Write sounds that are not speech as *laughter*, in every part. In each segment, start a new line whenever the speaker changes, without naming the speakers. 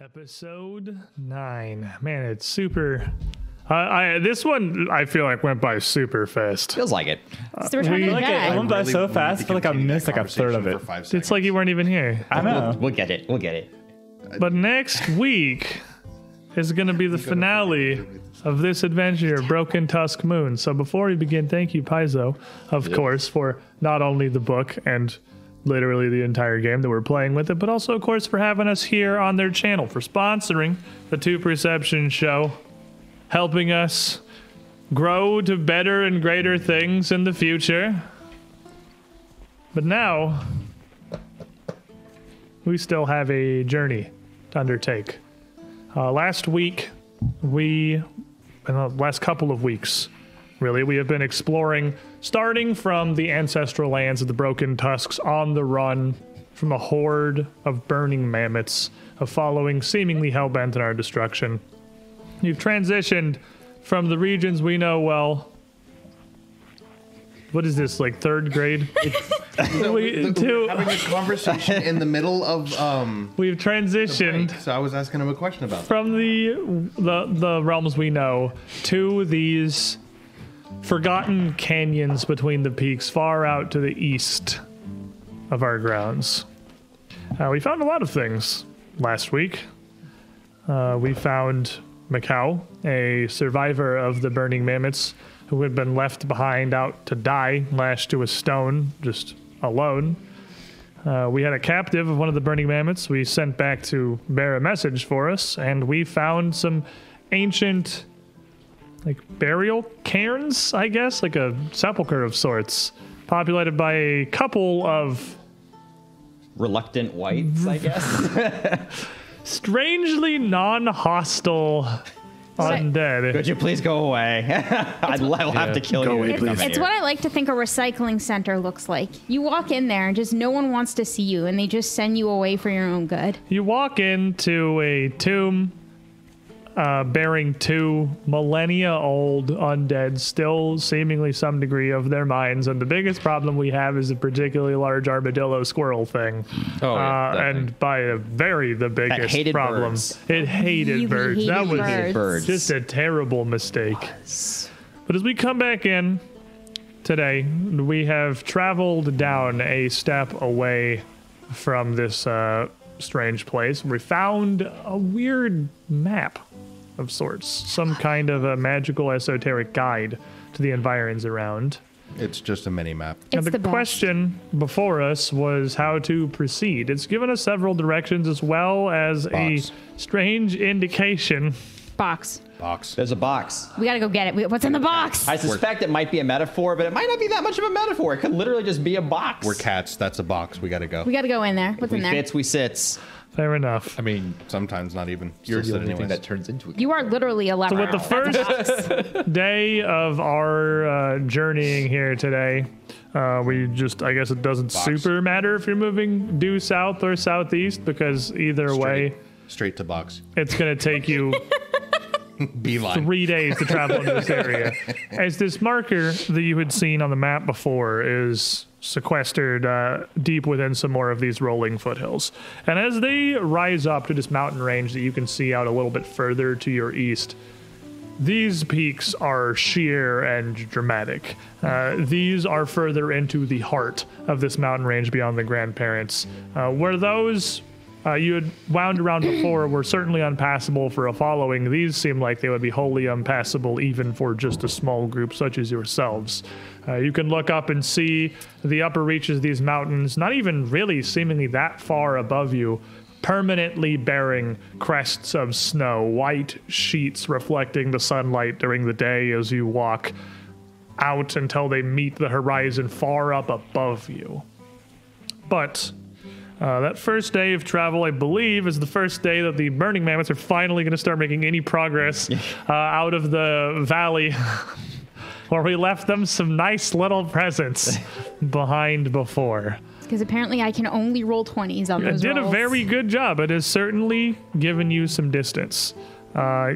Episode nine. Man, it's super. I, I this one I feel like went by super fast.
Feels like it.
So we're trying
We-
to
Look
get
at
back.
it. went by so
wanted
fast,
to
I feel like I
continue that
missed, like, a third of
conversation
it.
for five
It's like you
seconds.
weren't even here.
I know.
We'll get it. We'll get it.
But next week is going to be the finale of this adventure, Broken Tusk Moon. So before we begin, thank you, Paizo, of course, for not only the book and literally the entire game that we're playing with it, but also, of course, for having us here on their channel, for sponsoring the Two Perception Show, helping us grow to better and greater things in the future. But now, we still have a journey to undertake. Uh, last week, we, in the last couple of weeks, really, we have been exploring, starting from the ancestral lands of the Broken Tusks on the run from a horde of burning mammoths, of following seemingly hellbent in our destruction. You've transitioned from the regions we know well. What is this, like third grade? We-
Look,
to-
we're having a conversation in the middle of um.
We've transitioned
So I was asking him a question about that.
from the, the the realms we know to these forgotten canyons between the peaks far out to the east of our grounds. Uh, we found a lot of things last week. Uh, we found Macau, a survivor of the burning mammoths who had been left behind out to die, lashed to a stone, just alone. Uh, we had a captive of one of the burning mammoths we sent back to bear a message for us, and we found some ancient, like, burial cairns, I guess, like a sepulcher of sorts, populated by a couple of
Reluctant whites, I guess.
strangely non hostile undead.
Would you please go away? *laughs* I'd will have to kill you.
It's, it's what I like to think a recycling center looks like. You walk in there and just no one wants to see you, and they just send you away for your own good.
You walk into a tomb. Uh, bearing two millennia old undead, still seemingly some degree of their minds. And the biggest problem we have is a particularly large armadillo squirrel thing.
Oh, yeah,
uh,
that
and
thing.
by a very the biggest
hated
problem.
birds.
It hated birds.
Really hated
that was
birds.
Birds.
just a terrible mistake. But as we come back in today, we have traveled down a step away from this uh, strange place. We found a weird map of sorts, some kind of a magical esoteric guide to the environs around.
It's just a mini map.
It's
And the,
the, best.
question before us was how to proceed. It's given us several directions as well as
Box.
a strange indication.
box.
Box.
There's a box.
We gotta go get it. We- What's in the box?
I suspect it might be a metaphor, but it might not be that much of a metaphor. It could literally just be a box.
We're cats. That's a box. We gotta go.
we gotta go in there. What's
We
in there?
fits, we sits.
Fair enough.
I mean,
Sometimes not even.
you're
Still sit
the only thing
anyways.
that turns into a
You are literally a leper.
With the first day of our uh, journeying here today, uh, we just, I guess it doesn't super matter if you're moving due south or southeast because either way,
Straight to box.
it's going to take you
Beeline.
three days to travel into this area. As this marker that you had seen on the map before is sequestered uh, deep within some more of these rolling foothills. And as they rise up to this mountain range that you can see out a little bit further to your east, these peaks are sheer and dramatic. Uh, these are further into the heart of this mountain range beyond the grandparents, uh, where those uh, you had wound around before were certainly unpassable for a following. These seem like they would be wholly unpassable even for just a small group such as yourselves. Uh, you can look up and see the upper reaches of these mountains, not even really seemingly that far above you, permanently bearing crests of snow, white sheets reflecting the sunlight during the day as you walk out until they meet the horizon far up above you. But uh, that first day of travel, I believe, is the first day that the burning mammoths are finally going to start making any progress uh, out of the valley. *laughs* Where we left them some nice little presents behind before.
Because apparently I can only roll 20s on
It
those
did a
rolls.
very good job. It has certainly given you some distance, uh,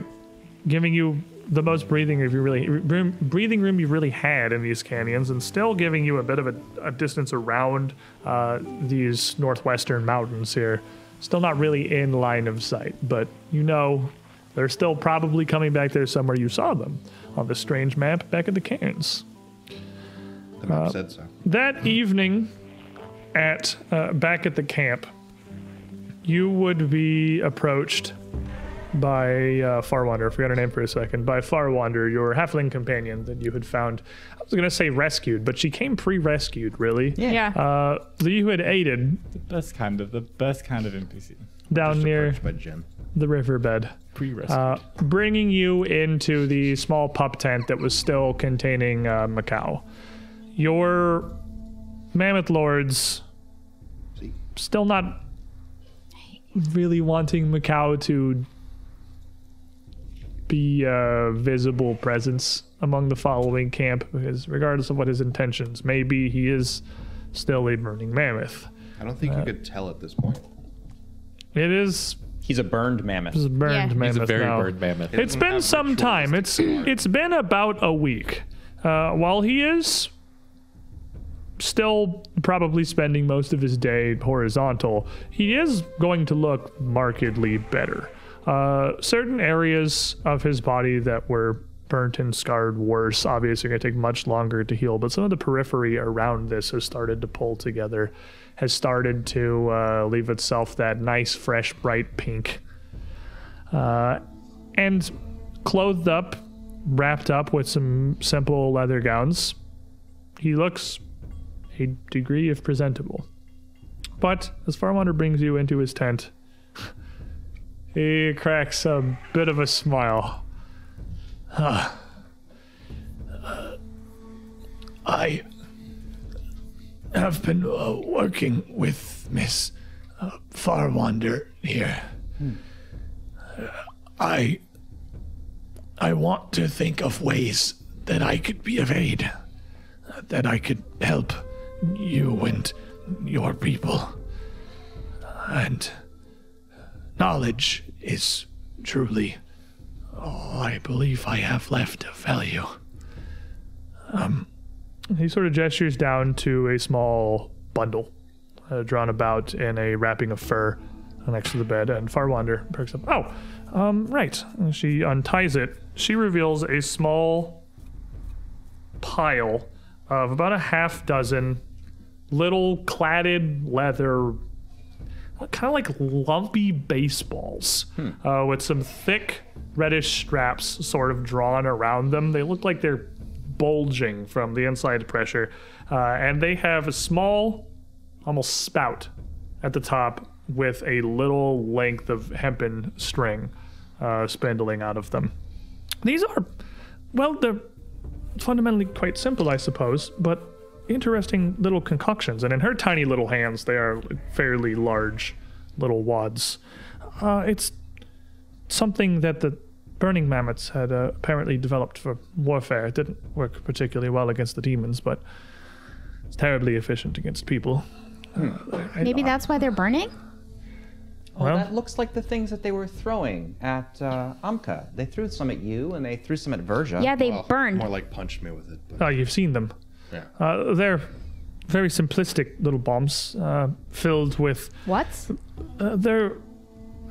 giving you the most breathing if you really room, breathing room you really had in these canyons, and still giving you a bit of a, a distance around uh, these northwestern mountains here Still not really in line of sight, but you know they're still probably coming back there somewhere you saw them on the strange map back at the cairns.
The
uh,
map said so.
That evening, at uh, back at the camp, you would be approached by uh, Farwander. I forgot her name for a second. By Farwander, your halfling companion that you had found. I was gonna say rescued, but she came pre-rescued, really.
Yeah.
Uh, that you had aided
Best kind of the best kind of NPC.
down
Just
near
approached by Jen.
the riverbed.
Pre-rescue.
Uh, bringing you into the small pup tent that was still containing uh, Macau. Your mammoth lords still not really wanting Macau to be a visible presence among the following camp, because regardless of what his intentions may be, he is still a burning mammoth.
I don't
uh,
think you could tell at this point.
It is
He's a burned mammoth.
a burned
Yeah. He's a
mammoth.
He's a very
now.
bird mammoth.
It's
doesn't
been
have
some
rituals
time.
to
It's it's been about a week. Uh, while he is still probably spending most of his day horizontal, he is going to look markedly better. Uh, certain areas of his body that were burnt and scarred worse obviously are going to take much longer to heal, but some of the periphery around this has started to pull together, has started to uh, leave itself that nice, fresh, bright pink and clothed up, wrapped up with some simple leather gowns. He looks a degree of presentable. But as Farwander brings you into his tent, he cracks a bit of a smile. Ah. I have been uh, working with Miss uh, Farwander here. Hmm. I I want to think of ways that I could be of aid, that I could help you and your people. And knowledge is truly all I believe I have left of value. Um, he sort of gestures down to a small bundle uh, drawn about in a wrapping of fur next to the bed, and Farwander perks up. Oh, um, right. And She unties it. She reveals a small pile of about a half dozen little cladded leather, kind of like lumpy baseballs, uh, with some thick reddish straps sort of drawn around them. They look like they're bulging from the inside pressure, uh, and they have a small, almost spout at the top with a little length of hempen string uh, spindling out of them. These are, well, they're fundamentally quite simple, I suppose, but interesting little concoctions. And in her tiny little hands, they are fairly large little wads. Uh, it's something that the burning mammoths had uh, apparently developed for warfare. It didn't work particularly well against the demons, but it's terribly efficient against people.
Maybe that's why they're burning?
Oh,
Well-
that looks like the things that they were throwing at uh, Amka. They threw some at you, and they threw some at Verja.
Yeah, they
Well,
burned.
Oh, More like punched me with it. But
Oh, you've seen them.
yeah.
Uh, they're very simplistic little bombs uh, filled with
What?
uh, they're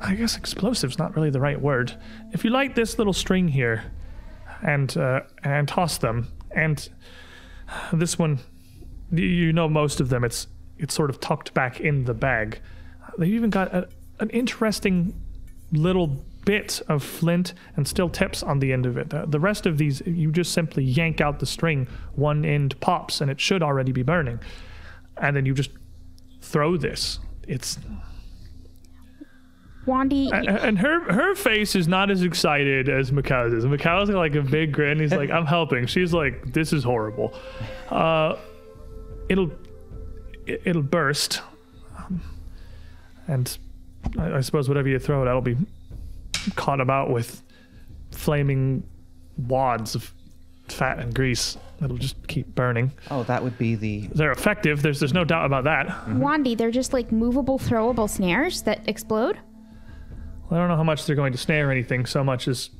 i guess explosives not really the right word if you light this little string here and uh, and toss them and this one y- you know most of them it's it's sort of tucked back in the bag they've even got a, an interesting little bit of flint and still tips on the end of it. Uh, the rest of these, you just simply yank out the string, one end pops, and it should already be burning. And then you just throw this. It's
Wandy,
a- and her her face is not as excited as Macau's is. Macau's got like a big grin. He's like, "I'm helping." She's like, "This is horrible." Uh, it'll it- it'll burst, Um, and I, I suppose whatever you throw it, that'll be caught about with flaming wads of fat and grease. That'll just keep burning.
Oh, that would be the.
They're effective. There's there's no doubt about that.
Wandy, they're just like movable, throwable snares that explode?
I don't know how much they're going to snare anything so much as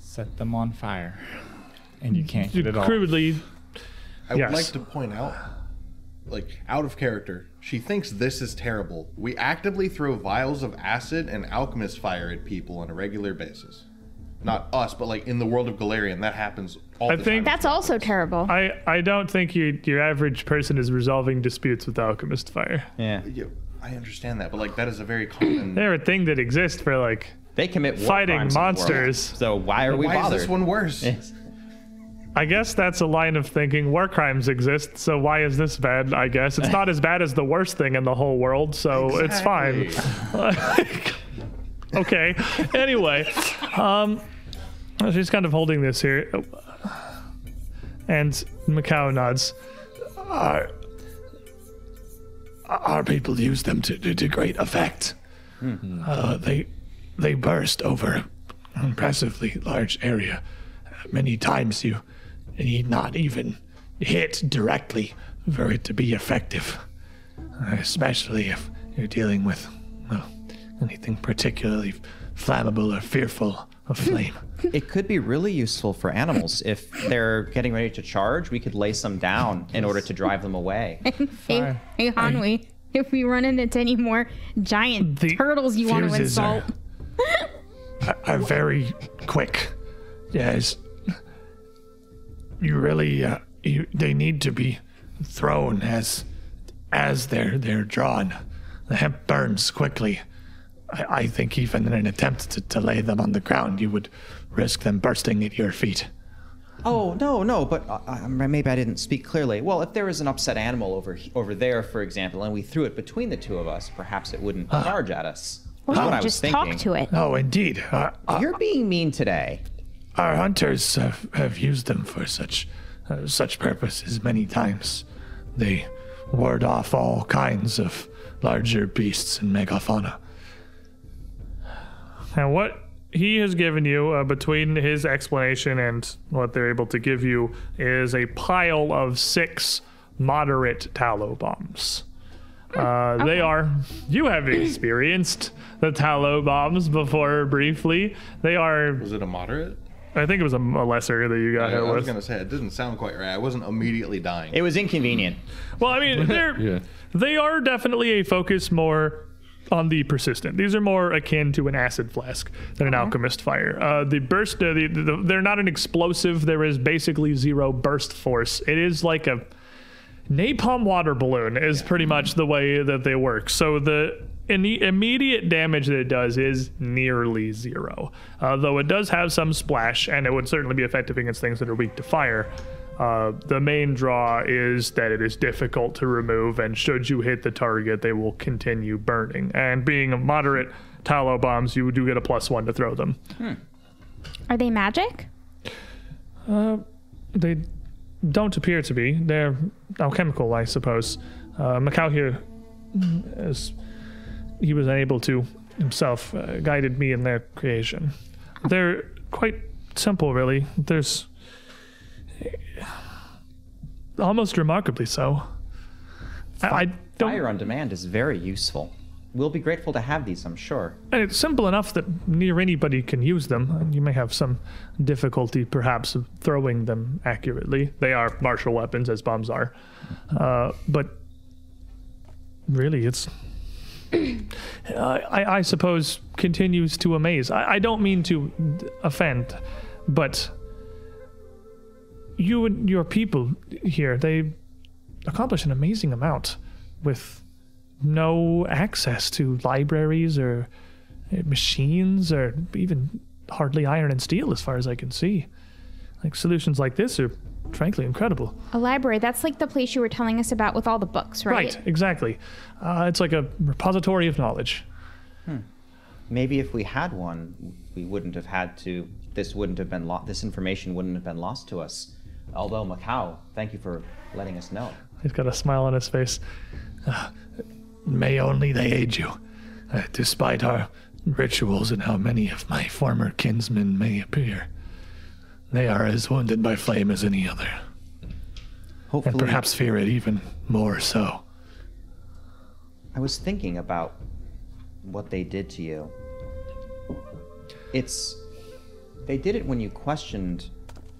Set them on fire, and you can't get it all.
crudely
I
Uh, Yes.
would like to point out like out of character. She thinks this is terrible. We actively throw vials of acid and alchemist fire at people on a regular basis. Not us, but like in the world of Galarian, that happens all
I
the
think-
time.
That's also terrible.
I, I don't think your your average person is resolving disputes with alchemist fire.
Yeah.
Yeah, I understand that, but like that is a very common.
They're a thing that exists for like
They commit war
Fighting
crimes in the world.
monsters.
So why are we
Why is
bothered?
this one worse?
*laughs* Yes.
I guess that's a line of thinking. War crimes exist, so why is this bad? I guess it's not as bad as the worst thing in the whole world, so it's
Exactly.
fine. *laughs* Like, okay. Anyway, um, she's kind of holding this here, and Macau nods.
Our, our people use them to, to, to great effect.
Hmm.
Uh, they they burst over an impressively large area. Many times you need not even hit directly for it to be effective, especially if you're dealing with well, anything particularly flammable or fearful of flame.
It could be really useful for animals if they're getting ready to charge. We could lay some down in order to drive them away.
hey, hey Hanwe, if we run into any more giant
The
turtles you want to
fuses are-
insult,
*laughs* are very quick. Yes. You really uh, you, they need to be thrown as as they're they're drawn. The hemp burns quickly. I, I think even in an attempt to, to lay them on the ground, you would risk them bursting at your feet.
Oh no, no, but uh, uh, maybe I didn't speak clearly. Well, if there was an upset animal over he- over there, for example, and we threw it between the two of us, perhaps it wouldn't charge at us. That's
well,
what I was
just
thinking.
talk to it.
Oh, indeed. Our, our,
You're being mean today.
our hunters have, have used them for such uh, such purposes many times. They ward off all kinds of larger beasts and megafauna.
And what he has given you uh, between his explanation and what they're able to give you is a pile of six moderate tallow bombs. Uh, They are, you have experienced the tallow bombs before briefly. They are,
Was it a moderate?
I think it was a, a lesser that you got
I, I
hit
was
with.
gonna say it didn't sound quite right. I wasn't immediately dying.
It was inconvenient.
Well, I mean, they're, they are definitely a focus more on the persistent. These are more akin to an acid flask than an alchemist fire. Uh, the burst, uh, the, the, they're not an explosive. There is basically zero burst force. It is like a napalm water balloon is pretty much the way that they work. So the and the immediate damage that it does is nearly zero, uh, though it does have some splash, and it would certainly be effective against things that are weak to fire. Uh, the main draw is that it is difficult to remove, and should you hit the target, they will continue burning. And being a moderate tallow bombs, you do get a plus one to throw them.
Are they magic?
they don't appear to be. They're alchemical, I suppose. Uh, Macau here, as he was unable to himself, uh, guided me in their creation. They're quite simple, really. There's almost remarkably so. I, I don't.
Fire on demand is very useful. We'll be grateful to have these, I'm sure.
And it's simple enough that near anybody can use them. You may have some difficulty, perhaps, of throwing them accurately. They are martial weapons, as bombs are. Uh, but really, it's. I, I- I suppose continues to amaze. I, I don't mean to d- offend, but you and your people here, they accomplish an amazing amount with no access to libraries or machines or even hardly iron and steel as far as I can see. Like solutions like this are frankly incredible.
A library. That's like the place you were telling us about with all the books, right?
exactly. Uh, it's like a repository of knowledge.
Maybe if we had one, we wouldn't have had to. This wouldn't have been lost. This information wouldn't have been lost to us. Although Macau, thank you for letting us know.
He's got a smile on his face.
May only they aid you. Uh, despite our rituals and how many of my former kinsmen may appear, they are as wounded by flame as any other,
Hopefully,
and perhaps fear it even more so.
I was thinking about what they did to you. It's they did it when you questioned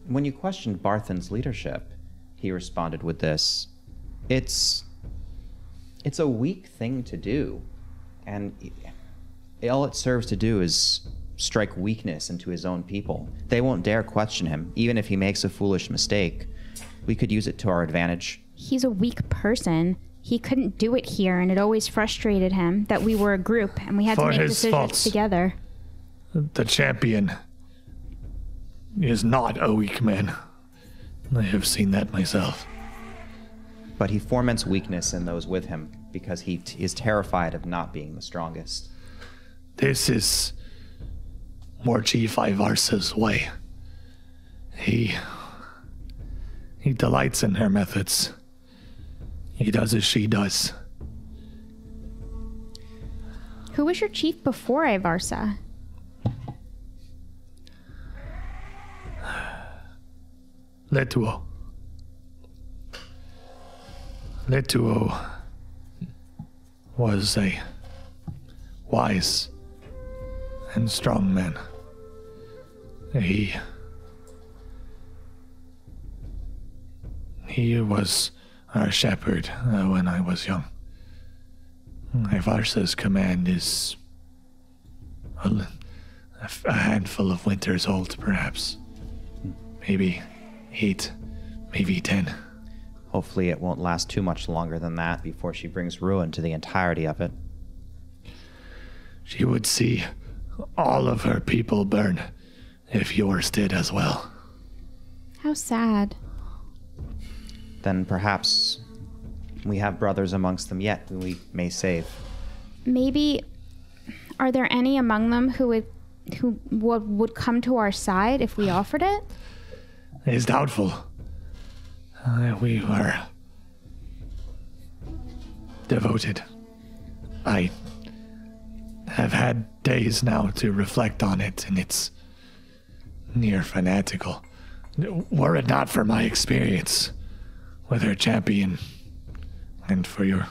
when you questioned Barthen's leadership. He responded with this. It's it's a weak thing to do, and it- all it serves to do is strike weakness into his own people. They won't dare question him, even if he makes a foolish mistake. We could use it to our advantage.
He's a weak person. He couldn't do it here, and it always frustrated him that we were a group and we had
For
to make
his
decisions
faults.
together.
The champion is not a weak man. I have seen that myself.
But he foments weakness in those with him because he t- is terrified of not being the strongest.
This is Morchi Varsa's way. He he delights in her methods. He does as she does.
Who was your chief before Ivarsa?
Letuo. Letuo was a wise and strong man. He he was our shepherd uh, when I was young. Ivarsa's command is a l- a f- a handful of winters old, perhaps. Maybe eight, maybe ten.
Hopefully, it won't last too much longer than that before she brings ruin to the entirety of it.
She would see all of her people burn if yours did as well.
How sad.
Then perhaps we have brothers amongst them yet who we may save.
Maybe are there any among them who would who would, would come to our side if we offered it?
It's doubtful. Uh, we were devoted. I have had days now to reflect on it, and it's near fanatical. Were it not for my experience with her champion and for your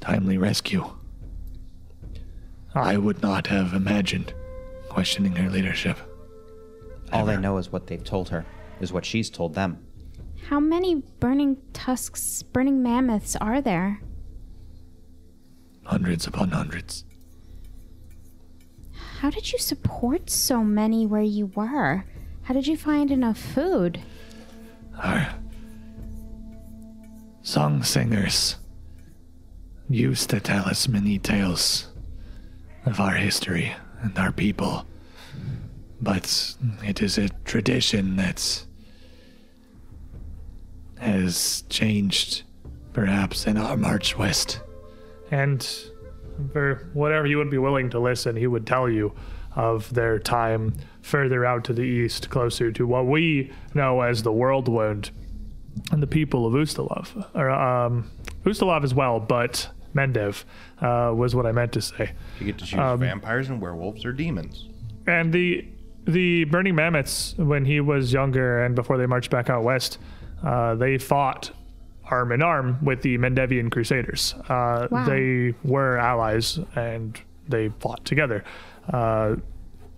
timely rescue, I would not have imagined questioning her leadership.
All they know is what they've told her, is what she's told them.
How many burning tusks, burning mammoths are there?
Hundreds upon hundreds.
How did you support so many where you were? How did you find enough food?
Our song singers used to tell us many tales of our history and our people, but it is a tradition that has changed, perhaps, in our march west.
And for whatever you would be willing to listen, he would tell you of their time further out to the east, closer to what we know as the World Wound and the people of Ustalov. Or, um, Ustalov as well, but Mendev uh, was what I meant to say.
You get to choose
um,
vampires and werewolves or demons.
And the the Burning Mammoths, when he was younger and before they marched back out west, uh, they fought arm in arm with the Mendevian Crusaders. Uh,
Wow.
They were allies and they fought together. Uh,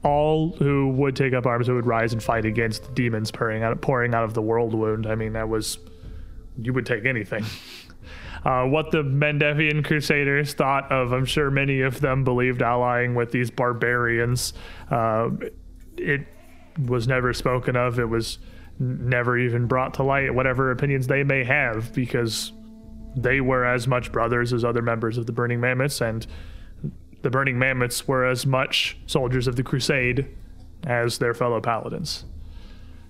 all who would take up arms, who would rise and fight against the demons pouring out, pouring out of the world wound. I mean, that was you would take anything. Uh, what the Mendevian Crusaders thought of, I'm sure many of them believed allying with these barbarians. Uh, it was never spoken of. It was n- never even brought to light, whatever opinions they may have, because they were as much brothers as other members of the Burning Mammoths, and the Burning Mammoths were as much soldiers of the Crusade as their fellow paladins.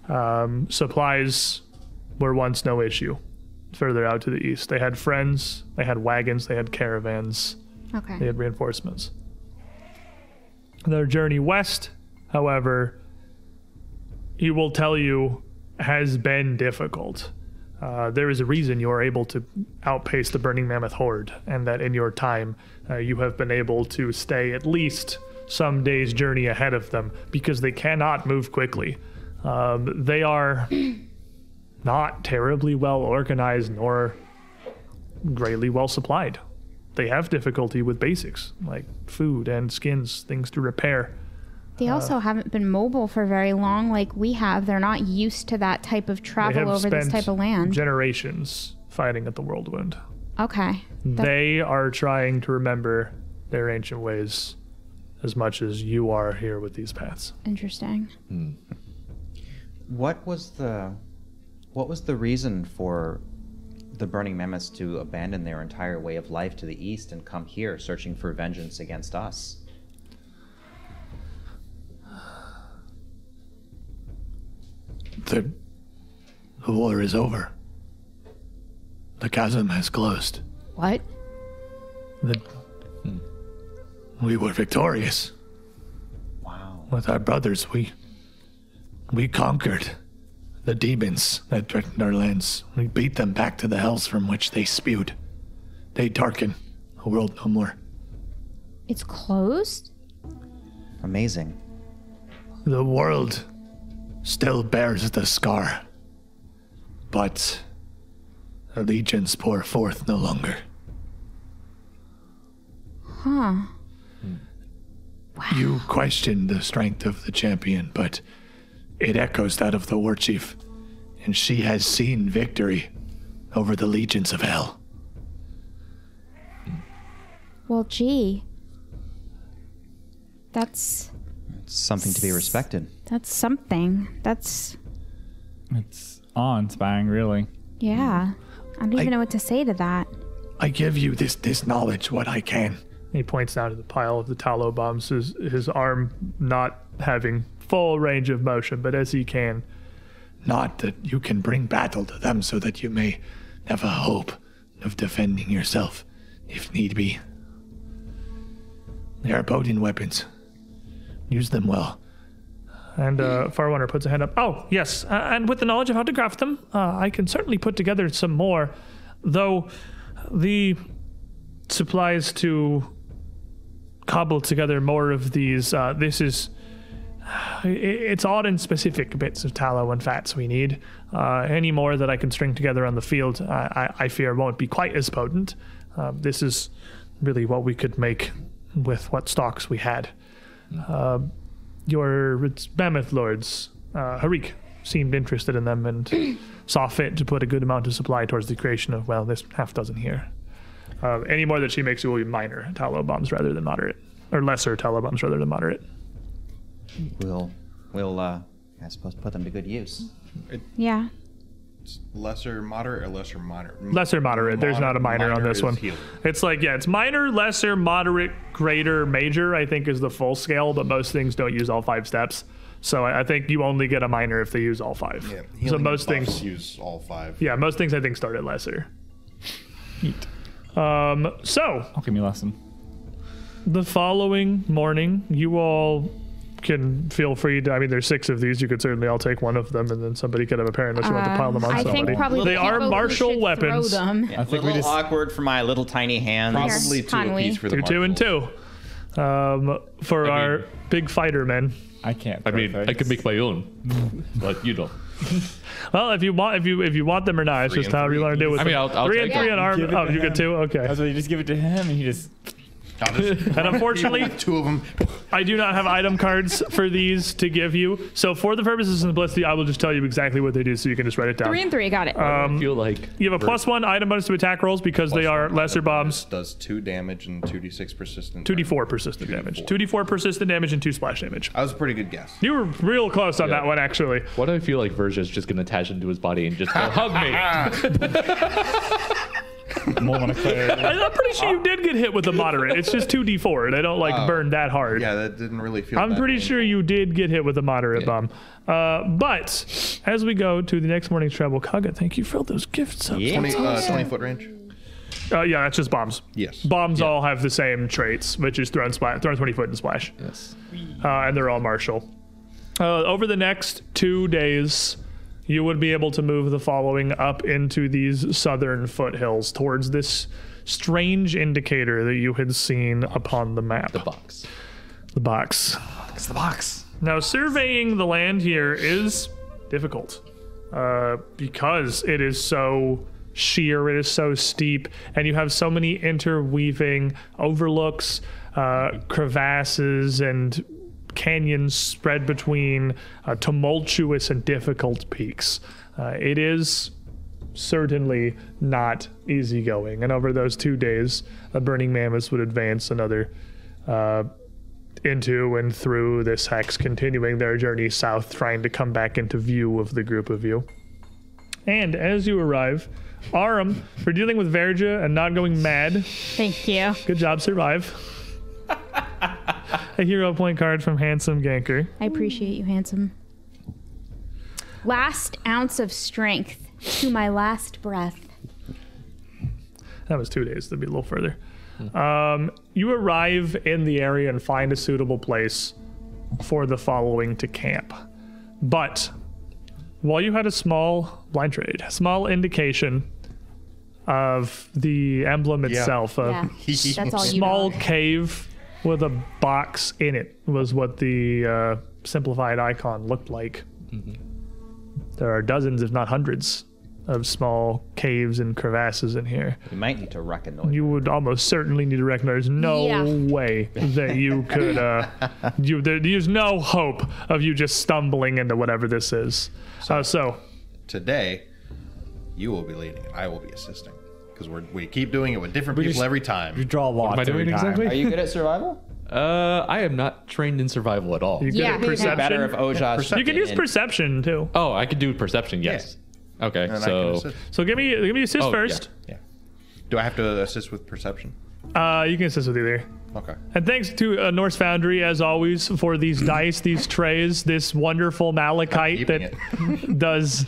Um, supplies were once no issue further out to the east. They had friends, they had wagons, they had caravans,
Okay.
they had reinforcements. Their journey west, however, he will tell you has been difficult. Uh, there is a reason you are able to outpace the Burning Mammoth Horde, and that in your time uh, you have been able to stay at least some days' journey ahead of them because they cannot move quickly. Um, they are *clears throat* not terribly well organized nor greatly well supplied. They have difficulty with basics like food and skins, things to repair. uh,
They also haven't been mobile for very long, like we have. They're not used to that type of
They
travel
have
over this
spent
type of land.
generations fighting at the world wound.
Okay. That-
They are trying to remember their ancient ways as much as you are here with these paths.
Interesting.
What was the what was the reason for the burning mammoths to abandon their entire way of life to the east and come here searching for vengeance against us?
The, the war is over. The chasm has closed.
What?
The, we were victorious.
Wow.
With our brothers, we we conquered the demons that threatened our lands. We beat them back to the hells from which they spewed. They darken the world no more.
It's closed?
Amazing.
The world still bears the scar, but the legions pour forth no longer.
Huh.
You question the strength of the champion, but it echoes that of the war chief, and she has seen victory over the legions of hell.
Well, gee. That's
It's something to be respected.
that's something. That's
It's awe-inspiring, really.
yeah. I don't even know what to say to that.
I give you this, this knowledge what I can.
He points down to the pile of the tallow bombs, his, his arm not having full range of motion, but as he can.
Not that you can bring battle to them so that you may have a hope of defending yourself, if need be. They are potent weapons. Use them well.
And uh, Farwander puts a hand up. Oh, yes. Uh, and with the knowledge of how to craft them, uh, I can certainly put together some more. Though the supplies to cobble together more of these, uh, this is. i- It's odd and specific bits of tallow and fats we need. Uh, any more that I can string together on the field, I, I, I fear won't be quite as potent. Uh, this is really what we could make with what stocks we had your mammoth lords, uh, Harik, seemed interested in them and saw fit to put a good amount of supply towards the creation of, well, this half dozen here. Uh, any more that she makes will be minor tallow bombs rather than moderate, or lesser tallow bombs rather than moderate.
We'll we'll uh I suppose put them to good use.
Yeah.
Lesser moderate or lesser moderate?
Lesser moderate. There's not a minor, on this
is
one.
healing.
It's like, yeah, it's minor, lesser, moderate, greater, major, I think is the full scale, but most things don't use all five steps. So I, I think you only get a minor if they use all five.
Yeah,
so
healing
most
buffs
things
use all five.
yeah, most things I think start at lesser. Um, so
Alchemy lesson.
the following morning, you all can feel free to. I mean, there's six of these. You could certainly all take one of them, and then somebody could have a pair unless you want to pile them on
Um, I
somebody.
think probably
they
the
are
people who should
martial
throw
weapons.
them.
I
think we just-
awkward for my little tiny hands.
Probably two
Conway.
apiece for the
You're two and
marshals.
two. Um, for our big fighter men.
I can't.
I mean,
throw
I could
things.
make my own, but you don't.
Well, if you want, if you if you want them or not, it's
Three
just
and
however you
three.
want to do it with
I mean,
them.
I'll- I'll
three and
take
three
it.
and arm.
Give it
Oh,
to
you get
him.
two. Okay.
That's what you just give it to him, and he just.
*laughs*
I'll just-
*laughs*
And unfortunately,
*laughs* two of them.
I do not have item cards for these to give you. So for the purposes of simplicity, I will just tell you exactly what they do, so you can just write it down.
Three and three, got it.
Uh,
I feel like
You have a plus one item bonus to attack rolls because they are lesser bombs.
Does two damage and two d six persistent.
2d4 persistent damage. 2d4 persistent damage and 2 splash damage.
That was a pretty good guess.
You were real close on that one, actually.
Why do I feel like Virgil's just gonna attach into his body and just go, *laughs* hug me?
Moment of clarity.
I- I'm pretty sure you did get hit with a moderate. It's just 2d4, and I don't like burn that hard.
Uh, Yeah, that didn't really feel.
I'm
that
pretty
painful.
sure you did get hit with a moderate bomb. Uh, but as we go to the next morning's travel, Kaga, thank you for all those gifts. Up.
Yeah.
Twenty, uh, twenty foot range.
Uh, yeah, that's just bombs.
Yes.
Bombs all have the same traits, which is thrown, spla- thrown 20 foot and splash.
yes.
uh, and they're all martial. Uh, over the next two days, you would be able to move the following up into these southern foothills towards this strange indicator that you had seen upon the map
The box.
the box.
It's the box.
Now, surveying the land here is difficult uh, because it is so sheer, it is so steep, and you have so many interweaving overlooks, uh, crevasses, and canyons spread between uh, tumultuous and difficult peaks. Uh, it is certainly not easygoing. And over those two days, a burning mammoth would advance another uh, into and through this hex, continuing their journey south, trying to come back into view of the group of you. And as you arrive, Aram, for dealing with Verja and not going mad,
Thank you.
good job, survive. *laughs* a hero point card from Handsome Ganker.
I appreciate you, handsome. Last ounce of strength to my last breath.
that was two days to be a little further um, you arrive in the area and find a suitable place for the following to camp but while you had a small blind trade small indication of the emblem itself a *laughs*
Yeah, that's all you
small
got.
cave with a box in it was what the uh, simplified icon looked like there are dozens if not hundreds of small caves and crevasses in here
We might need to reconnoitre.
you would almost certainly need to recognize no
Yeah.
way that
*laughs*
you could uh you there, there's no hope of you just stumbling into whatever this is uh, so
Today, you will be leading and I will be assisting because we we keep doing it with different
We
people
just-
every
You
time.
draw lots
Am I
every
doing
time.
exactly?
Are you good at survival?
Uh, I am not trained in survival at all.
you
Yeah,
get a
it'd be
perception
Better if Ojash.
you can use perception too
Oh, I could do perception. Yes. Okay.
And I can
so
assist.
so give me give me assist
Oh, yeah.
first
do I have to assist with perception?
uh you can assist with either
Okay.
and thanks to uh, Norse Foundry, as always, for these dice, these trays, this wonderful malachite
Keeping
*laughs* that does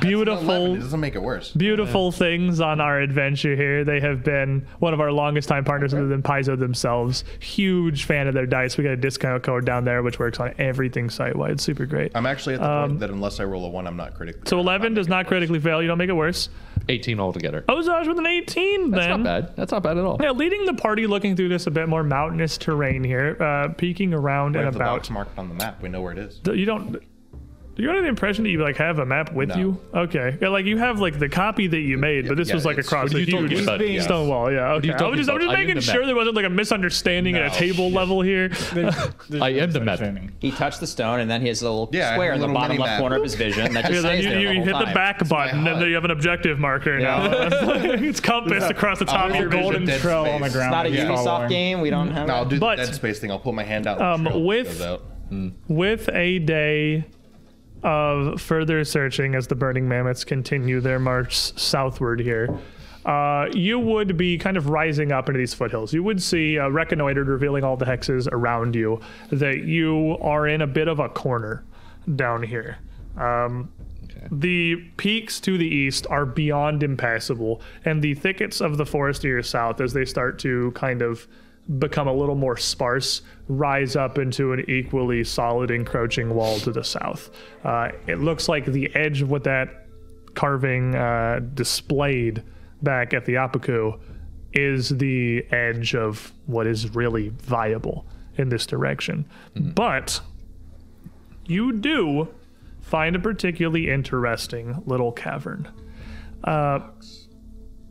beautiful
It doesn't make it worse.
beautiful things on our adventure here. They have been one of our longest time partners other than Paizo themselves. Huge fan of their dice. We got a discount code down there which works on everything site wide. Super great.
I'm actually at the point that unless I roll a one, I'm not critically.
Um, so 11 does not critically fail. You don't make it worse.
18 altogether.
Ozaj with an 18
That's
then.
not bad. That's not bad at all.
Yeah, leading the party looking through this a bit more mountainous terrain here, uh, peeking around
I
and
have the
about.
box marked on the map. We know where it is.
Th- You don't. Do you have the impression that you like have a map with
No.
you? Okay, yeah, like you have like the copy that you made, but this
yeah,
was like
it's-
across
what
a
are you talking
huge
about? Yeah.
stone wall. Yeah, okay.
you
I
talking
was just, I'm
about?
just
I am
making
the
sure
map.
there wasn't like a misunderstanding at a
No.
table level
*laughs*
here.
I am the map.
He touched the stone, and then he has a little
Yeah,
square in the
little
bottom
mini
left
map.
corner of his vision. and That just
Yeah, then
stays
you,
there
you
the whole
hit the
time.
back button, and
HUD.
then you have an objective marker now. *laughs* it's compassed across the top of your
there's a
vision.
golden
dead
trail on the ground.
space.
It's not a
that he's
Ubisoft
following.
game. We don't have.
No, I'll do
But-
the dead space thing. I'll pull my hand out. and
Um,
trail
with-
goes out.
With a day of further searching as the burning mammoths continue their march southward here, uh, you would be kind of rising up into these foothills. You would see uh, reconnoitered, revealing all the hexes around you, that you are in a bit of a corner down here. Um, The peaks to the east are beyond impassable, and the thickets of the forest to your south, as they start to kind of become a little more sparse, rise up into an equally solid encroaching wall to the south. Uh, it looks like the edge of what that carving uh, displayed back at the Apaku is the edge of what is really viable in this direction. But you do find a particularly interesting little cavern. Uh,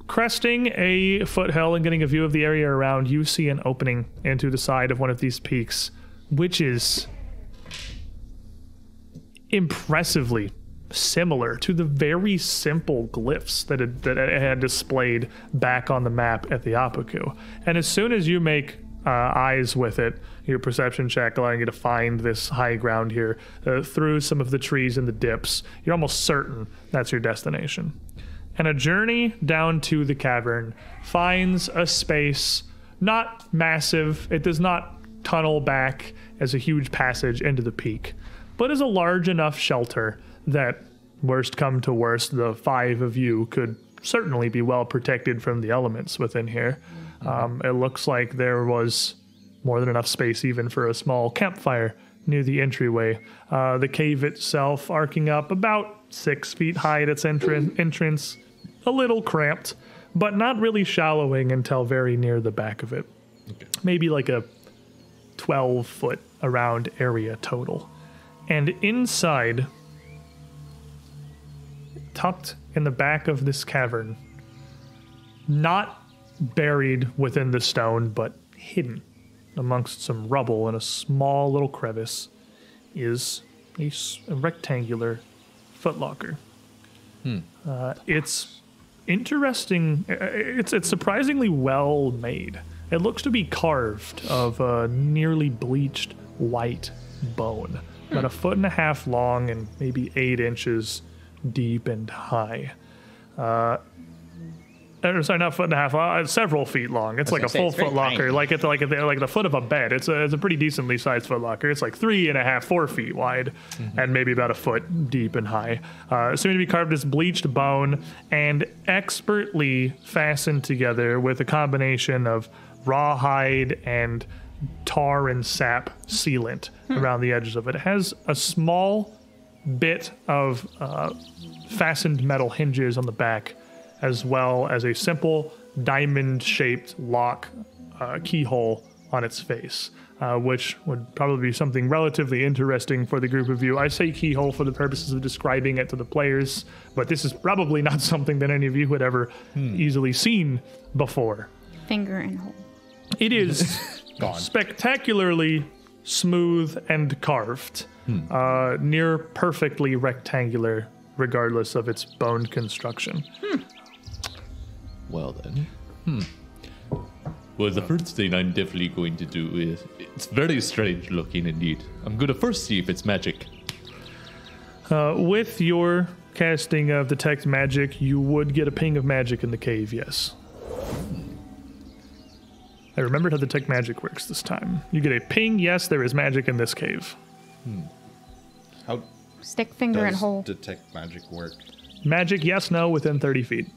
cresting a foothill and getting a view of the area around, you see an opening into the side of one of these peaks, which is impressively similar to the very simple glyphs that it, that it had displayed back on the map at the Apaku. And as soon as you make uh, eyes with it, your perception check allowing you to find this high ground here uh, through some of the trees and the dips, you're almost certain that's your destination. And a journey down to the cavern finds a space not massive, it does not tunnel back as a huge passage into the peak, but is a large enough shelter that, worst come to worst, the five of you could certainly be well protected from the elements within here. Um, it looks like there was more than enough space even for a small campfire near the entryway. Uh, the cave itself arcing up about six feet high at its entran- entrance, a little cramped, but not really shallowing until very near the back of it. Maybe like a 12 foot around area total. And inside, tucked in the back of this cavern, not buried within the stone, but hidden amongst some rubble in a small little crevice, is a, s- a rectangular footlocker. Uh, it's interesting. uh, It's it's surprisingly well made. It looks to be carved of a nearly bleached white bone, about a foot and a half long and maybe eight inches deep and high. Uh, or sorry, not foot and a half, uh, several feet long. It's like a
gonna say,
full
it's very
foot locker,
tiny.
like at the, like at the, like the foot of a bed. It's a it's a pretty decently sized foot locker. It's like three and a half, four feet wide,
Mm-hmm.
and maybe about a foot deep and high. Uh, soon to be carved is bleached bone and expertly fastened together with a combination of rawhide and tar and sap sealant
Hmm.
around the edges of it. It has a small bit of uh, fastened metal hinges on the back, as well as a simple diamond shaped lock uh, keyhole on its face, uh, which would probably be something relatively interesting for the group of you. I say keyhole for the purposes of describing it to the players, but this is probably not *laughs* something that any of you had ever easily seen before.
Finger in hole.
It is spectacularly smooth and carved, uh, near perfectly rectangular, regardless of its bone construction.
Well then. Hmm. Well, the first thing I'm definitely going to do is it's very strange looking indeed. I'm going to first see if it's magic.
Uh, with your casting of detect magic, you would get a ping of magic in the cave. Yes. I remembered how detect magic works this time. You get a ping. Yes, there is magic in this cave.
How
Stick finger in
does
hole.
detect magic work?
Magic. Yes. No. Within thirty feet.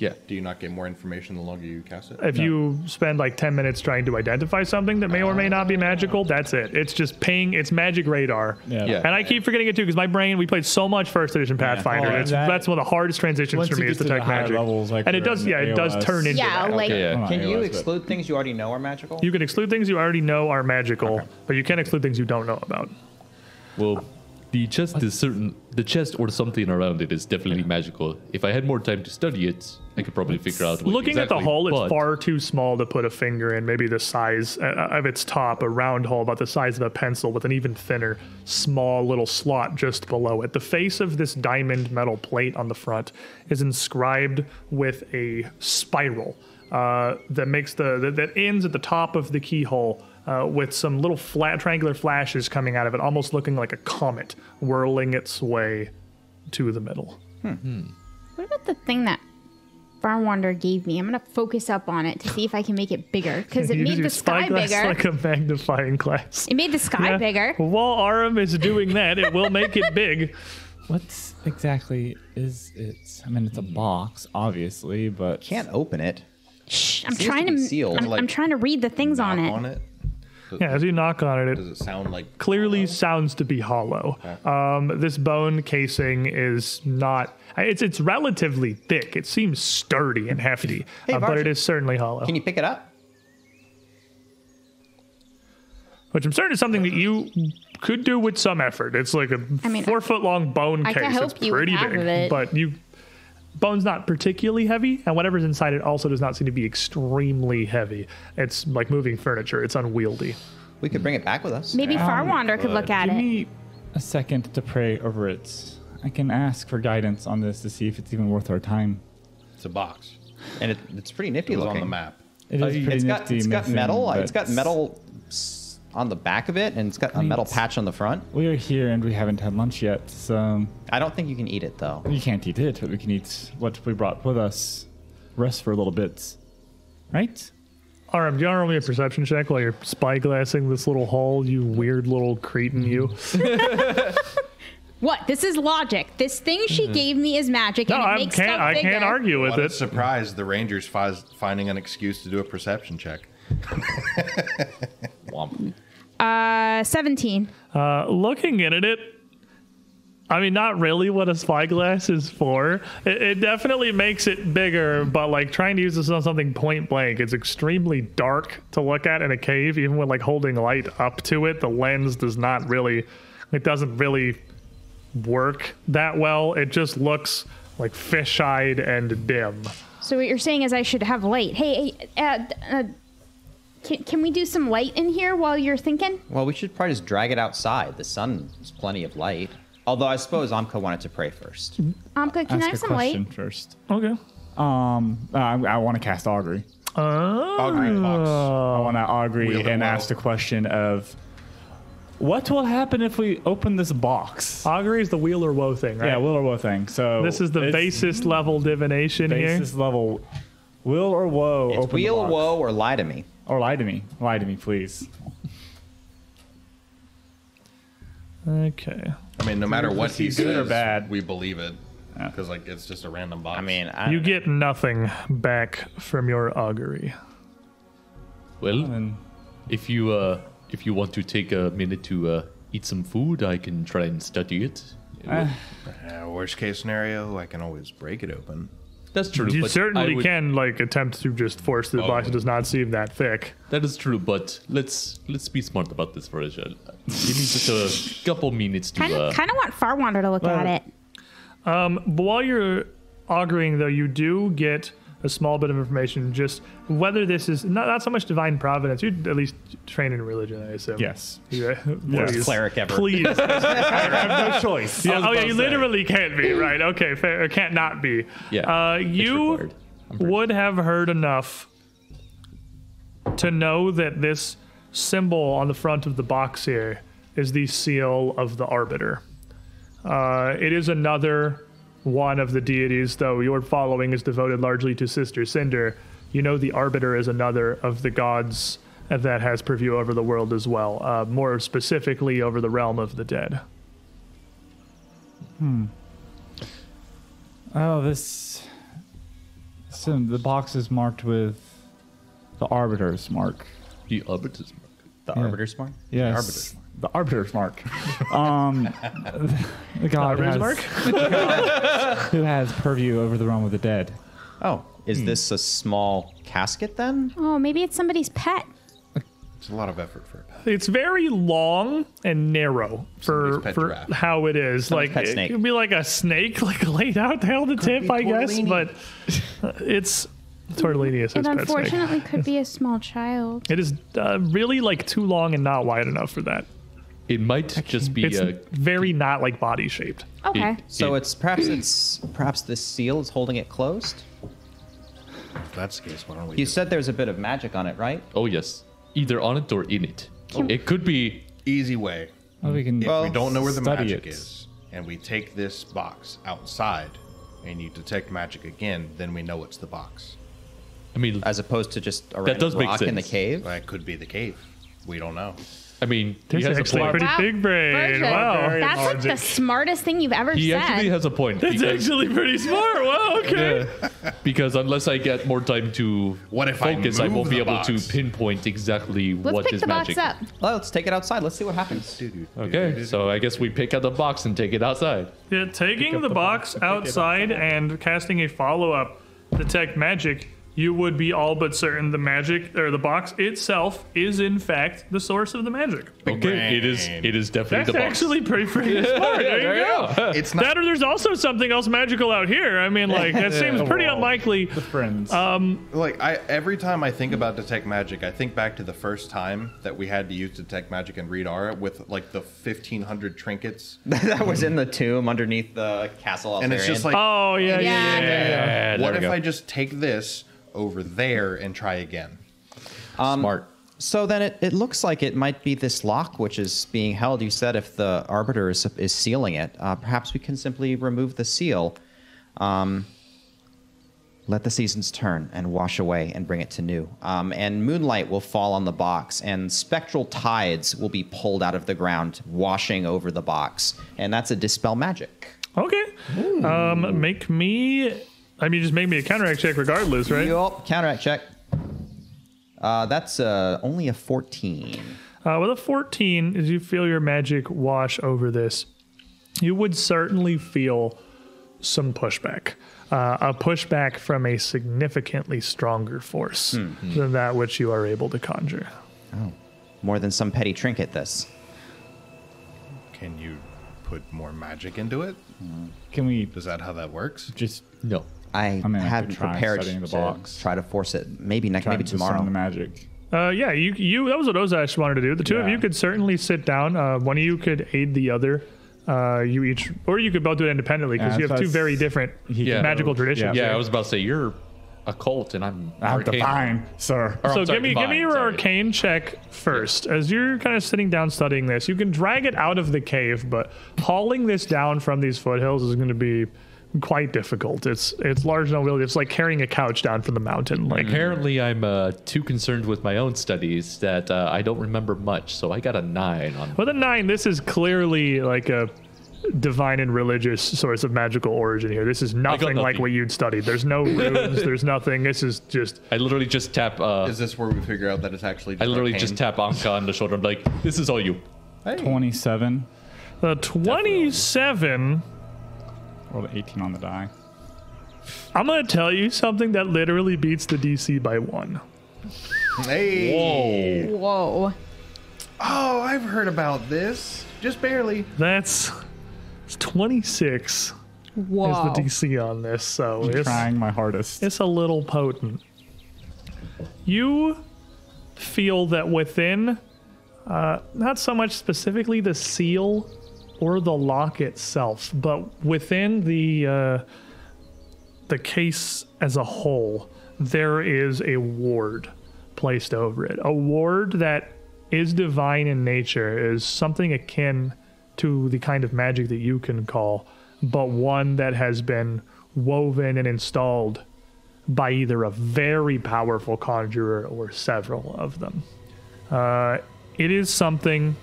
Yeah.
Do you not get more information the longer you cast it?
If you spend like 10 minutes trying to identify something that may or may not be magical, that's it. It's just ping, it's magic radar.
Yeah.
Yeah.
And I keep forgetting it too because my brain, we played so much first edition Pathfinder.
Oh,
it's,
that-
that's one of the hardest transitions
Once
for
you
me
get
is
to
to
the
tech
higher
magic.
levels, like
and it
you're
does,
in
yeah, it does
AOS.
turn into
Yeah,
that.
like
Oh,
Yeah.
Come on,
Can you
AOS, but-
exclude things you already know are magical?
You can exclude things you already know are magical, but you can't exclude things you don't know about.
Well, the chest is certain. The chest or something around it is definitely magical. If I had more time to study it, I could probably figure out. What
Looking
exactly,
at the hole,
but-
it's far too small to put a finger in. Maybe the size uh, of its top, a round hole about the size of a pencil, with an even thinner, small little slot just below it. The face of this diamond metal plate on the front is inscribed with a spiral uh, that makes the that, that ends at the top of the keyhole. Uh, with some little flat triangular flashes coming out of it, almost looking like a comet whirling its way to the middle.
What about the thing that Barwander gave me? I'm gonna focus up on it to see if I can make it bigger
*laughs*
because it
Use
made
your
the sky
spyglass *laughs*
bigger.
like a magnifying glass.
it made the sky
Yeah.
bigger.
While Aram is doing that, it will make it big.
What's exactly is it? I mean, it's a box, obviously, but
Can't open it.
Shh, I'm
Seems to
trying
be
to. m-
sealed,
I'm,
like,
I'm trying to read the things on
Knock
it.
on it. Does,
Yeah, as you knock on it,
does
it
it sound like
clearly sounds to be hollow. Um, this bone casing is not. It's it's relatively thick. It seems sturdy and hefty, uh, but
Varg.
it is certainly hollow.
Can you pick it up?
Which I'm certain is something that you could do with some effort. It's like a
mean,
four foot long bone
I
case.
can help
it's
you with
pretty
half
big,
of it.
but you bone's not particularly heavy, and whatever's inside it also does not seem to be extremely heavy. It's like moving furniture. It's unwieldy.
We could bring it back with us.
Maybe Farwander could look at
Give
it.
me
a second to pray over it. I can ask for guidance on this to see if it's even worth our time.
it's a box?
And it, it's pretty nifty
It was
looking.
on the map.
It is pretty
It's got,
nifty
it's got
missing,
metal.
but
It's got metal s- on the back of it, and it's got a
mean,
metal
it's-
patch on the front.
We are here and we haven't had lunch yet, so um,
I don't think you can eat it though.
you can't eat it, but we can eat what we brought with us. Rest for a little bit, right?
Aram, do you want to roll me a perception check while you're spyglassing this little hole, you weird little cretin you?
What? This is logic. This thing she gave me is magic,
Mm-hmm. No,
and it
I
makes
can't
stuff
I
bigger.
can't argue with
What a
it.
surprise! The Rangers fi- finding an excuse to do a perception check.
Uh, 17.
looking at it, I mean, not really what a spyglass is for. It, it definitely makes it bigger, but like trying to use this on something point blank, it's extremely dark to look at in a cave. Even when like holding light up to it, the lens does not really, it doesn't really work that well. It just looks like fish-eyed and dim.
So what you're saying is I should have light. Hey, uh, uh, can, can we do some light in here while you're thinking?
Well, we should probably just drag it outside. The sun is plenty of light. Although I suppose Amka wanted to pray first.
Amka, can I
Ask
have
a
some light?
question first.
Okay.
Um, uh, I, I want to cast augury.
Uh,
Oh,
Ogre box.
I want to augury
Wield it
and
well.
ask the question of, what will happen if we open this box?
augury is the wheel or woe thing, right?
Yeah, will or woe thing. So
Uh, This is the
it's
basest level divination
basis level. Will or woe
It's
open
wheel,
the box?
woe, or lie to me.
or lie to me. Lie to me, please.
here. Okay.
I mean, no matter what he
Good or
says,
bad.
we believe it because like it's just a random box.
I mean, I
You get nothing back from your augury.
Well,
And
if you uh, if you want to take a minute to uh, eat some food, I can try and study it.
Uh, worst case scenario, I can always break it open.
That's true.
You
but I
certainly
would-
can like attempt to just force through the box. It does not seem that thick.
That is true, but let's let's be smart about this for a Give me just a couple minutes to.
Kind
Uh,
of, kind of want Farwander to look at it.
But while you're auguring, though, you do get a small bit of information just whether this is not, not so much divine providence. You're at least trained in religion, I assume.
yes,
Yeah. Please.
cleric ever.
Please.
no choice.
Yeah, Oh, yeah, you literally can't be, right? Okay, fair. Or can't not be.
Yeah,
Uh, you
required.
would have heard enough to know that this symbol on the front of the box here is the seal of the Arbiter. Uh, it is another one of the deities, though your following is devoted largely to Sister Cinder. You know the Arbiter is another of the gods that has purview over the world as well, uh, more specifically over the realm of the dead.
Oh, this. So the box is marked with the arbiter's mark.
the arbiters mark.
the arbiter's mark.
Yes. The arbiter's mark. *laughs* um, the god
Arbiter's
has-
mark?
who has purview over the realm of the dead.
Oh, is
Hmm.
this a small casket then?
Oh, maybe it's somebody's pet.
It's a lot of effort for a pet.
it's very long and narrow for
Somebody's pet
for
giraffe.
how it is. like
pet
it
snake.
could be like a snake, *laughs* like laid out down the tip, I guess. But uh, it's tortellini is his
It
pet snake.
unfortunately could be a small
*laughs*
child.
It is uh, really like too long and not wide enough for that.
It might just be
It's
uh,
very not like body shaped.
Okay.
So it's perhaps it's perhaps this seal is holding it closed.
If that's the case, why don't we?
You
just
said there's a bit of magic on it, right?
Oh yes, either on it or in it. It could be.
easy way.
Well, we can.
If we don't know where the
study
magic
it.
is, and we take this box outside, and you detect magic again, then we know it's the box.
I mean,
As opposed to just a
That
random
does make
rock in the
sense.
cave.
That could be the cave. We don't know.
I mean, he
That's
has a
actually
point.
pretty
Wow.
big brain.
Virgin.
Wow.
That's like the smartest thing you've ever
He
said.
actually has a point.
That's
because-
actually pretty smart. Wow, okay.
Yeah. because unless I get more time to
What if I
focus, I,
move
won't be
the
able
box?
to pinpoint exactly
Let's
what
pick
is
the
magic.
box up.
Well, let's take it outside. Let's see what happens. *laughs*
Okay, so I guess we pick out the box and take it outside.
Yeah, taking the box outside and casting a follow up detect magic, you would be all but certain the magic or the box itself is in fact the source of the magic.
Okay, it is.
brain.
It is definitely
That's
the box.
actually pretty *laughs* freaking smart. there you go.
It's not.
That or there's also something else magical out here. I mean, like *laughs* that seems pretty
well.
unlikely.
The friends.
like I every time I think about detect magic, I think back to the first time that we had to use detect magic and read aura with like the fifteen hundred trinkets,
that was in the tomb underneath the castle.
and it's
Altharion.
just like,
Oh yeah, yeah. yeah, yeah.
Yeah, there
what
we
if
go.
I just take this over there and try again?
smart?
So then it, it looks like it might be this lock which is being held. You said if the arbiter is, is sealing it, uh, perhaps we can simply remove the seal. Um, let the seasons turn and wash away and bring it to new. Um, and moonlight will fall on the box, and spectral tides will be pulled out of the ground, washing over the box. And that's a dispel magic.
Okay. Um, make me. I mean, just make me a counteract check regardless, right?
Yup, counteract check. Uh, that's uh, only a 14.
Uh, with a 14, as you feel your magic wash over this, you would certainly feel some pushback. Uh, a pushback from a significantly stronger force than that which you are able to conjure.
More than some petty trinket, this.
Can you put more magic into it?
can we
Is that how that works?
just
*laughs* No.
I,
I mean, I could
haven't
try
prepared
studying the
to
box.
try to force it. Maybe next,
try
maybe
to discern
tomorrow.
the magic?
Uh, yeah, you, you that was what Ozash wanted to do. The two of
Yeah.
you could certainly sit down. Uh, one of you could aid the other Uh, you each, or you could both do it independently because
Yeah,
you
so
have two
it's-
very different
He
Yeah.
can-
magical
Yeah.
traditions.
Yeah, I was about to say you're a cult, and I'm.
I'm
arcane.
divine, sir.
Or, I'm
So
sorry,
give me give me
divine,
your
sorry.
arcane check first. As you're kind of sitting down studying this, you can drag it out of the cave, but hauling this down from these foothills is going to be quite difficult. It's it's large and unwieldy. It's like carrying a couch down from the mountain. Like
Apparently, I'm uh, too concerned with my own studies that uh, I don't remember much, so I got a nine on.
with a nine, this is clearly like a divine and religious source of magical origin here. This is nothing like
nothing.
what you'd studied. There's no runes. there's nothing. This is just
I literally just tap. Uh,
Is this where we figure out that it's actually? Just
I literally
arcane?
just tap Anka on the shoulder. I'm like, "This is all you."
Twenty-seven.
the 27.
Rolled an eighteen on the die.
I'm gonna tell you something that literally beats the DC by one.
Hey.
Whoa!
Whoa.
Oh, I've heard about this. Just barely.
That's it's 26
Whoa.
is the DC on this, so it's
Trying my hardest.
it's a little potent. You feel that within, uh, not so much specifically the seal or the lock itself, but within the uh, the case as a whole, there is a ward placed over it. A ward that is divine in nature is something akin to the kind of magic that you can call, but one that has been woven and installed by either a very powerful conjurer or several of them. Uh, it is something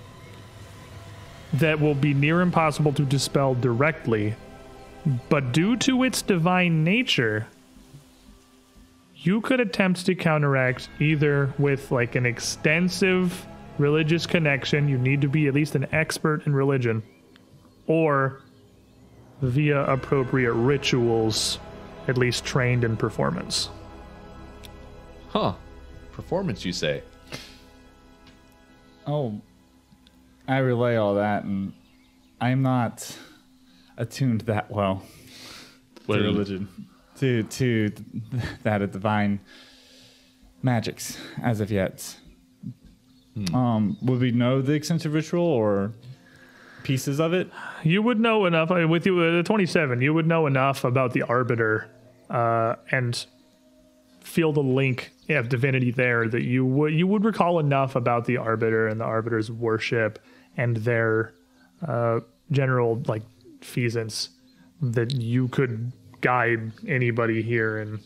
that will be near impossible to dispel directly, but due to its divine nature, you could attempt to counteract either with like an extensive religious connection, you need to be at least an expert in religion, or via appropriate rituals, at least trained in performance.
Huh? Performance, you say?
Oh, I relay all that, and I'm not attuned that well
Well,
to religion, to to that of divine magics as of yet. Um, would we know the extensive ritual or pieces of it?
You would know enough I mean, with you uh, the 27. You would know enough about the arbiter uh, and feel the link of divinity there that you would you would recall enough about the arbiter and the arbiter's worship and their uh, general like feasance that you could guide anybody here in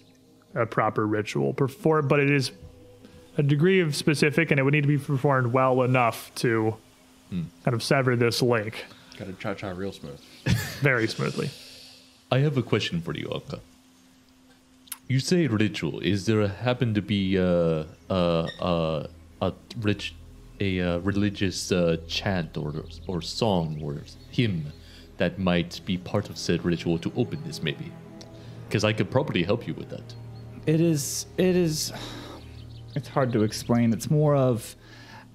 a proper ritual perform but it is a degree of specific and it would need to be performed well enough to kind of sever this link
Got to cha cha real smooth.
very smoothly.
I have a question for you, Anka. You say ritual. Is there happen to be a a a, a rich a uh, religious uh, chant or or song or hymn that might be part of said ritual to open this maybe? Because I could probably help you with that.
It is. It is. It's hard to explain. It's more of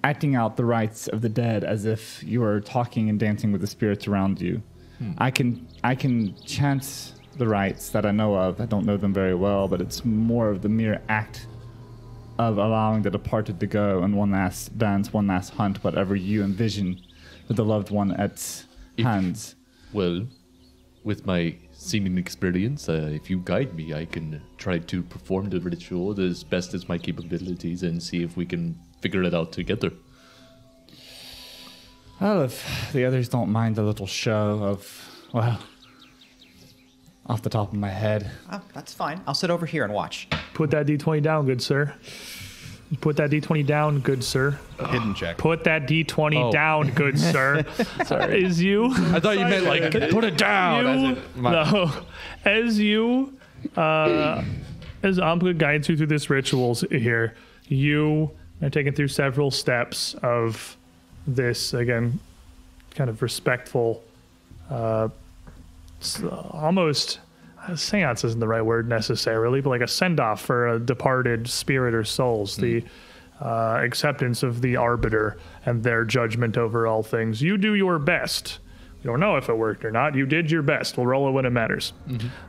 acting out the rites of the dead, as if you are talking and dancing with the spirits around you. I can. I can chant the rites that I know of. I don't know them very well, but it's more of the mere act of allowing the departed to go and one last dance, one last hunt, whatever you envision with the loved one at hand.
Well, with my singing experience, uh, if you guide me, I can try to perform the ritual as best as my capabilities and see if we can figure it out together.
Well, if the others don't mind a little show of, well, off the top of my head,
Oh, that's fine. I'll sit over here and watch.
Put that D20 down, good sir. Put that D20 down, good sir.
*gasps* Hidden check.
Put that D20
Oh.
down,
*laughs*
good sir. Sorry. Is you.
I thought you meant like put it down.
you no, as you uh, as Amka guides you through this rituals here, you are taken through several steps of this again, kind of respectful, uh, s- almost. uh, Seance isn't the right word necessarily, but like a send off for a departed spirit or souls.
Mm.
The uh, acceptance of the arbiter and their judgment over all things. You do your best. You don't know if it worked or not. You did your best. We'll roll it when it matters.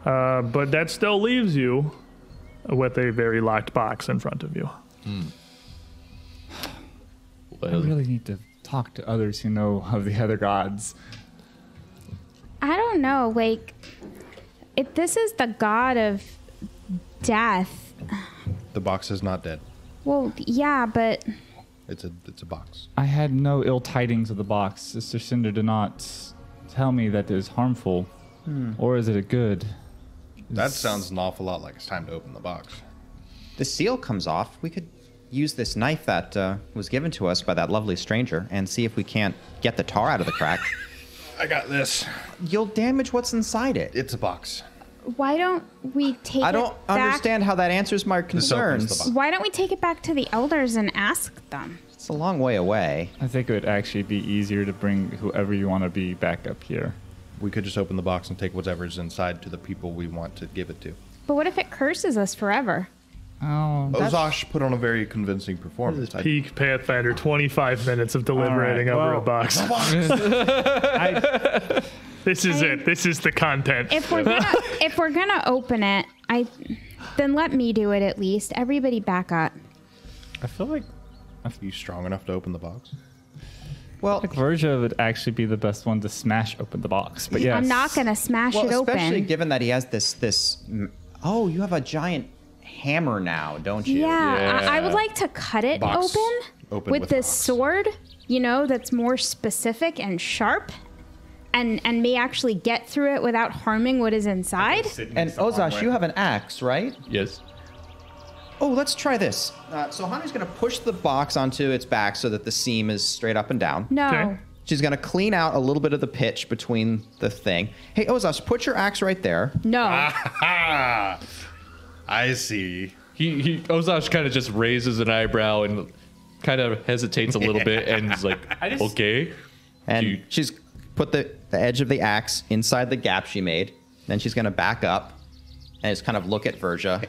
Uh, but that still leaves you with a very locked box in front of you.
I really need to talk to others who know of the other gods.
I don't know. Like, if this is the god of death,
The box is not dead.
well, yeah, but
It's a it's a box.
I had no ill tidings of the box. Sister Cinder did not tell me that it is harmful, or is it a good?
That sounds an awful lot like it's time to open the box.
The seal comes off. We could use this knife that uh, was given to us by that lovely stranger and see if we can't get the tar out of the *laughs* crack.
I got this.
You'll damage what's inside it.
It's a box.
why don't we take
I
it
don't
back-
understand how that answers my
opens the
concerns.
box.
Why don't we take it back to the elders and ask them?
It's a long way away.
I think it would actually be easier to bring whoever you want to be back up here.
We could just open the box and take whatever's inside to the people we want to give it to.
But what if it curses us forever?
Oh,
Ozosh put on a very convincing performance. I-
Peak Pathfinder, 25 minutes of deliberating
All right,
over a
well-
box. *laughs* this is it. This is the content.
If we're gonna, if we're gonna open it, I then let me do it at least. Everybody back up.
I feel like
you strong enough to open the box?
Well,
Verja would actually be the best one to smash open the box. But yes,
I'm not gonna smash
well
it
especially
open.
given that he has this this. m- Oh, you have a giant hammer now, don't you?
yeah, I, I would like to cut it
Box.
open,
Open
with,
with
this
box.
sword. You know, that's more specific and sharp, and and may actually get through it without harming what is inside.
And Ozash, you have an axe, right?
Yes.
Oh, let's try this. Uh, so Hana's gonna push the box onto its back so that the seam is straight up and down.
No,
Okay.
She's gonna clean out a little bit of the pitch between the thing. Hey, Ozash, put your axe right there.
no.
Ah,
*laughs*
I see.
He, he Ozash kind of just raises an eyebrow and kind of hesitates a little bit and is *laughs* like, okay.
And
Dude.
she's put the, the edge of the axe inside the gap she made. Then she's gonna back up and just kind of look at Verja.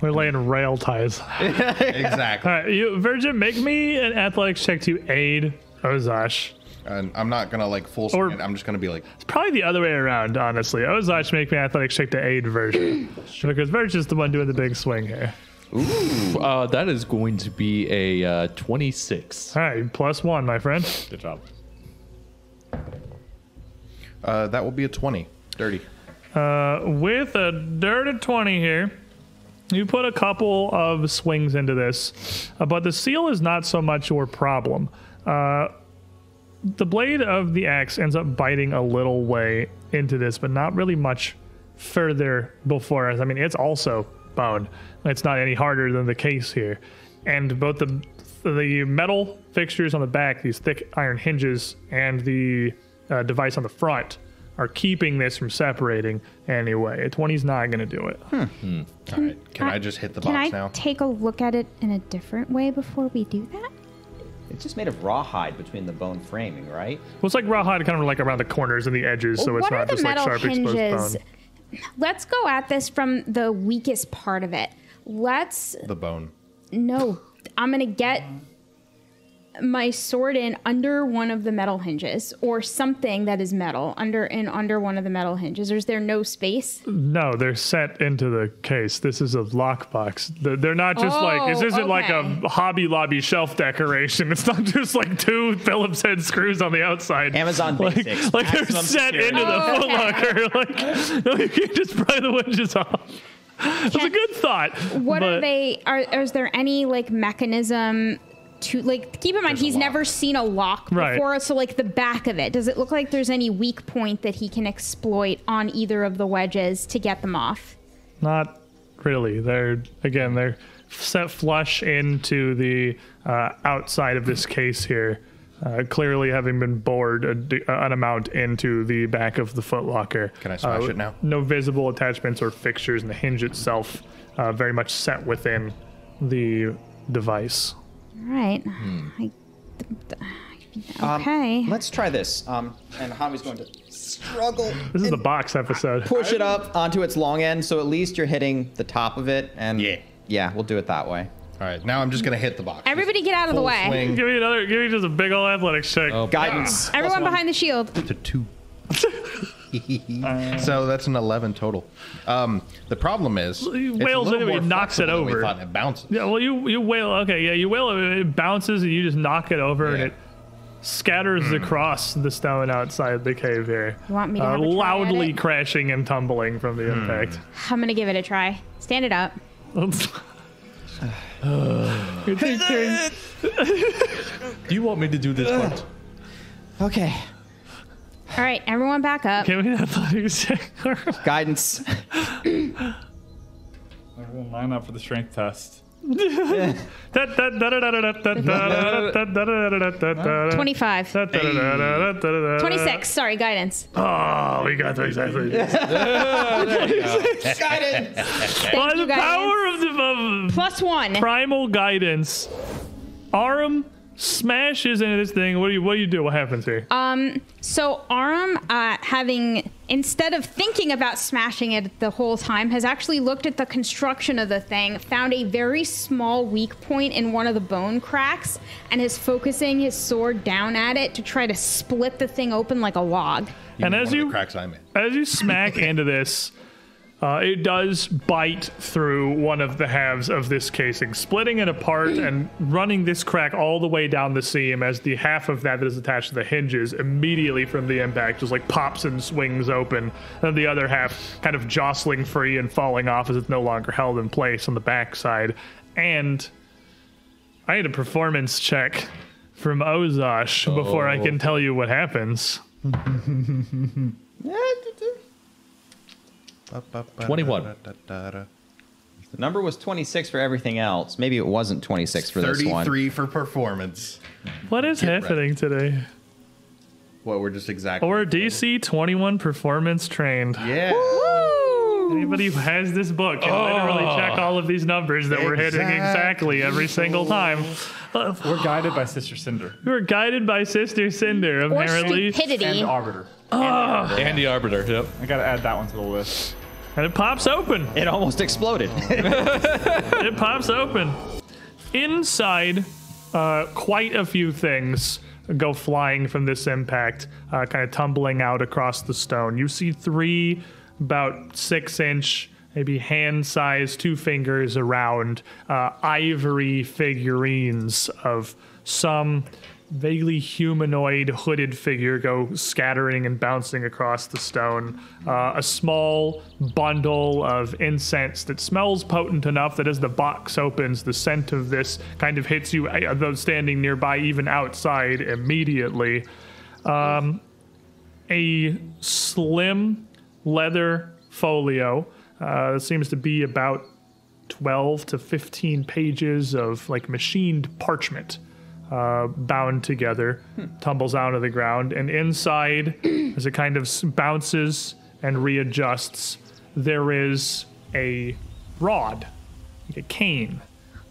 we're laying rail ties.
Exactly.
All right, you, Virgin, make me an athletics check to aid Ozash.
and I'm not gonna like full
Or-
spin. I'm just gonna be like,
It's probably the other way around, honestly. Ozash, make me an athletics check to aid Virgin. because Virgin's the one doing the big swing here.
Uh, that is going to be a uh, 26.
All right, plus one, my friend.
Good job.
uh, that will be a twenty. Dirty.
with a dirty 20 here you put a couple of swings into this uh, but the seal is not so much your problem uh, the blade of the axe ends up biting a little way into this but not really much further before us i mean it's also boned it's not any harder than the case here and both the the metal fixtures on the back these thick iron hinges and the uh, device on the front are keeping this from separating anyway. A 20's not going to do it.
Hmm.
All right. Can I, just hit the
Can
box
I
now?
take a look at it in a different way before we do that?
It's just made of rawhide between the bone framing, right?
Well, it's like rawhide kind of like around the corners and the edges, so it's
what
not
are the
just like
metal
sharp
hinges?
exposed bone.
Let's go at this from the weakest part of it. Let's
the bone.
no. I'm gonna get my sword in under one of the metal hinges or something that is metal under and under one of the metal hinges. Or is there no space?
No, they're set into the case. This is a lockbox. They're, they're not just like, this
Oh,
isn't like
okay.
a Hobby Lobby shelf decoration. It's not just like two Phillips head screws on the outside.
Amazon
like,
basics.
Like they're
Maximum
set
security.
into the
Oh,
Foot Locker. *laughs* Like, no, you can't just pry the winches off. That's a good thought.
What
but
are they? Are is there any like mechanism to like? Keep in mind, he's never seen a lock
Right.
before, so like the back of it. Does it look like there's any weak point that he can exploit on either of the wedges to get them off?
Not really. They're again they're set flush into the uh, outside of this case here. Uh, clearly, having been bored a d- uh, an amount into the back of the footlocker.
Can I smash it now?
No visible attachments or fixtures, and the hinge itself uh, very much set within the device.
All right.
Hmm.
I,
Um,
*sighs* okay.
Let's try this. Um, and Hami's going to struggle
This is the box episode.
push it up onto its long end, so at least you're hitting the top of it. And
Yeah.
yeah, we'll do it that way.
All right. Now I'm just gonna hit the box.
Everybody, get out of the
Full
way.
*laughs* *laughs*
swing
Give me another. Give me just a big old athletics check.
Oh. Guidance. plus
Everyone
one.
behind the shield.
to two.
Uh,
*laughs* so that's an eleven total. Um, the problem is,
You
it's a
wails
little
into it,
more
it knocks it
flexible than we
over.
thought, and It bounces.
Yeah, well, you you wail. Okay, yeah, you wail. It bounces, and you just knock it over, and
Yeah.
it scatters across the stone outside the cave here,
You want me to
uh,
have a try at
loudly
it?
crashing and tumbling from the impact. *laughs*
I'm gonna give it a try. Stand it up.
Do you want me to do this part?
Okay.
All right, everyone, back up.
Give me that *laughs* athletics check.
*laughs* Guidance.
Everyone line up for the strength test.
Uh,
Twenty-five. 26. Sorry, guidance.
Oh, we got to exactly.
Guidance.
By
you,
the
guidance.
power of the of
Plus one.
primal guidance, Aram smashes into this thing. What do you what do you do? What happens here?
Uh, Um, So Aram, uh, having instead of thinking about smashing it the whole time, has actually looked at the construction of the thing, found a very small weak point in one of the bone cracks, and is focusing his sword down at it to try to split the thing open like a log.
and as
One of the
you
cracks I'm in.
as you smack into this, uh, it does bite through one of the halves of this casing, splitting it apart and running this crack all the way down the seam as the half of that that is attached to the hinges immediately from the impact just like pops and swings open, and the other half kind of jostling free and falling off as it's no longer held in place on the backside. And I need a performance check from Ozosh before I can tell you what happens.
21.
The number was 26 for everything else. Maybe it wasn't 26 for this one.
33 for performance.
What is
right.
happening today?
What we're just exactly.
Or DC 21 performance trained.
Yeah.
Anybody who has this book can literally check all of these numbers that we're hitting exactly every single time.
We're guided by Sister Cinder
We were guided by Sister Cinder,
Or
apparently.
stupidity.
and Arbiter.
And the Arbiter, yep.
I gotta add that one to the list.
And it pops open.
It almost *laughs* exploded.
It pops open. Inside, uh, quite a few things go flying from this impact, uh, kind of tumbling out across the stone. You see three, about six inch, maybe hand size, two fingers around, uh, ivory figurines of some vaguely humanoid hooded figure go scattering and bouncing across the stone. Uh, a small bundle of incense that smells potent enough that as the box opens, the scent of this kind of hits you, uh, those standing nearby, even outside, immediately. Um, a slim leather folio uh, seems to be about 12 to 15 pages of like machined parchment uh, bound together, tumbles out of the ground, and inside, as it kind of s- bounces and readjusts, there is a rod, like a cane.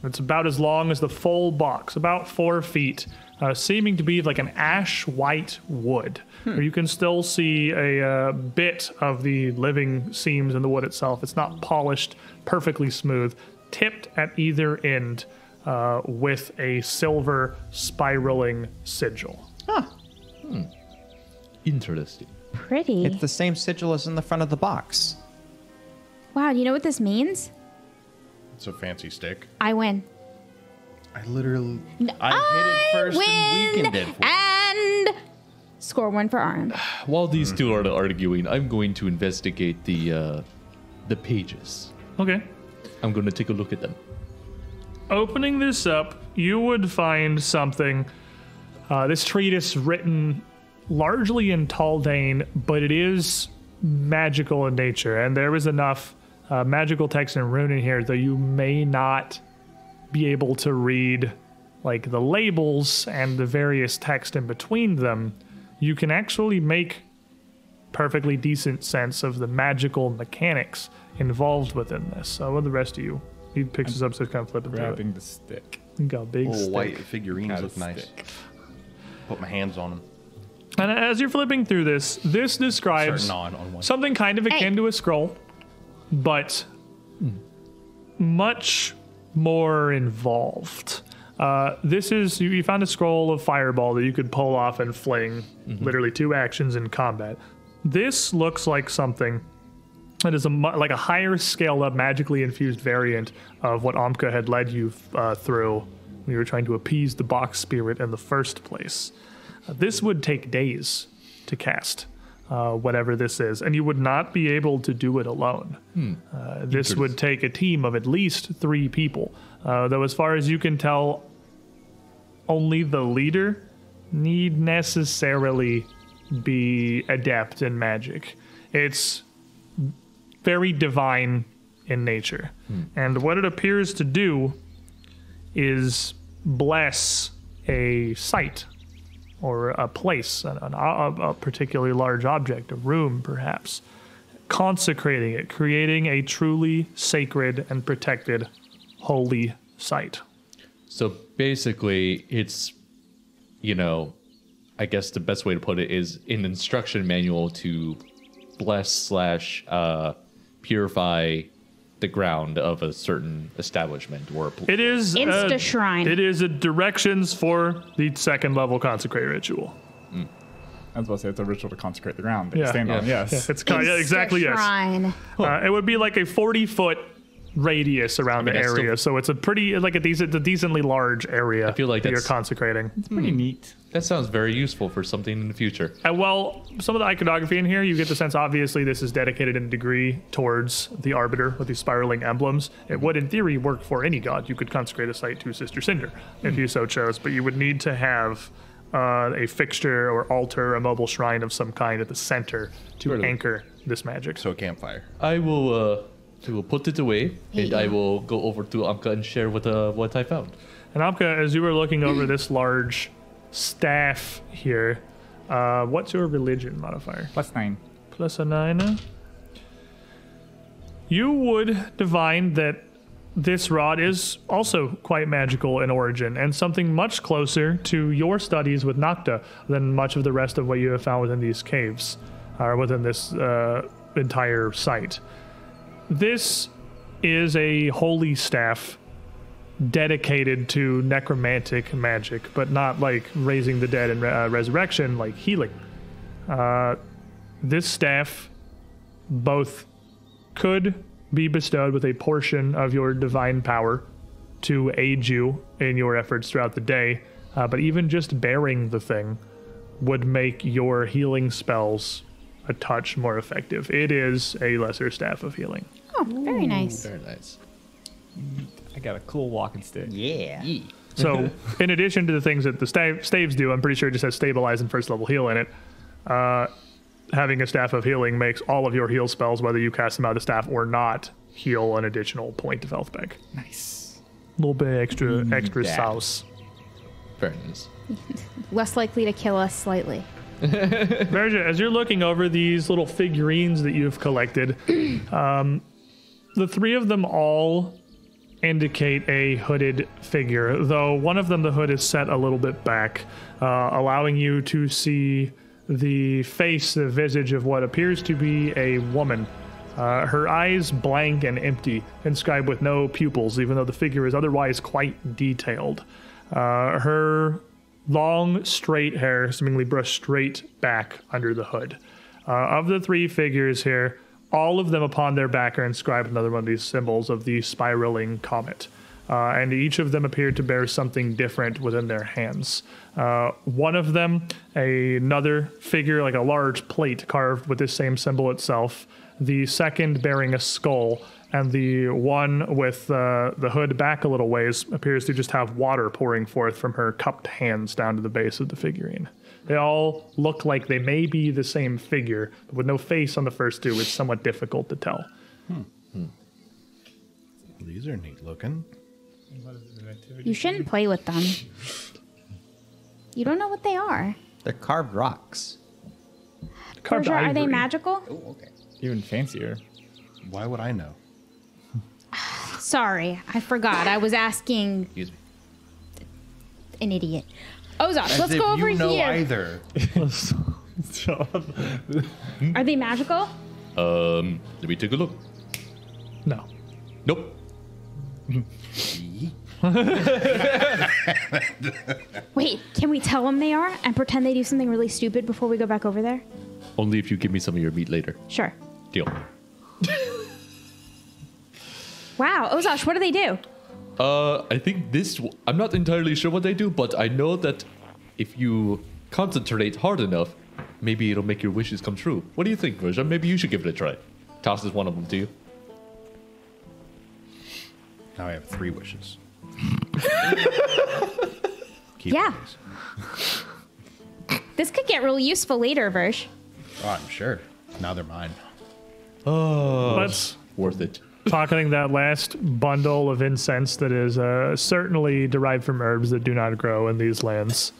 It's about as long as the full box, about four feet, uh, seeming to be of like an ash white wood. Where you can still see a uh, bit of the living seams in the wood itself. It's not polished, perfectly smooth, tipped at either end uh, with a silver spiraling sigil.
Interesting.
Pretty.
it's the same sigil as in the front of the box.
wow, do you know what this means?
It's a fancy stick.
I win.
I literally.
I
I hit it first
win.
and weakened it. for-
And score one for
Uh,
Aram.
While these two are arguing, I'm going to investigate the uh, the pages.
Okay.
I'm going to take a look at them.
opening this up, you would find something. Uh, this treatise written largely in Taldane, but it is magical in nature, and there is enough uh, magical text and rune in here, though you may not be able to read like the labels and the various text in between them. You can actually make perfectly decent sense of the magical mechanics involved within this. So, what the rest of you? He picks this up, so kind of flipping through it.
Grabbing the stick.
You got a big
Oh,
stick.
white figurines
Got a
look nice.
stick.
Put my hands on them.
And as you're flipping through this, this describes
Certain on, on one.
something kind of akin
Hey.
to a scroll, but much more involved. Uh, this is you, you found a scroll of fireball that you could pull off and fling literally two actions in combat. This looks like something that is a mu- like a higher scale up magically infused variant of what Omka had led you uh, through when you were trying to appease the box spirit in the first place. This would take days to cast, uh, whatever this is, and you would not be able to do it alone. Uh, this would take a team of at least three people. Uh, though, as far as you can tell, only the leader need necessarily be adept in magic. It's very divine in nature. And what it appears to do is bless a site or a place, an, an, a, a particularly large object, a room perhaps, consecrating it, creating a truly sacred and protected holy site.
So basically, it's, you know, I guess the best way to put it is an instruction manual to bless slash uh, purify the ground of a certain establishment or a pl-
It is
Insta
a-
shrine.
It is a directions for the second level consecrate ritual.
I was about to say it's a ritual to consecrate the ground. That you
Yeah.
stand on.
Yeah.
Yes.
It's kind yeah,
Insta
exactly yes.
shrine.
Uh, it would be like a forty foot radius around the
mean, that's
area, so it's a pretty like a decent, a decently large area. I
feel like
that you're
that's-
consecrating.
It's pretty neat.
That sounds very useful for something in the future.
And while Uh, some of the iconography in here, you get the sense obviously this is dedicated in degree towards the Arbiter with these spiraling emblems. It would, in theory, work for any god. You could consecrate a site to Sister Cinder if you so chose, but you would need to have uh, a fixture or altar, a mobile shrine of some kind at the center to
Totally.
anchor this magic.
So a campfire.
I will uh, I will put it away and I will go over to Amka and share what uh, what I found.
And Amka, as you were looking over this large staff here, uh, what's your religion modifier?
Plus nine.
plus a nine. You would divine that this rod is also quite magical in origin and something much closer to your studies with Nocta than much of the rest of what you have found within these caves or within this uh, entire site. This is a holy staff dedicated to necromantic magic, but not like raising the dead and uh, resurrection, like healing this staff both could be bestowed with a portion of your divine power to aid you in your efforts throughout the day, uh, but even just bearing the thing would make your healing spells a touch more effective. It is a lesser staff of healing.
Oh, very nice.
Very nice.
I got a cool walking stick.
Yeah.
So, in addition to the things that the sta- staves do, I'm pretty sure it just has stabilize and first level heal in it. Uh, having a staff of healing makes all of your heal spells, whether you cast them out of staff or not, heal an additional point of health back. Nice. A little bit extra, extra
yeah.
sauce.
Very nice.
Less likely to kill us slightly.
Verja, as you're looking over these little figurines that you've collected, *clears throat* um, the three of them all indicate a hooded figure, though one of them, the hood is set a little bit back, uh, allowing you to see the face, the visage of what appears to be a woman. Uh, her eyes blank and empty, inscribed with no pupils, even though the figure is otherwise quite detailed. Uh, her long, straight hair seemingly brushed straight back under the hood. Uh, of the three figures here, all of them upon their back are inscribed another one of these symbols of the spiraling comet. Uh, and each of them appeared to bear something different within their hands. Uh, one of them, another figure, like a large plate carved with this same symbol itself, the second bearing a skull, and the one with uh, the hood back a little ways appears to just have water pouring forth from her cupped hands down to the base of the figurine. They all look like they may be the same figure, but with no face on the first two, it's somewhat difficult to tell.
These are neat looking.
You shouldn't play with them. You don't know what they are.
They're carved rocks.
Carved
Portia, are they
ivory.
magical?
Oh, okay.
Even fancier.
Why would I know?
Sorry, I forgot. I was asking
Excuse me.
an idiot. Ozosh, let's
As
go
if
over
you know
here.
either.
Are they magical?
Um, let me take a look.
No.
Nope.
Wait, can we tell them they are and pretend they do something really stupid before we go back over there?
Only if you give me some of your meat later.
Sure.
Deal.
Wow, Ozosh, what do they do?
Uh, I think this. w- I'm not entirely sure what they do, but I know that if you concentrate hard enough, maybe it'll make your wishes come true. What do you think, Virgil? Maybe you should give it a try. Tosses one of them to you.
Now I have
*laughs*
three wishes. Keep
Yeah.
these.
This could get really useful later, Versh.
Oh, I'm sure. Now they're mine.
Uh, Oh.
Let's
Worth it.
pocketing that last bundle of incense that is uh, certainly derived from herbs that do not grow in these lands.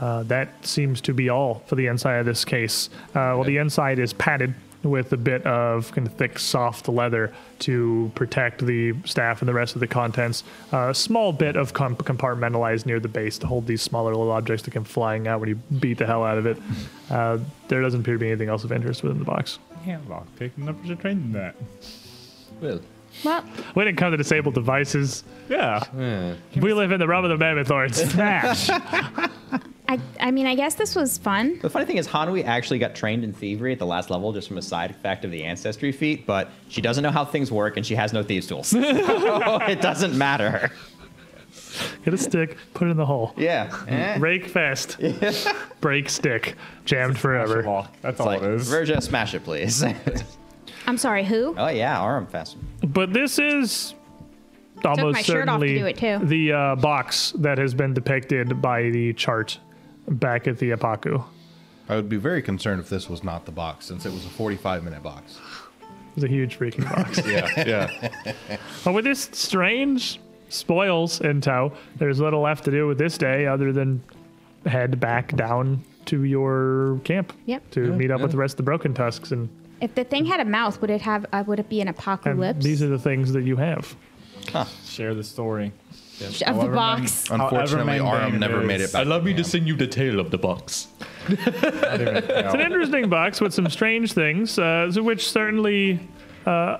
Uh, that seems to be all for the inside of this case. Uh, well, the inside is padded with a bit of kind of thick, soft leather to protect the staff and the rest of the contents. A small bit of com- compartmentalized near the base to hold these smaller little objects that come flying out when you beat the hell out of it. Uh, there doesn't appear to be anything else of interest within the box.
Handlock picking up your trained in that.
Well,
Well,
We didn't come to disabled devices.
Yeah.
We live in the realm of the mammoth lords.
Smash.
I, I mean, I guess this was fun.
The funny thing is, Hanwi actually got trained in thievery at the last level just from a side effect of the ancestry feat, but she doesn't know how things work and she has no thieves' *laughs* tools. it doesn't matter.
Get a stick, put it in the hole.
Yeah. *laughs* Eh?
Rake fast. Break stick. Jammed forever.
Handlock. That's all
Like,
it is.
Virgia, smash it, *laughs* please.
I'm sorry, who?
oh, yeah, arm fasten.
But this is almost
my shirt off to
certainly
do it, too.
the uh, box that has been depicted by the chart back at the Apaku.
I would be very concerned if this was not the box, since it was a 45 minute box.
It's a huge freaking box.
*laughs* yeah, yeah.
but with this strange spoils in tow, there's little left to do with this day other than head back down to your camp
Yep.
to meet up with the rest of the Broken Tusks and
If the thing had a mouth, would it have? Uh, would it be an
And
apocalypse
these are the things that you have.
Share the story.
of the
however many-
box?
Unfortunately,
However
Aram
mundane
never
it
made
is.
it
I'd
back.
love me to send you the tale of the box.
Not even a
It's an
count.
interesting box with some strange things, uh, so which certainly uh,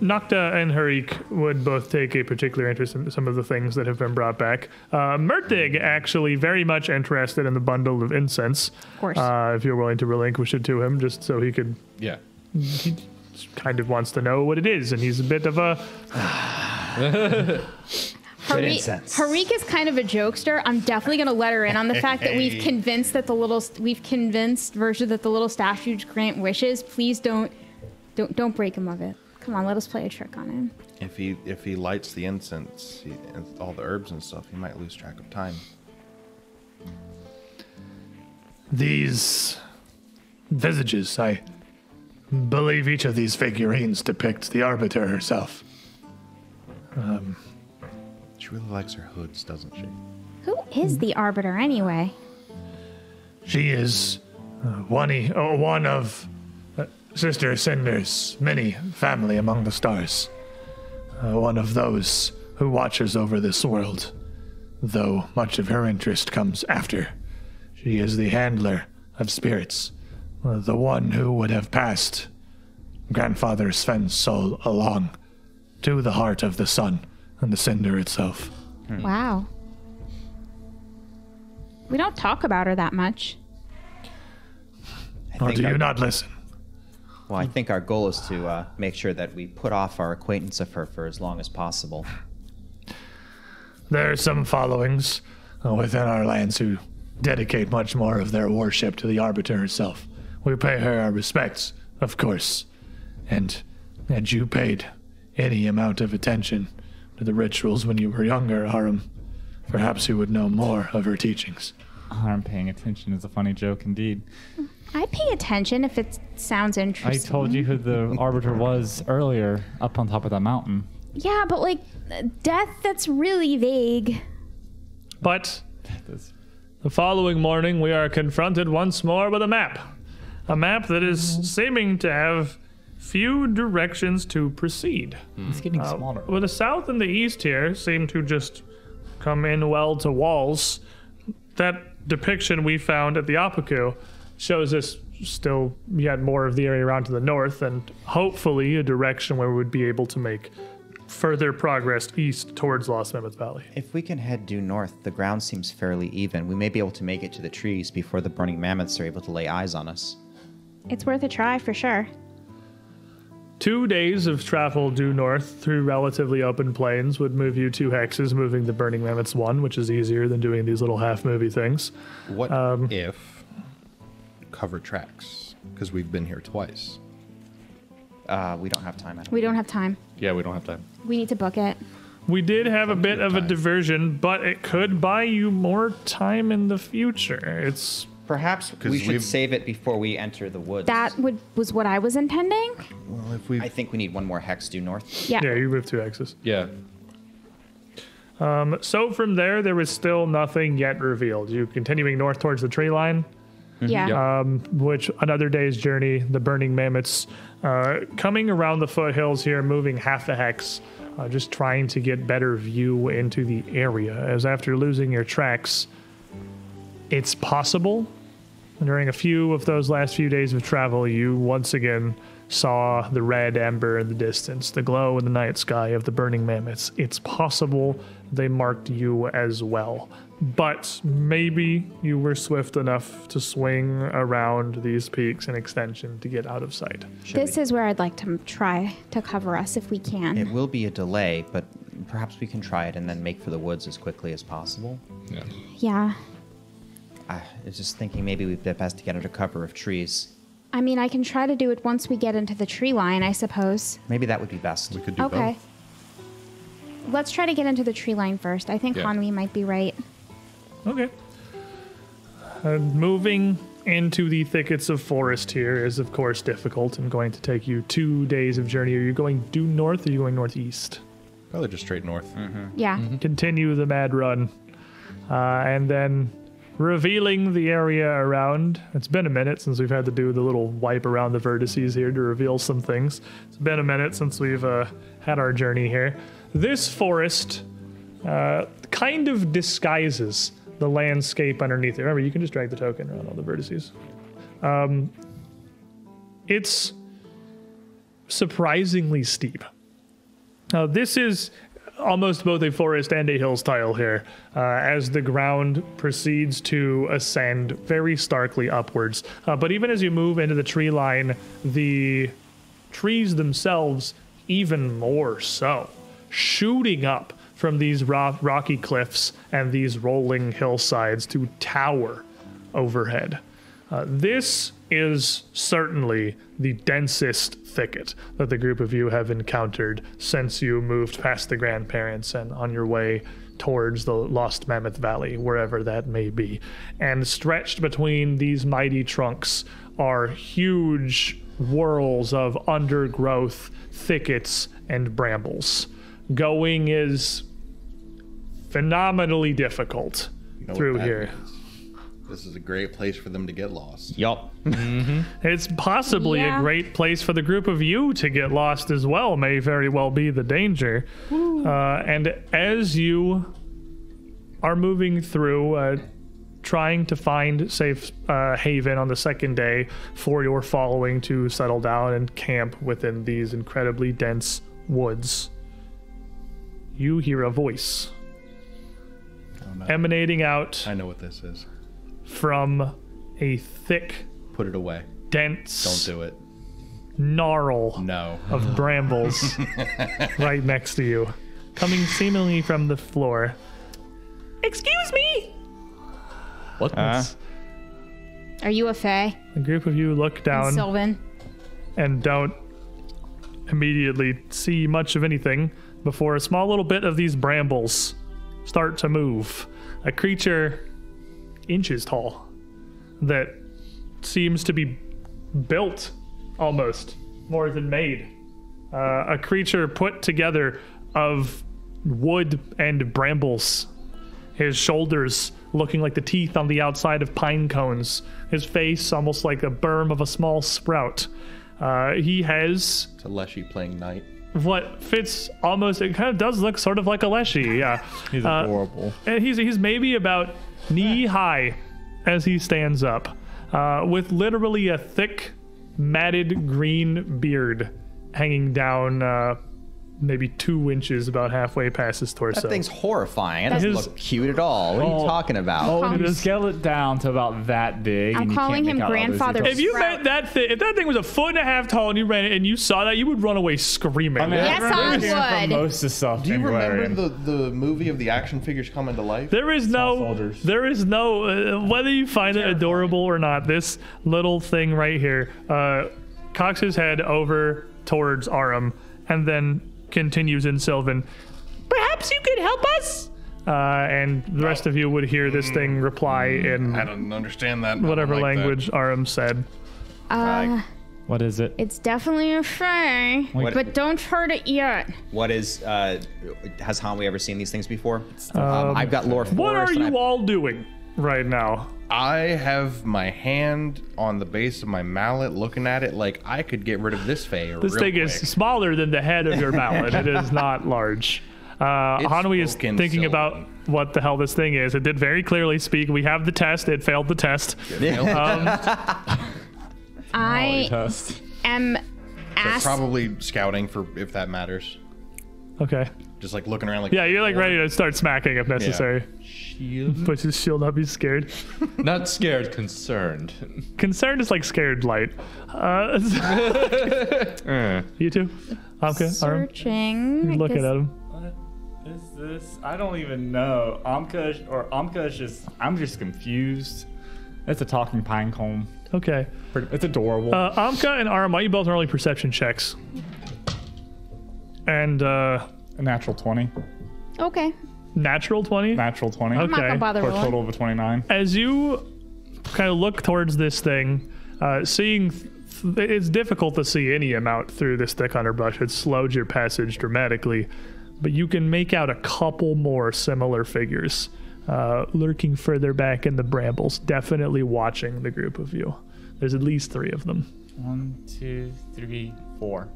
Nocta and Harik would both take a particular interest in some of the things that have been brought back. Uh, Murtig actually very much interested in the bundle of incense. Of
course.
Uh, if you're willing to relinquish it to him, just so he could
Yeah.
kind of wants to know what it is, and he's a bit of a
Harik,
incense.
Harik is kind of a jokester. I'm definitely going to let her in on the fact that we've convinced that the little we've convinced Virgil that the little statue grant wishes. Please don't don't don't break him of it. Come on, let us play a trick on him.
If he if he lights the incense he, and all the herbs and stuff, he might lose track of time.
These visages, I believe each of these figurines depicts the Arbiter herself.
She really likes her hoods, doesn't she?
Who is the arbiter anyway?
She is uh, one, e- oh, one of uh, Sister Cinder's many family among the stars. Uh, one of those who watches over this world, though much of her interest comes after. She is the handler of spirits, uh, the one who would have passed Grandfather Sven's soul along to the heart of the sun and the cinder itself.
Wow. We don't talk about her that much.
I
Or
think
do
our-
you not listen?
Well, I think our goal is to uh, make sure that we put off our acquaintance of her for as long as possible.
There are some followings uh, within our lands who dedicate much more of their worship to the Arbiter herself. We pay her our respects, of course, and had you paid any amount of attention to the rituals when you were younger, Aram, perhaps you would know more of her teachings.
I'm paying attention is a funny joke indeed.
I pay attention if it sounds
I
interesting.
told you who *laughs* the arbiter was earlier up on top of that mountain.
Yeah, but like death, that's really vague.
But the following morning, we are confronted once more with a map. A map that is seeming to have few directions to proceed.
It's getting smaller.
Well, the south and the east here seem to just come in well to walls. That depiction we found at the Apaku shows us still yet more of the area around to the north and hopefully a direction where we would be able to make further progress east towards Lost Mammoth Valley.
If we can head due north, the ground seems fairly even. We may be able to make it to the trees before the burning mammoths are able to lay eyes on us.
It's worth a try for sure.
Two days of travel due north through relatively open plains would move you two hexes, moving the Burning Mammoths one, which is easier than doing these little half movie things.
What
Um,
if cover tracks? Because we've been here twice.
Uh, we don't have time. I don't
We don't have time.
Yeah, we don't have time.
We need to book it.
We did have a bit of a
time.
diversion, but it could buy you more time in the future. It's
Perhaps
'Cause
we should
we've-
save it before we enter the woods.
That would, was what I was intending.
Well, if we
I think we need one more hex due north.
Yeah.
yeah, you move two hexes.
Yeah.
So from there, there was still nothing yet revealed. You continuing north towards the tree line,
Yeah.
Yep.
which another day's journey, the burning mammoths, uh, coming around the foothills here, moving half the hex, uh, just trying to get better view into the area. As after losing your tracks, it's possible. During a few of those last few days of travel, you once again saw the red ember in the distance, the glow in the night sky of the burning mammoths. It's possible they marked you as well. But maybe you were swift enough to swing around these peaks and extension to get out of sight.
This is where I'd like to try to cover us if we can.
It will be a delay, but perhaps we can try it and then make for the woods as quickly as possible.
yeah.
yeah.
I was just thinking maybe we'd be best to get under cover of trees.
I mean, I can try to do it once we get into the tree line, I suppose.
Maybe that would be best.
we could do
okay.
both.
Let's try to get into the tree line first. I think
Yeah.
Hanwi might be right.
Okay. Uh, moving into the thickets of forest here is, of course, difficult and going to take you two days of journey. Are you going due north or are you going northeast?
Probably just straight north.
Yeah.
Mm-hmm. Continue the mad run. Uh, and then revealing the area around. It's been a minute since we've had to do the little wipe around the vertices here to reveal some things. It's been a minute since we've uh, had our journey here. This forest uh, kind of disguises the landscape underneath it. Remember, you can just drag the token around all the vertices. Um, it's surprisingly steep. Now, this is almost both a forest and a hill style here, uh, as the ground proceeds to ascend very starkly upwards. Uh, but even as you move into the tree line, the trees themselves even more so, shooting up from these ro- rocky cliffs and these rolling hillsides to tower overhead. Uh, this is certainly the densest thicket that the group of you have encountered since you moved past the grandparents and on your way towards the Lost Mammoth Valley, wherever that may be. And stretched between these mighty trunks are huge whirls of undergrowth, thickets, and brambles. Going is phenomenally difficult
know what
through
that
here.
means. This is a great place for them to get lost.
Yup.
It's possibly a
Yeah.
great place for the group of you to get lost as well, may very well be the danger. Uh, and as you are moving through, uh, trying to find safe uh, haven on the second day for your following to settle down and camp within these incredibly dense woods, you hear a voice emanating out
Oh, I know what this is.
from a thick,
Put it away.
dense
Don't do it.
gnarl
No.
of brambles right next to you, coming seemingly from the floor. Excuse me!
What?
Are you a fae?
A group of you look down
Sylvan?
and don't immediately see much of anything before a small little bit of these brambles start to move. A creature inches tall that seems to be built almost more than made. Uh, a creature put together of wood and brambles. His shoulders looking like the teeth on the outside of pine cones. His face almost like a berm of a small sprout. Uh, he has
It's a leshy playing night.
what fits almost. It kind of does look sort of like a leshy, yeah.
He's
Uh,
adorable.
And he's he's maybe about knee high as he stands up, uh, with literally a thick, matted green beard hanging down uh, maybe two inches about halfway past his torso.
That thing's horrifying. It doesn't
His-
look cute at all. What are
Oh.
you talking about?
Oh,
Calm-
you scale it down to about that big.
I'm
and you can't
calling
make
him
out all those
grandfather
details.
if you
Sprout.
met that thing, if that thing was a foot and a half tall and you ran it and you saw that, you would run away screaming.
Yes,
remember
I
hearing
would.
From most of the stuff.
Do you
in
remember
Galarian.
the, the movie of the action figures coming to life?
There is no,
soldiers.
there is no, uh, whether you find it adorable or not, this little thing right here uh, cocks his head over towards Aram and then continues in Sylvan, perhaps you could help us? Uh, and the rest of you would hear this thing reply
I
in
don't understand that. I don't
whatever
like that.
language Aram said.
Uh,
What is it?
It's definitely a fur,
What-
but don't hurt it yet.
what is? Uh, has Hanwe ever seen these things before? Um, I've got lore.
What are
forest and
you
I-
all doing right now?
I have my hand on the base of my mallet looking at it like I could get rid of this fae.
This thing is smaller than the head of your mallet. it is not large. Uh,
It's
Hanui is
spoken
thinking
Sylvan.
about what the hell this thing is. It did very clearly speak. We have the test. It failed the test.
I am ass.
Probably scouting for if that matters.
Okay.
Just like looking around like
Yeah, you're like ready to start smacking if necessary.
Shield?
But you still not be scared.
*laughs* Not scared, concerned.
Concerned is like scared light. Uh, *laughs* you too? Okay. Aram,
searching.
looking
Guess-
at him.
Is this? I don't even know. Amkush or Amkush is. I'm just confused. It's a talking pine cone.
Okay.
It's adorable.
Uh, Amka and Aram, why you both rolling perception checks? And uh,
a natural twenty.
Okay.
natural 20?
Natural twenty.
Okay.
I'm not gonna bother
For a
rolling.
total of a twenty-nine.
as you kind of look towards this thing, uh, seeing th- th- it's difficult to see any amount through this thick underbrush. It slowed your passage dramatically, but you can make out a couple more similar figures uh, lurking further back in the brambles, definitely watching the group of you. There's at least three of them.
One, two, three, four.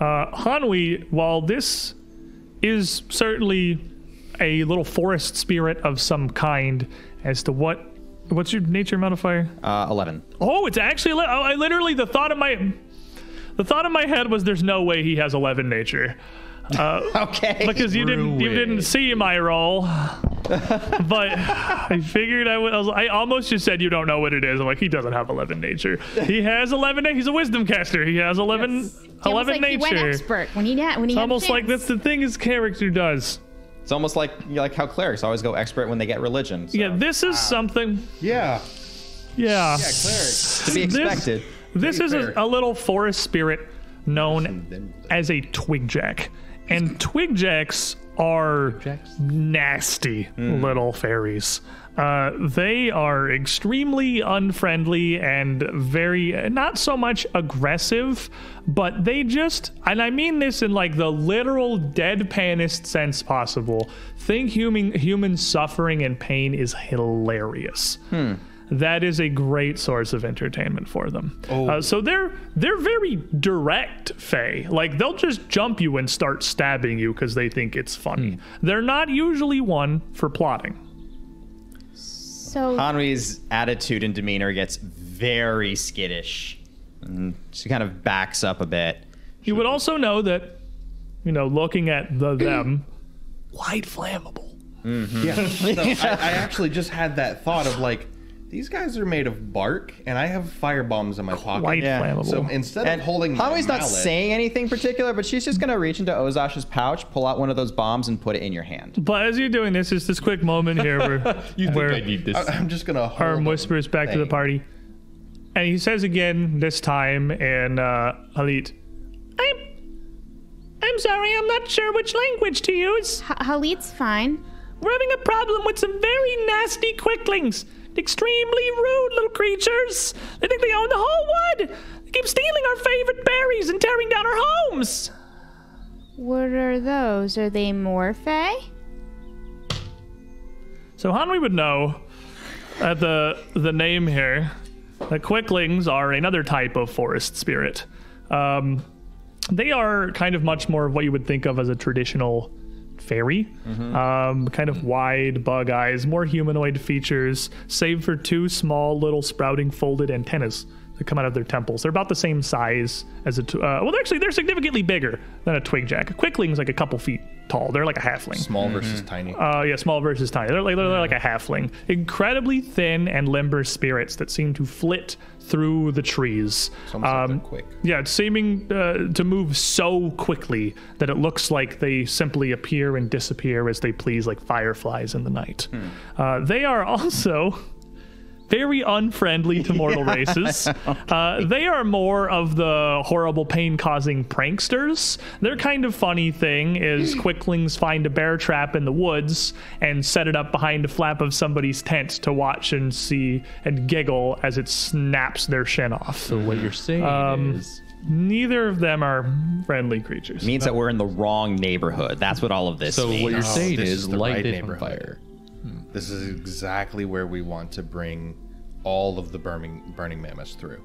Uh, Hanwi, while this is certainly a little forest spirit of some kind, as to what what's your nature modifier?
Uh,
*laughs*
Eleven.
Oh, it's actually. ele- oh, I literally the thought of my, the thought of my head was there's no way he has 11 nature
Okay.
because you didn't you didn't see my
*laughs*
roll, but I figured I would. I, was, I almost just said you don't know what it is. I'm like he doesn't have 11 nature. He has 11. na- He's a wisdom caster. He has 11
He was
11
like he went
nature.
expert when he had when he had a
Almost like that's
chance.
the thing his character does.
It's almost like like how clerics always go expert when they get religion. so-
Yeah, this is something.
Ah. Yeah.
Yeah.
Yeah, cleric.
to be
this-
expected.
This is a,
fair.
a little forest spirit known as a twigjack. And twigjacks are nasty
Hmm.
little fairies. Uh, they are extremely unfriendly and very, uh, not so much aggressive, but they just, and I mean this in like the literal deadpanist sense possible, think human, human suffering and pain is hilarious that is a great source of entertainment for them.
Oh.
Uh, so they're they're very direct, Faye. Like they'll just jump you and start stabbing you because they think it's funny.
Hmm.
They're not usually one for plotting.
so
Hanri's attitude and demeanor gets very skittish. And she kind of backs up a bit.
You would also know that, you know, looking at
*clears throat*
the them, quite flammable. *laughs*
I, I actually just had that thought of like these guys are made of bark and I have fire bombs in my pocket.
Quite
Yeah.
flammable.
So instead
And
of holding my
Hanri's not
mallet-
saying anything particular, but she's just gonna reach into Ozosh's pouch, pull out one of those bombs, and put it in your hand.
but as you're doing this, it's this quick moment here where
*laughs* You
Where-
think I need this?
I- *laughs* I'm just gonna hold
Arm
them.
whispers back to the
thing.
party, and he says again this time in uh, Halit, "I'm, I'm sorry, I'm not sure which language to use.
Ha- Halit's fine.
We're having a problem with some very nasty quicklings, extremely rude little creatures. They think they own the whole wood. They keep stealing our favorite berries and tearing down our homes.
What are those? Are they Morphe?
So Hanri would know at the the name here that quicklings are another type of forest spirit. Um, they are kind of much more of what you would think of as a traditional fairy, um, kind of wide bug eyes, more humanoid features, save for two small little sprouting folded antennas that come out of their temples. They're about the same size as a. T- uh, well, they're actually, they're significantly bigger than a twig jack. A quickling's like a couple feet tall. They're like a halfling.
Small versus tiny.
Uh, yeah, small versus tiny. They're like, they're like a halfling. Incredibly thin and limber spirits that seem to flit through the trees.
Some
um,
something quick.
Yeah, it's seeming uh, to move so quickly that it looks like they simply appear and disappear as they please, like fireflies in the night. Uh, they are also very unfriendly to mortal races. Uh, they are more of the horrible pain causing pranksters. Their kind of funny thing is quicklings find a bear trap in the woods and set it up behind the flap of somebody's tent to watch and see and giggle as it snaps their shin off.
So what you're saying is
Neither of them are friendly creatures.
means that we're in the wrong neighborhood. That's what all of this
so
means.
what you're
No,
saying
this
is,
is the
light
right
it on
neighborhood. Hmm.
fire.
This is exactly where we want to bring all of the burning burning mammoths through.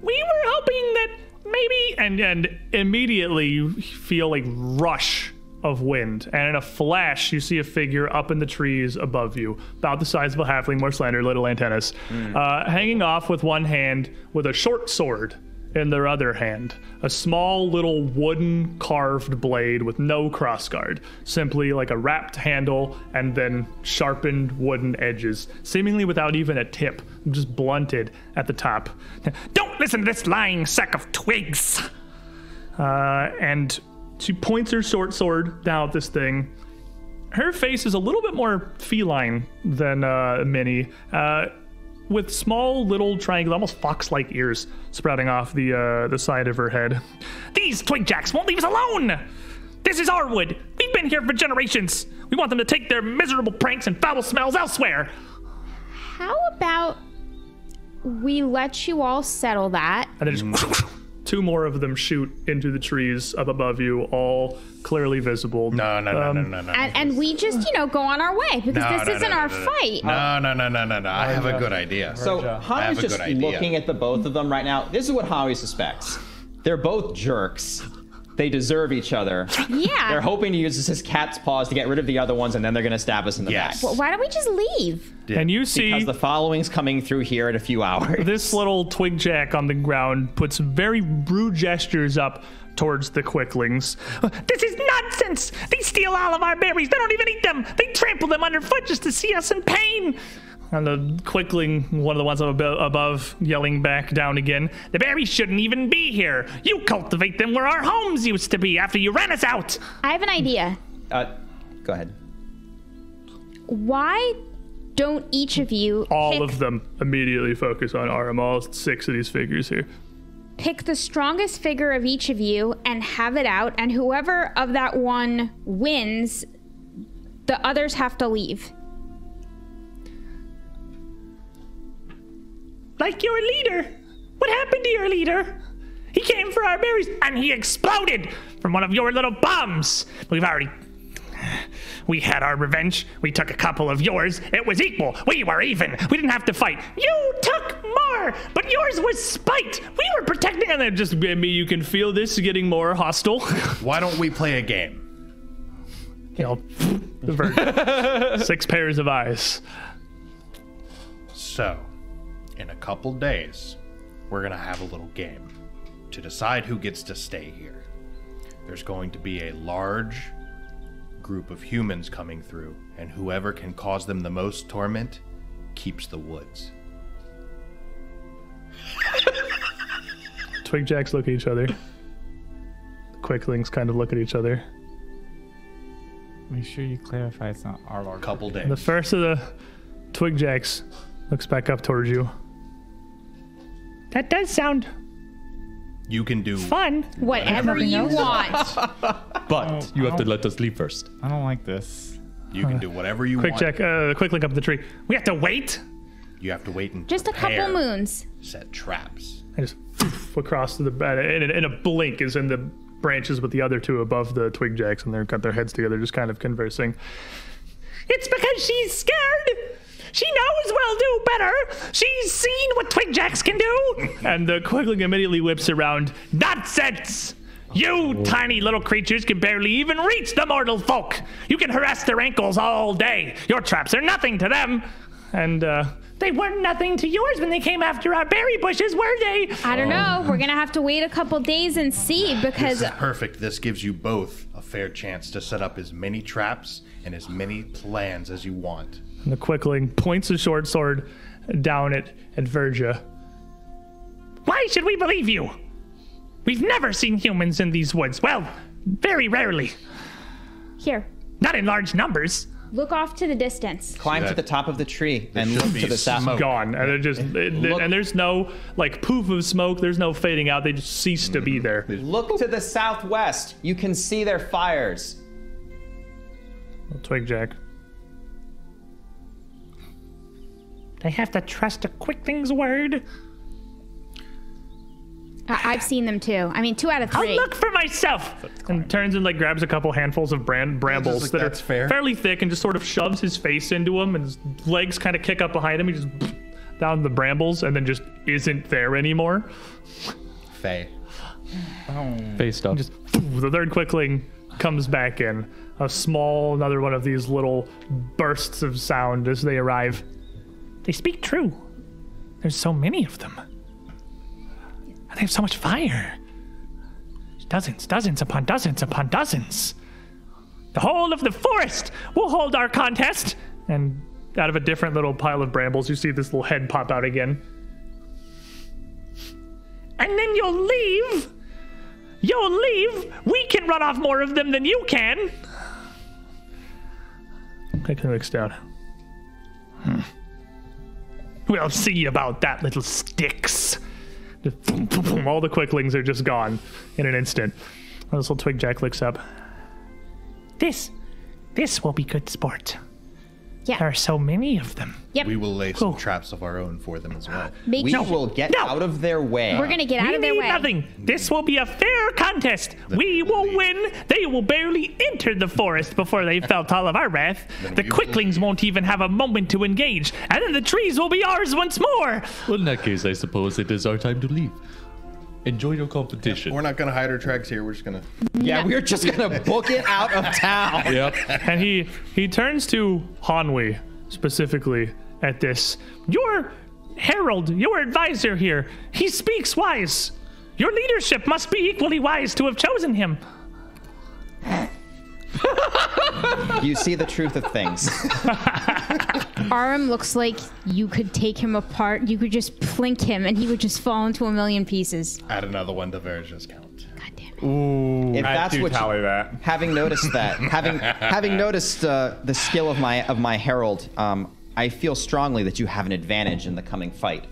we were hoping that maybe and and immediately you feel like rush of wind and in a flash you see a figure up in the trees above you about the size of a halfling more slender little antennas uh, hanging off with one hand with a short sword in their other hand a small little wooden carved blade with no crossguard simply like a wrapped handle and then sharpened wooden edges seemingly without even a tip just blunted at the top *laughs* don't listen to this lying sack of twigs uh, and she points her short sword down at this thing her face is a little bit more feline than uh, Minnie, uh, with small little triangle, almost fox-like ears sprouting off the uh, the side of her head. These twigjacks won't leave us alone. This is our wood. We've been here for generations. We want them to take their miserable pranks and foul smells elsewhere.
How about we let you all settle that?
And then just *laughs* two more of them shoot into the trees up above you, all clearly visible.
No, no, no, no, no, no.
And, and we just, you know, go on our way Um, because
No,
this
no,
isn't
no,
our
no, no.
fight.
No, no, no, no, no, no. I have a good idea.
So
I have
Hami's
a
just
good idea.
looking at the both of them right now. This is what Hami suspects. They're both jerks. They deserve each other.
Yeah.
They're hoping to use this as cat's paws to get rid of the other ones, and then they're going to stab us in the
Yes.
back.
Why don't we just leave?
And you see
Because the following's coming through here in a few
*laughs*
hours.
this little twig jack on the ground puts very rude gestures up towards the quicklings. This is nonsense! They steal all of our berries. They don't even eat them. They trample them underfoot just to see us in pain. And the quickling, one of the ones up abo- above, yelling back down again. The berries shouldn't even be here. You cultivate them where our homes used to be after you ran us out.
I have an idea.
Uh, go ahead.
Why don't each of you pick,
them immediately focus on Aram. All six of these figures here.
pick the strongest figure of each of you and have it out? And whoever of that one wins, the others have to leave.
Like your leader. What happened to your leader? He came for our berries and he exploded from one of your little bombs. We've already. We had our revenge. We took a couple of yours. It was equal. We were even. We didn't have to fight. You took more, but yours was spite. We were protecting. And then just, I mean, you can feel this getting more hostile.
Why don't we play a game?
You know, avert. Six pairs of eyes.
So, in a couple days, we're gonna have a little game to decide who gets to stay here. There's going to be a large group of humans coming through, and whoever can cause them the most torment keeps the woods.
Twig jacks look at each other. Quicklings kind of look at each other.
Make sure you clarify it's not our large.
Couple
The
days.
first of the twig jacks looks back up towards you. That does sound
You can do
fun.
Whatever you want.
But you have to let us leave first.
I don't like this.
you can do whatever you
Quick
want.
jack, uh, quick link up the tree. We have to wait.
You have to wait and
Just a couple
prepare.
moons.
Set traps.
I just across to the bed, and in a blink is in the branches with the other two above the twig jacks, and they've got their heads together, just kind of conversing. It's because she's scared. She knows we'll do better. She's seen what twig jacks can do. and the quigling immediately whips around. Nonsense! You tiny little creatures can barely even reach the mortal folk. You can harass their ankles all day. Your traps are nothing to them. And uh,
They weren't nothing to yours when they came after our berry bushes, were they?
I don't know. We're gonna have to wait a couple days and see
This
because
is perfect. This gives you both a fair chance to set up as many traps and as many plans as you want.
And the quickling points his short sword down at, at Verja.
Why should we believe you? We've never seen humans in these woods. Well, very rarely.
here,
Not in large numbers.
look off to the distance.
Climb to
that-
the top of the tree and
should
look
be
to the south.
smoke.
Gone. And it just it-
Look-
and there's no like poof of smoke, there's no fading out. They just cease to be there.
Look to the southwest. You can see their fires.
Twig Jack.
They have to trust a quickling's word.
I- I've seen them too. I mean, two out of
I'll
three.
look for myself.
And turns and like grabs a couple handfuls of bran- brambles
like,
that are
"That's fair."
fairly thick and just sort of shoves his face into them and his legs kind of kick up behind him. He just down the brambles and then just isn't there anymore.
Faye.
Based off.
*laughs* The third quickling comes back in. A small, another one of these little bursts of sound as they arrive.
They speak true. There's so many of them. And they have so much fire. Dozens, dozens upon dozens upon dozens. The whole of the forest will hold our contest.
And out of a different little pile of brambles, you see this little head pop out again.
And then you'll leave. You'll leave. We can run off more of them than you can.
Quickling looks down. Hmm.
We'll see about that, little sticks.
Just boom, boom, boom. All the quicklings are just gone in an instant. This little twig jack looks up.
This, this will be good sport.
Yeah.
There are so many of them.
We will lay some traps of our own for them as well.
Make
We will get
No.
out of their way.
We're gonna
uh,
get out
we
of
need
their way.
nothing. This will be a fair contest. we
we will
will
leave.
win. They will barely enter the forest before they felt all of our wrath. The
we will
quicklings won't even have a moment to engage, and then the trees will be ours once more.
Well, in that case, I suppose it is our time to leave. Enjoy your competition.
We're not going to hide our tracks here. We're just going to.
yeah, we're just gonna book it out of
*laughs*
town.
yep.
And he he turns to Hanwi specifically at this.
Your herald, your advisor here, he speaks wise. Your leadership must be equally wise to have chosen him.
You see the truth of things.
Aram looks like you could take him apart. You could just plink him, and he would just fall into a million pieces.
Add another one to Verja's count.
Ooh,
If
I
that's
do
what you-
tally that.
having noticed that,
*laughs*
having having noticed uh, the skill of my of my herald, um, I feel strongly that you have an advantage in the coming fight.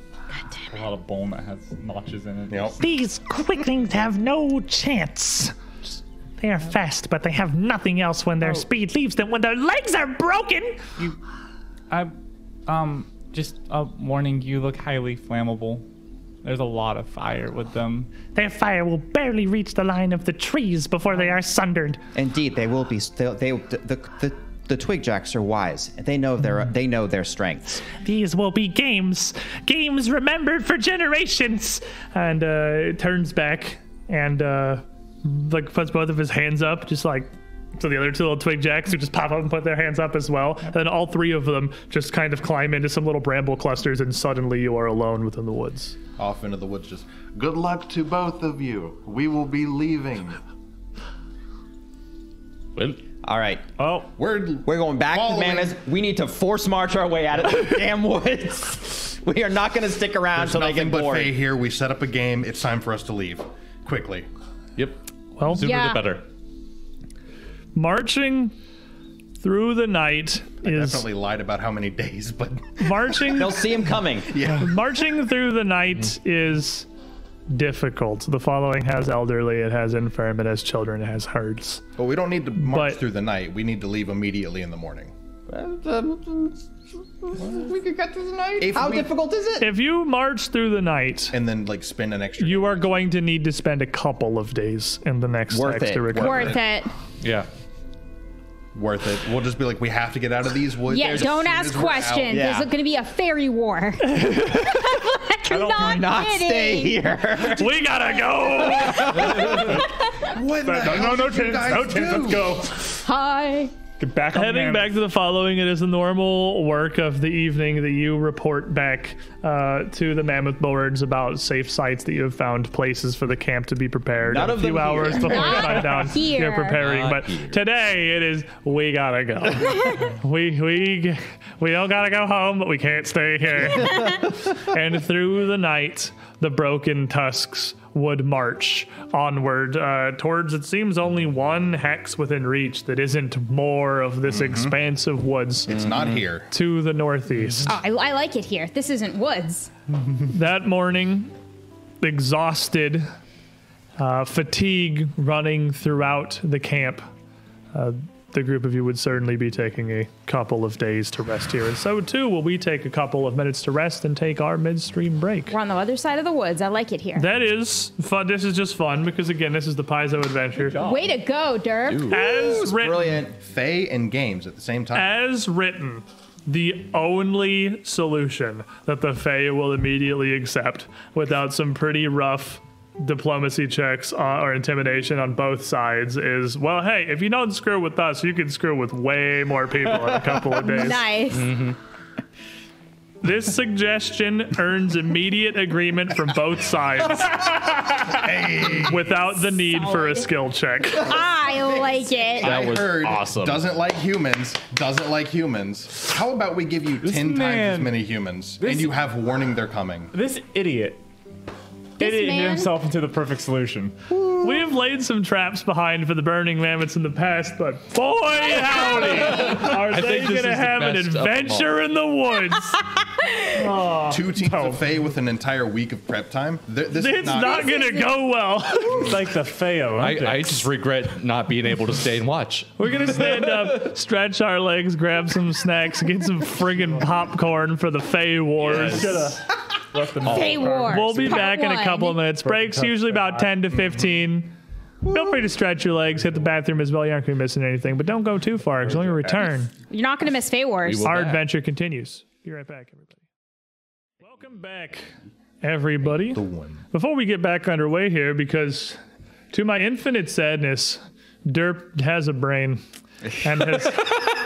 A lot of bone that has notches in it.
Yep.
These quicklings have no chance. They are fast, but they have nothing else when their speed leaves them. When their legs are broken,
I, um, just a warning. You look highly flammable. There's a lot of fire with them.
Their fire will barely reach the line of the trees before they are sundered.
Indeed, they will be. They, they the, the the the twig jacks are wise. They know their
Mm-hmm.
they know their strengths.
These will be games, games remembered for generations.
And uh, turns back and uh, like puts both of his hands up, just like so the other two little twig jacks who just pop up and put their hands up as well. And then all three of them just kind of climb into some little bramble clusters, and suddenly you are alone within the woods.
Off into the woods, just.
Good luck to both of you. We will be leaving.
Well,
All right,
Oh,
We're,
we're going back
Following-
to Mammoth. We need to force march our way out of the
*laughs*
damn woods. *laughs* We are not going to stick around
There's
until they
nothing
get
but
bored.
Faye here. We set up a game. It's time for us to leave. Quickly.
yep.
well,
Sooner
Yeah.
the better.
marching through the night is
Definitely lied about how many *laughs* days, but
marching
They'll see him
*laughs*
coming.
Marching through the night is difficult. The following has elderly, it has infirm, it has children, it has herds.
but we don't need to march
But-
through the night. We need to leave immediately in the morning.
We could cut through the night.
If
How
we-
difficult is it?
If you march through the night,
And then like spend an extra.
you are going to need to spend a couple of days in the next
Worth
act
it.
to recover.
Worth it.
Yeah.
worth it. We'll just be like, we have to get out of these woods.
Yeah,
as
don't
soon
ask
as we're out.
questions.
Yeah.
There's going to be a
*laughs*
fairy war. *laughs* like, not,
Not
kidding.
stay here. *laughs*
We gotta go!
*laughs* What the
no,
hell
no
did you
chance,
guys
no chance,
do?
let's go.
Hi.
Get back on the
Heading
man.
back to the following, it is the normal work of the evening that you report back uh, to the mammoth boards about safe sites that you have found, places for the camp to be prepared.
None
and
of
a few
them here.
hours before
Not
sundown,
here.
you're preparing.
Not
but
here.
today it is we gotta go.
*laughs*
we we we all gotta go home, but we can't stay here. and through the night, the broken tusks would march onward uh, towards it seems only one hex within reach that isn't more of this expanse of woods
It's not here.
to the northeast.
I, I like it here. This isn't woods.
That morning, exhausted, uh, fatigue running throughout the camp, uh, the group of you would certainly be taking a couple of days to rest here. And so, too, will we take a couple of minutes to rest and take our midstream break.
We're on the other side of the woods. I like it here.
That is fun. This is just fun because, again, this is the Paizo adventure.
Way to go, Derp.
As written,
Brilliant.
Faye and games at the same time.
as written, the only solution that the Fae will immediately accept without some pretty rough diplomacy checks uh, or intimidation on both sides is well, hey, if you don't screw with us, you can screw with way more people in a couple of days.
*laughs* Nice.
This suggestion earns immediate agreement from both sides without the need for a
Solid.
skill check.
I like it.
That was
I heard
awesome.
doesn't like humans, doesn't like humans. How about we give you 10 times
man-
as many humans
this-
and you have warning they're coming?
This idiot.
This
idiot
man-
did himself into the perfect solution.
We have laid some traps behind for the burning mammoths in the past, but boy
*laughs*
howdy, are they
think this
gonna
is the
have an
best of them
adventure in the
*laughs*
woods?
Two teams of Faye with an entire week of prep time? Th- this is
It's
not,
not gonna go well.
It's like the fail.
I, I just regret not being able to stay and watch.
We're gonna stand
*laughs*
up, stretch our legs, grab some snacks, get some friggin' popcorn for the Fey Wars.
Fey Wars.
We'll be
part
back in a
one.
couple of minutes. Breaks usually about 10 to 15. Feel free to stretch your legs, hit the bathroom as well. You aren't gonna be missing anything, but don't go too far because when we return,
You're not going to miss Fey Wars.
will.
our
back.
adventure continues. Be right back, everybody. Welcome back, everybody. Before we get back underway here, because to my infinite sadness, Derp has a brain and has,
*laughs*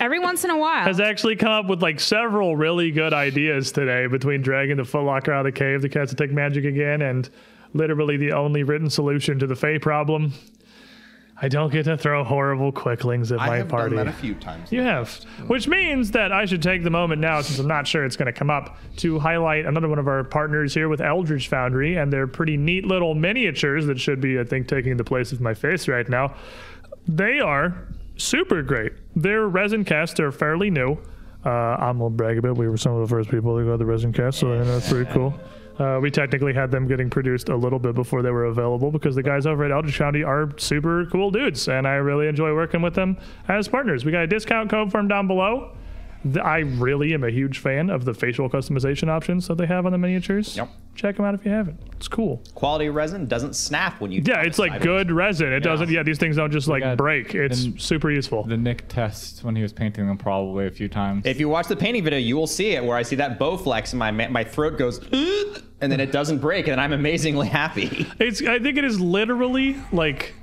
Every once in a while.
has actually come up with like several really good ideas today between dragging the footlocker out of the cave, the cats attack magic again, and literally the only written solution to the Fey problem. I don't get to throw horrible quicklings at
I
my
have
party.
done that a few times.
You have. Which means that I should take the moment now, since I'm not sure it's going to come up, to highlight another one of our partners here with Eldridge Foundry and their pretty neat little miniatures that should be, I think, taking the place of my face right now. They are super great. Their resin casts are fairly new. Uh, I'm going to brag a bit. We were some of the first people to go to the resin cast, so I think that's pretty cool. Uh, we technically had them getting produced a little bit before they were available because the guys over at Eldritch County are super cool dudes, and I really enjoy working with them as partners. We got a discount code for them down below. Th- I really am a huge fan of the facial customization options that they have on the miniatures. Yep. Check them out if you haven't. It's cool.
Quality resin doesn't snap when you.
Yeah, it's like good resin. It doesn't. Yeah, these things don't just like
got-
break. It's
and-
super useful.
The Nick test when he was painting them probably a few times.
If you watch the painting video, you will see it where I see that bow flex and my ma- my throat goes, *gasps* and then it doesn't break, and I'm amazingly happy.
It's. I think it is literally like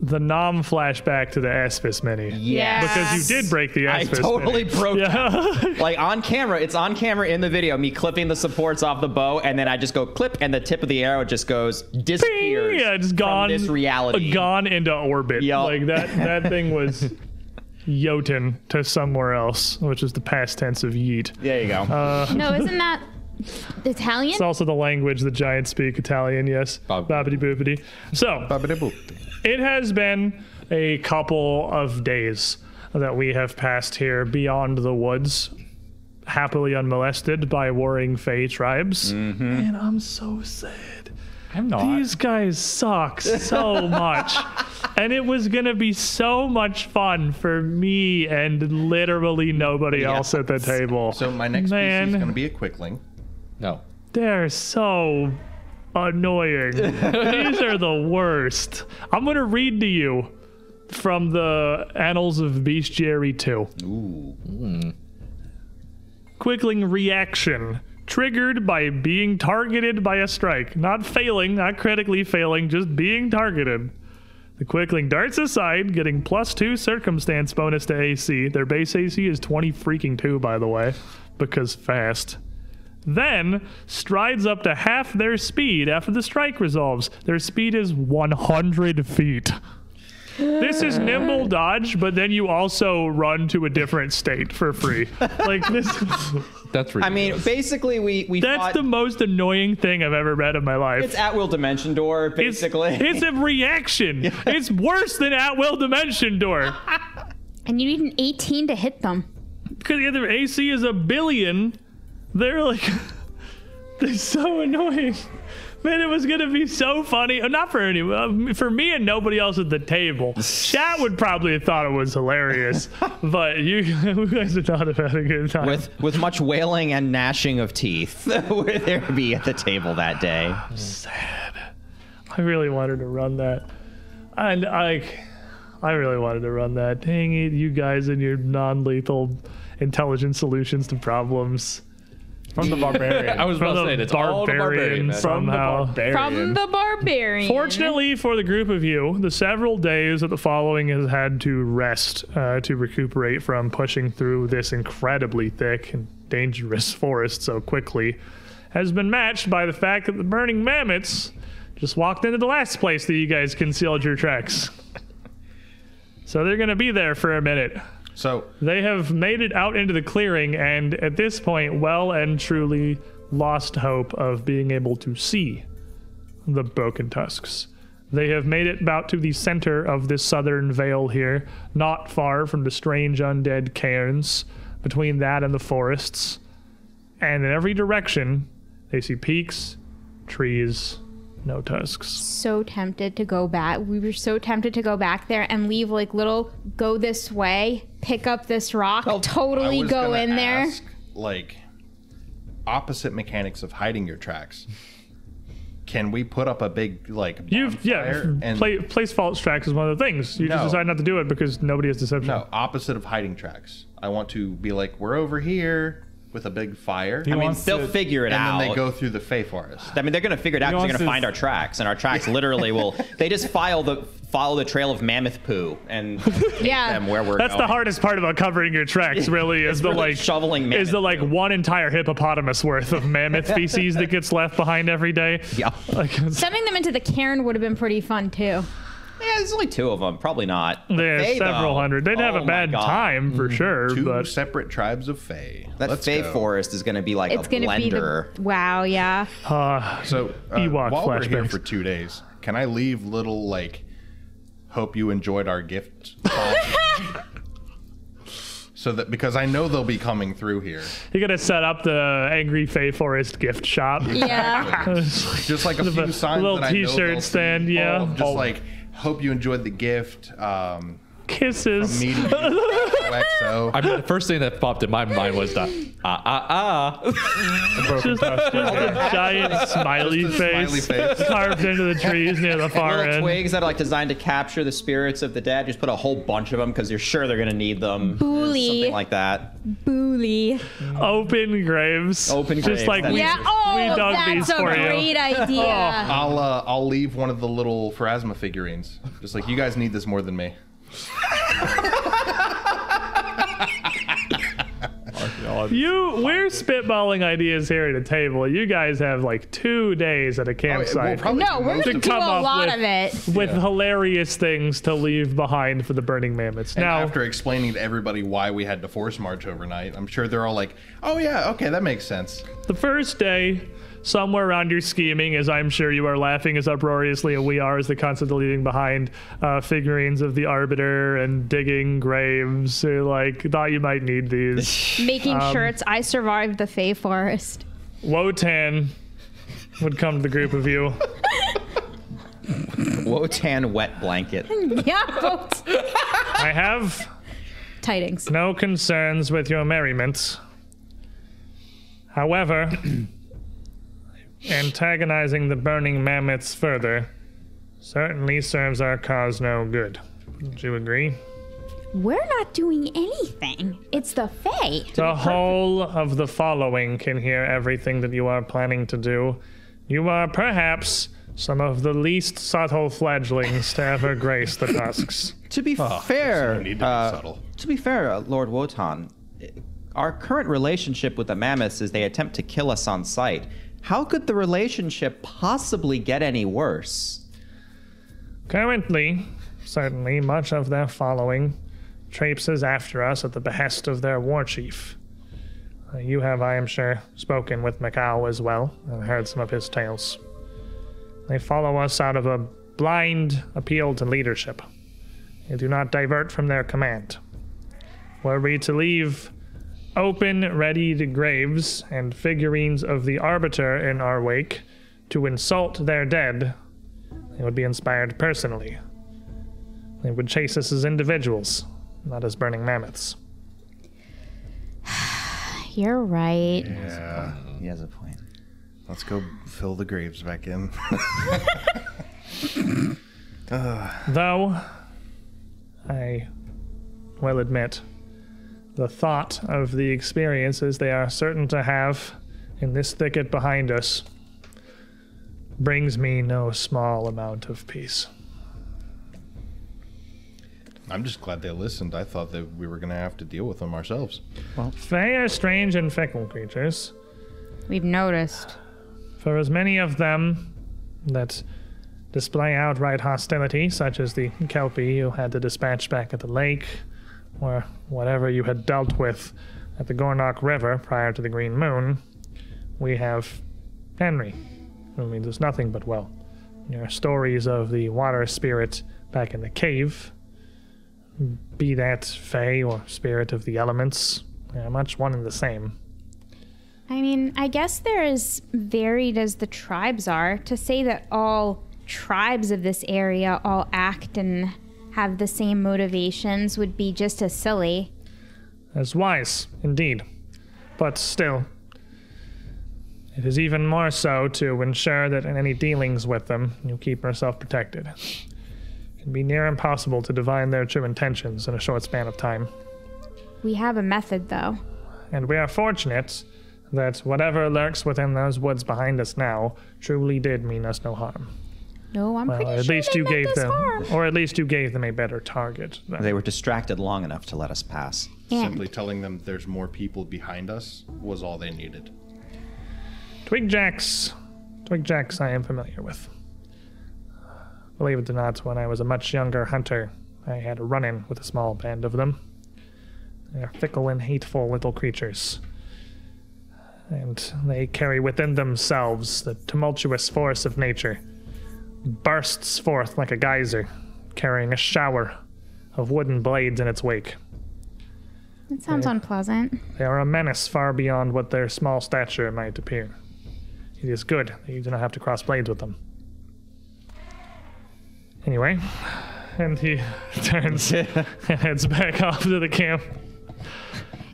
the nom flashback to the Aspis mini.
Yeah.
Because you did break the
I
Aspis.
totally
mini. *laughs*
broke
Yeah.
like on camera. It's on camera in the video. Me clipping the supports off the bow, and then I just go clip, and the tip of the arrow just goes disappears.
yeah, it's
from
gone.
this reality.
Gone into orbit.
Yup.
Like that. That thing
*laughs*
was. Jotun to somewhere else, which is the past tense of yeet.
There you go.
Oh,
No, isn't that Italian?
It's also the language the giants speak, Italian, yes. Bobbity
Bobbity
boopity. So, it has been a couple of days that we have passed here beyond the woods, happily unmolested by warring Fey tribes. And I'm so sad.
I'm not.
These guys suck so much. And it was going to be so much fun for me and literally nobody else at the table.
So my next
Man.
PC is going to be a quickling.
No.
They're so annoying. These are the worst. I'm going to read to you from the Annals of Bestiary 2. Quickling reaction. Triggered by being targeted by a strike. Not failing, not critically failing, just being targeted. The The Quickling darts aside, getting plus two circumstance bonus to AC. Their base AC is 20 freaking two, by the way, because fast. Then strides up to half their speed after the strike resolves. Their speed is 100 feet. This is nimble dodge, but then you also run to a different state for free. Like this,
That's
I mean,
ridiculous.
basically, we we
that's
fought-
the most annoying thing I've ever read in my life.
it's *laughs* at will dimension door
It's-
basically.
It's, a reaction. It's worse than at will dimension door.
And you need an 18 to hit them.
Because the other AC is a billion. They're like, *laughs* they're so annoying. Man, it was gonna be so funny. Uh, Not for any, uh, for me and nobody else at the table. Chat would probably have thought it was hilarious, but you, *laughs* you guys would not have had a good time.
*laughs* with with much wailing and gnashing of teeth *laughs* were there to be at the table that day.
I really wanted to run that, and I, I really wanted to run that. Dang it, you guys and your non-lethal intelligent solutions to problems.
From
*laughs*
the barbarian.
I was about to say that's all the barbarian. man.
From the
somehow.
barbarian.
From the barbarian.
Fortunately for the group of you, the several days that the following has had to rest uh, to recuperate from pushing through this incredibly thick and dangerous *laughs* forest so quickly has been matched by the fact that the burning mammoths just walked into the last place that you guys concealed your tracks. so they're going to be there for a minute.
So
They have made it out into the clearing and at this point, well and truly lost hope of being able to see the broken tusks. They have made it about to the center of this southern vale here, not far from the strange undead cairns, between that and the forests. And in every direction, they see peaks, trees, no tusks.
So tempted to go back. We were so tempted to go back there and leave like little go this way, pick up this rock,
Oh,
I
totally
was
go
gonna
in there.
ask, like opposite mechanics of hiding your tracks. Can we put up a big like
You've, yeah,
bonfire and
pla place false tracks is one of the things. You just
No.
decide not to do it because nobody has deception.
no opposite of hiding tracks? I want to be like we're over here with a big fire,
He
and
wants
They'll
to-
figure it out.
then they go through the Fey Forest.
I mean, they're going to figure it out because they're going
wants
to
to-
find our tracks, and our tracks
*laughs*
literally will. They just file the follow the trail of mammoth poo
*laughs*
and
Yeah.
them where we're.
That's the
going.
hardest part about covering your
*laughs*
tracks, really, is the
really
like
shoveling
is the
mammoth
like one entire hippopotamus worth of mammoth
*laughs*
feces that gets left behind every day.
*laughs* Yeah.
Like, it's-
Sending them into the cairn would have been pretty fun too.
Yeah, there's only two of them. Probably not.
there's
They,
several
though.
hundred. They'd have
Oh
a
my
bad
God. Mm-hmm.
time for sure,
Two
but
separate tribes of Fey.
That
Let's
Fey
go.
Forest is going to be like
It's
a
gonna be
blender.
the wow, yeah.
So uh,
Ewok
while we're here
flashbacks.
for two days, can I leave little like? Hope you enjoyed
*laughs*
our gift. so that because I know they'll be coming through here,
you're gonna set up the Angry Fey Forest gift shop.
*laughs* Yeah.
*laughs*
just like a few signs.
little
that I know they'll
t-shirt
see.
stand, yeah.
Oh, just like hope you enjoyed the gift. Um,
Kisses. *laughs*
meeting you, XO.
I mean, the first thing that popped in my mind was that ah ah ah.
Just, just a
*laughs*
giant smiley
Just a smiley
face,
face.
carved into the trees near
*laughs*
the far
Little
end.
twigs that are like designed to capture the spirits of the dead. Just put a whole bunch of them because you're sure they're going to need them.
Booley.
Something like that.
Booley.
Open graves.
Open
Just
graves,
like
that's
we,
it.
Yeah. Oh,
we dug
that's
these
a
for you. *laughs* Oh.
great idea.
I'll uh, I'll leave one of the little Pharasma figurines. Just like you guys need this more than me.
You, we're spitballing ideas here at a table. You guys have like two days at a
Oh, We'll
campsite
probably
No,
do
we're
most
gonna
of
do
come
a
up
lot
with-
of it.
with hilarious things to leave behind for the burning mammoths.
And
now,
after explaining to everybody why we had to force march overnight, I'm sure they're all like, "Oh yeah, okay, that makes sense."
the first day, somewhere around your scheming, as I'm sure you are laughing as uproariously as we are, as the concept of leaving behind uh, figurines of the Arbiter and digging graves, who like thought you might need these.
*laughs*
Making
um,
shirts. I survived the Fey Forest. *laughs*
Wotan would come to the group of you.
Wotan wet blanket.
Yeah, folks.
I have
Tidings.
no concerns with your merriment. However, antagonizing the burning mammoths further certainly serves our cause no good. Would you agree?
We're not doing anything. It's the Fey.
The whole of the following can hear everything that you are planning to do. You are perhaps Some of the least subtle fledglings to ever grace the tusks.
To be
No
fair,
need to be
uh,
subtle.
to be fair, uh, Lord Wotan, uh, our current relationship with the mammoths is they attempt to kill us on sight. How could the relationship possibly get any worse?
Currently, certainly, much of their following traipses after us at the behest of their war chief. Uh, You have, I am sure, spoken with Macau as well and heard some of his tales. They follow us out of a blind appeal to leadership. They do not divert from their command. Were we to leave open, ready to graves and figurines of the Arbiter in our wake to insult their dead, they would be inspired personally. They would chase us as individuals, not as burning mammoths.
You're right.
Yeah.
He has a point.
Let's go fill the graves back in.
Though, I will admit, the thought of the experiences they are certain to have in this thicket behind us brings me no small amount of peace.
*laughs* I'm just glad they listened. I thought that we were going to have to deal with them ourselves.
They are strange and fickle creatures.
We've noticed.
For as many of them that display outright hostility, such as the Kelpie you had to dispatch back at the lake, or whatever you had dealt with at the Gornok River prior to the Green Moon, we have Henry, who means nothing but well. Your stories of the water spirit back in the cave, be that Fey or spirit of the elements, they are much one and the same.
I mean, I guess they're as varied as the tribes are. To say that all tribes of this area all act and have the same motivations would be just as silly.
That's wise, indeed. But still, it is even more so to ensure that in any dealings with them, you keep yourself protected. It can be near impossible to divine their true intentions in a short span of time.
We have a method, though.
And we are fortunate that whatever lurks within those woods behind us now truly did mean us no harm.
No, I'm
Well,
pretty
at
sure
least
they
you
meant
gave
us
them,
harm.
or at least you gave them a better target. than-
They were distracted long enough to let us pass.
Simply telling them there's more people behind us was all they needed.
Twigjacks. Twigjacks I am familiar with. Believe it or not, when I was a much younger hunter, I had a run in with a small band of them. They are fickle and hateful little creatures. And they carry within themselves the tumultuous force of nature. Bursts forth like a geyser, carrying a shower of wooden blades in its wake.
That sounds unpleasant.
They are a menace far beyond what their small stature might appear. It is good that you do not have to cross blades with them. Anyway, and he *laughs* turns *laughs* and heads back *laughs* off to the camp.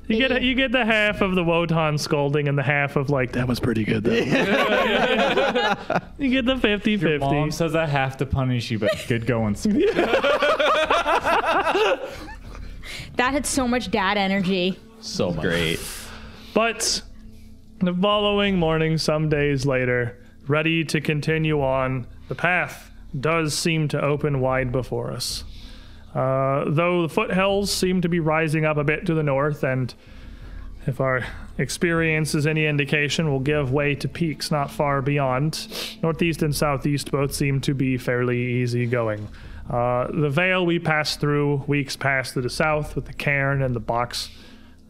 You get you get the half of the Wotan scolding and the half of like
That was pretty good, though.
you get the 50
Mom
50.
says I have to punish you, but good *laughs* going. Sp-
That had so much dad energy.
So much.
But the following morning, some days later, ready to continue on, the path does seem to open wide before us. Uh, though the foothills seem to be rising up a bit to the north, and if our experience is any indication, will give way to peaks not far beyond. Northeast and southeast both seem to be fairly easy going. Uh, the vale we passed through weeks past to the south with the cairn and the box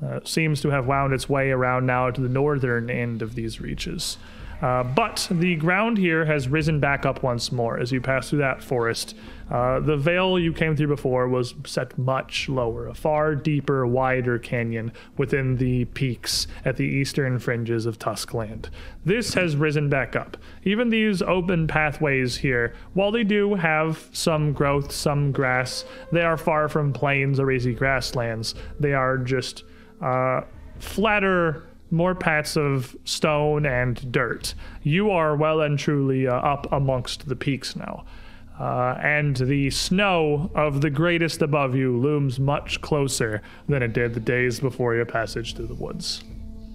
uh, seems to have wound its way around now to the northern end of these reaches. Uh, but the ground here has risen back up once more as you pass through that forest. Uh, the vale you came through before was set much lower, a far deeper, wider canyon within the peaks at the eastern fringes of Tuskland. This has risen back up. Even these open pathways here, while they do have some growth, some grass, they are far from plains or easy grasslands. They are just uh, flatter, more pats of stone and dirt. You are well and truly uh, up amongst the peaks now. Uh, and the snow of the greatest above you looms much closer than it did the days before your passage through the woods.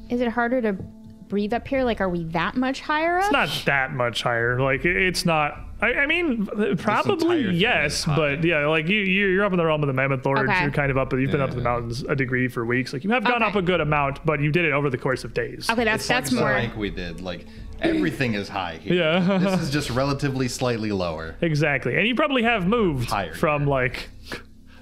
Is it harder to breathe up here? Like, are we that much higher up?
It's not that much higher. Like it- it's not. I, I mean, probably
thing
yes,
is high.
but yeah, like you, you- you're up in the realm of the Mammoth Lords.
Okay.
You're kind of up. You've been up in the mountains a degree for weeks. Like you have gone
Okay.
up a good amount, but you did it over the course of days.
Okay, that's
It's
that's
like
more.
Frank we did. Like everything is high here.
Yeah. *laughs*
this is just relatively slightly lower.
Exactly, and you probably have moved
Higher,
from
yeah.
like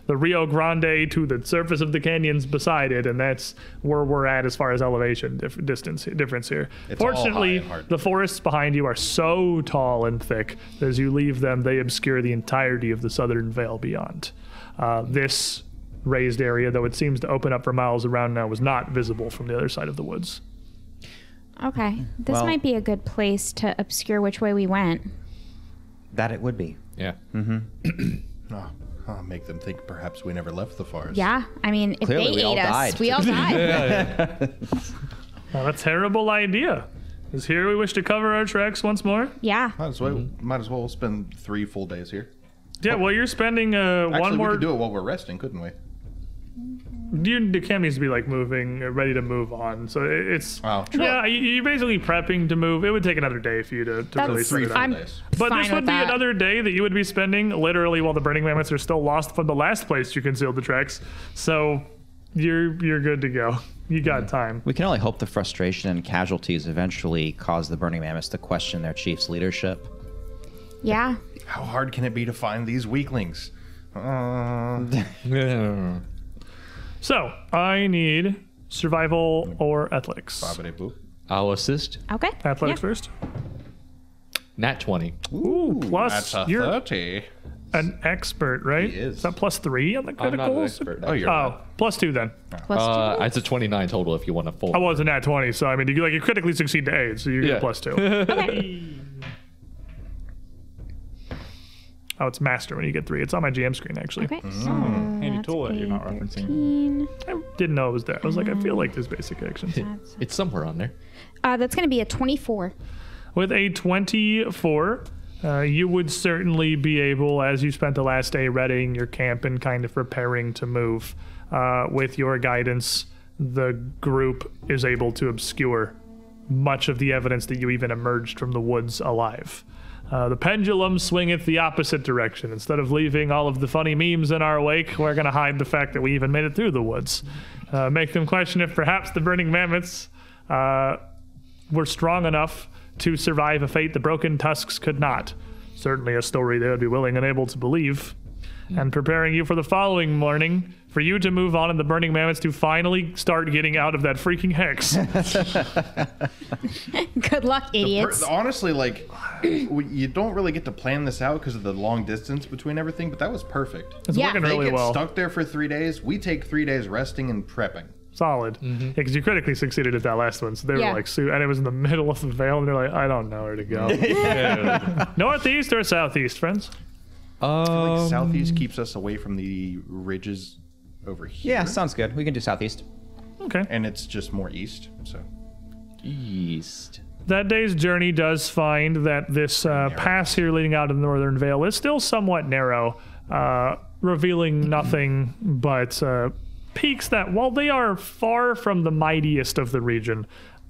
the Rio Grande to the surface of the canyons beside it, and that's where we're at as far as elevation dif- distance difference here.
It's all high
Fortunately,
and hard to
the forests behind you are so tall and thick that as you leave them, they obscure the entirety of the southern vale beyond. Uh, this raised area, though it seems to open up for miles around now, was not visible from the other side of the woods.
Okay, this
Well-
might be a good place to obscure which way we went.
That it would be.
Yeah.
Oh, oh, make them think perhaps we never left the forest.
Yeah, I mean, if
Clearly
they
we
ate
all
us,
died.
we all
*laughs*
died.
Well, a terrible idea. Is here we wish to cover our tracks once more?
yeah.
Might as well.
Mm-hmm.
Might as well spend three full days here.
Yeah, well, you're spending uh,
Oh. Actually,
one
we
more.
could do it while we're resting, couldn't we?
Your decam needs to be like moving, uh, ready to move on. So it- it's
Wow. True.
yeah, you- you're basically prepping to move. It would take another day for you to, to really
That's-
set
Three
it
full
up.
I'm-
days.
But
fine
this would
with
be
that.
another day that you would be spending literally while the burning mammoths are still lost from the last place you concealed the tracks. So you're you're good to go. *laughs* You got time.
We can only hope the frustration and casualties eventually cause the Burning Mammoths to question their chief's leadership.
Yeah.
How hard can it be to find
*laughs*
these weaklings? Uh,
So I need survival or athletics.
bobbity boop.
I'll assist.
Okay.
Athletics
yeah.
first.
Nat 20.
Ooh, plus
That's
*laughs*
a
you're
thirty.
an expert, right?
He is.
Is that plus three on the
I'm
criticals?
not an expert.
Oh, you're
Oh, plus two then.
Plus
Uh,
two.
it's a 29 total if you want a full.
I was a nat 20, so I mean, you, like, you critically succeed to eight, so you get
Yeah.
plus two. *laughs*
Okay.
oh, it's master when you get three. It's on my GM screen, actually.
Okay.
mm.
Handy tool that you're not referencing.
So,
I didn't know it was there. I was like, I feel like there's basic actions.
It's somewhere on there.
uh, that's going to be a 24.
With a 24, uh, you would certainly be able, as you spent the last day readying your camp and kind of preparing to move, uh, with your guidance, the group is able to obscure much of the evidence that you even emerged from the woods alive. Uh, the pendulum swingeth the opposite direction. Instead of leaving all of the funny memes in our wake, we're going to hide the fact that we even made it through the woods. Uh, make them question if perhaps the burning mammoths uh, were strong enough to survive a fate the broken tusks could not. Certainly a story they would be willing and able to believe. And preparing you for the following morning, for you to move on and the burning mammoths to finally start getting out of that freaking hex.
*laughs* Good luck, idiots.
Per- honestly, like we- you don't really get to plan this out because of the long distance between everything, but that was perfect.
It's
Yeah.
working
They
really
get
well.
stuck there for three days. We take three days resting and prepping.
Solid. Because you critically succeeded at that last one. So they
Yeah.
were like, so, and it was in the middle of the veil, and they're like, I don't know where to go. *laughs* Northeast or southeast, friends?
Like
Um,
southeast keeps us away from the ridges over here.
Yeah, sounds good. We can do southeast.
Okay.
and it's just more east. So
East.
that day's journey does find that this uh, pass here leading out of the northern vale is still somewhat narrow, uh, revealing nothing but uh, peaks that, while they are far from the mightiest of the region,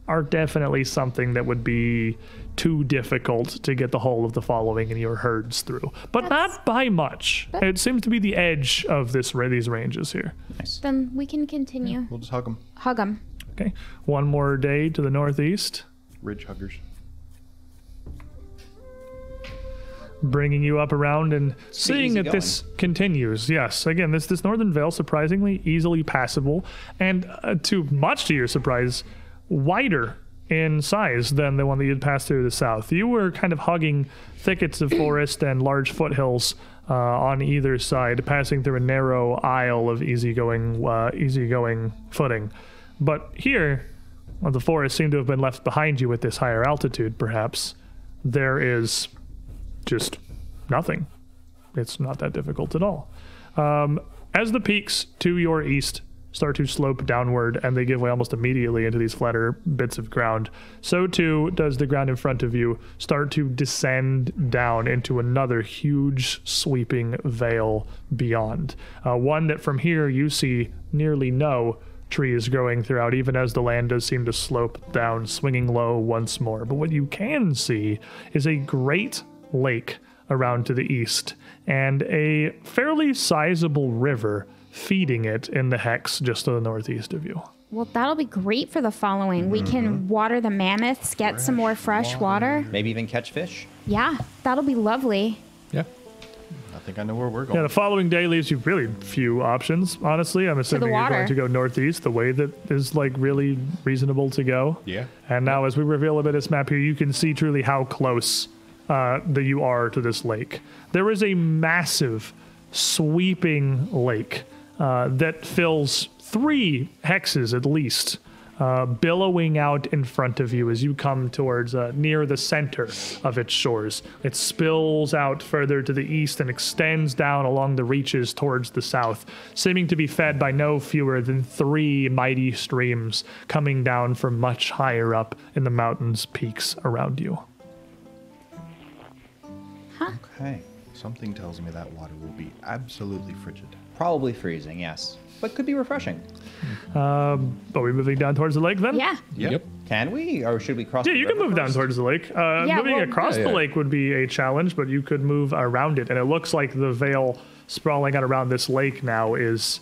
are definitely something that would be too difficult to get the whole of the following and your herds through, but not by much. It seems to be the edge of this ra- these ranges here.
then we can continue.
we'll just hug them,
Hug 'em.
Okay, one more day to the northeast.
ridge huggers.
bringing you up around and seeing that
easygoing.
this continues. Yes, again, this this northern veil surprisingly easily passable, and uh, to much to your surprise, wider in size than the one that you'd passed through the south. You were kind of hugging thickets of forest and large foothills. Uh, on either side, passing through a narrow aisle of easygoing, uh, easygoing footing, but here, while the forest seemed to have been left behind you at this higher altitude. Perhaps there is just nothing. It's not that difficult at all. Um, as the peaks to your east start to slope downward and they give way almost immediately into these flatter bits of ground, so too does the ground in front of you start to descend down into another huge sweeping veil beyond. Uh, one that from here you see nearly no trees growing throughout, even as the land does seem to slope down, swinging low once more. But what you can see is a great lake around to the east and a fairly sizable river feeding it in the hex just to the northeast of you.
Well, that'll be great for the following. We
Mm-hmm.
can water the mammoths, get some more fresh water.
Maybe even catch fish.
Yeah, that'll be lovely.
Yeah.
I think I know where we're
Yeah,
going.
the following day leaves you really few options, honestly. I'm assuming you're
water.
going to go northeast, the way that is like really reasonable to go.
Yeah.
And now, as we reveal a bit of this map here, you can see truly how close uh, that you are to this lake. There is a massive, sweeping lake uh, that fills three hexes at least, uh, billowing out in front of you as you come towards uh, near the center of its shores. It spills out further to the east and extends down along the reaches towards the south, seeming to be fed by no fewer than three mighty streams coming down from much higher up in the mountains' peaks around you.
Okay.
Something tells me that water will be absolutely frigid.
Probably freezing, yes. But could be refreshing.
Are we moving down towards the lake then?
Yeah.
Yep.
Can we? Or should we cross
Yeah,
the
you can
river
move down
first?
towards the lake. Uh,
Yeah,
moving
well-
across
Yeah,
the
yeah.
lake would be a challenge, but you could move around it. And it looks like the veil sprawling out around this lake now is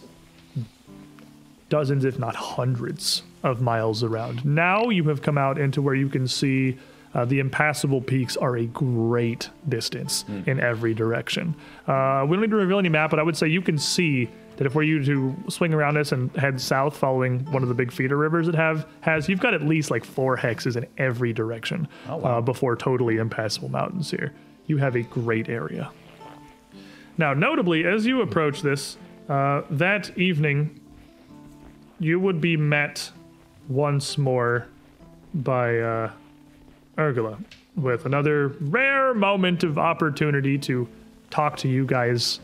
dozens, if not hundreds, of miles around. Now you have come out into where you can see uh, the impassable peaks are a great distance in every direction. Uh, we don't need to reveal any map, but I would say you can see that if were you to swing around this and head south following one of the big feeder rivers it have has, you've got at least like four hexes in every direction uh, before totally impassable mountains here. You have a great area. Now, notably, as you approach this, uh, that evening, you would be met once more by uh, Ergula with another rare moment of opportunity to talk to you guys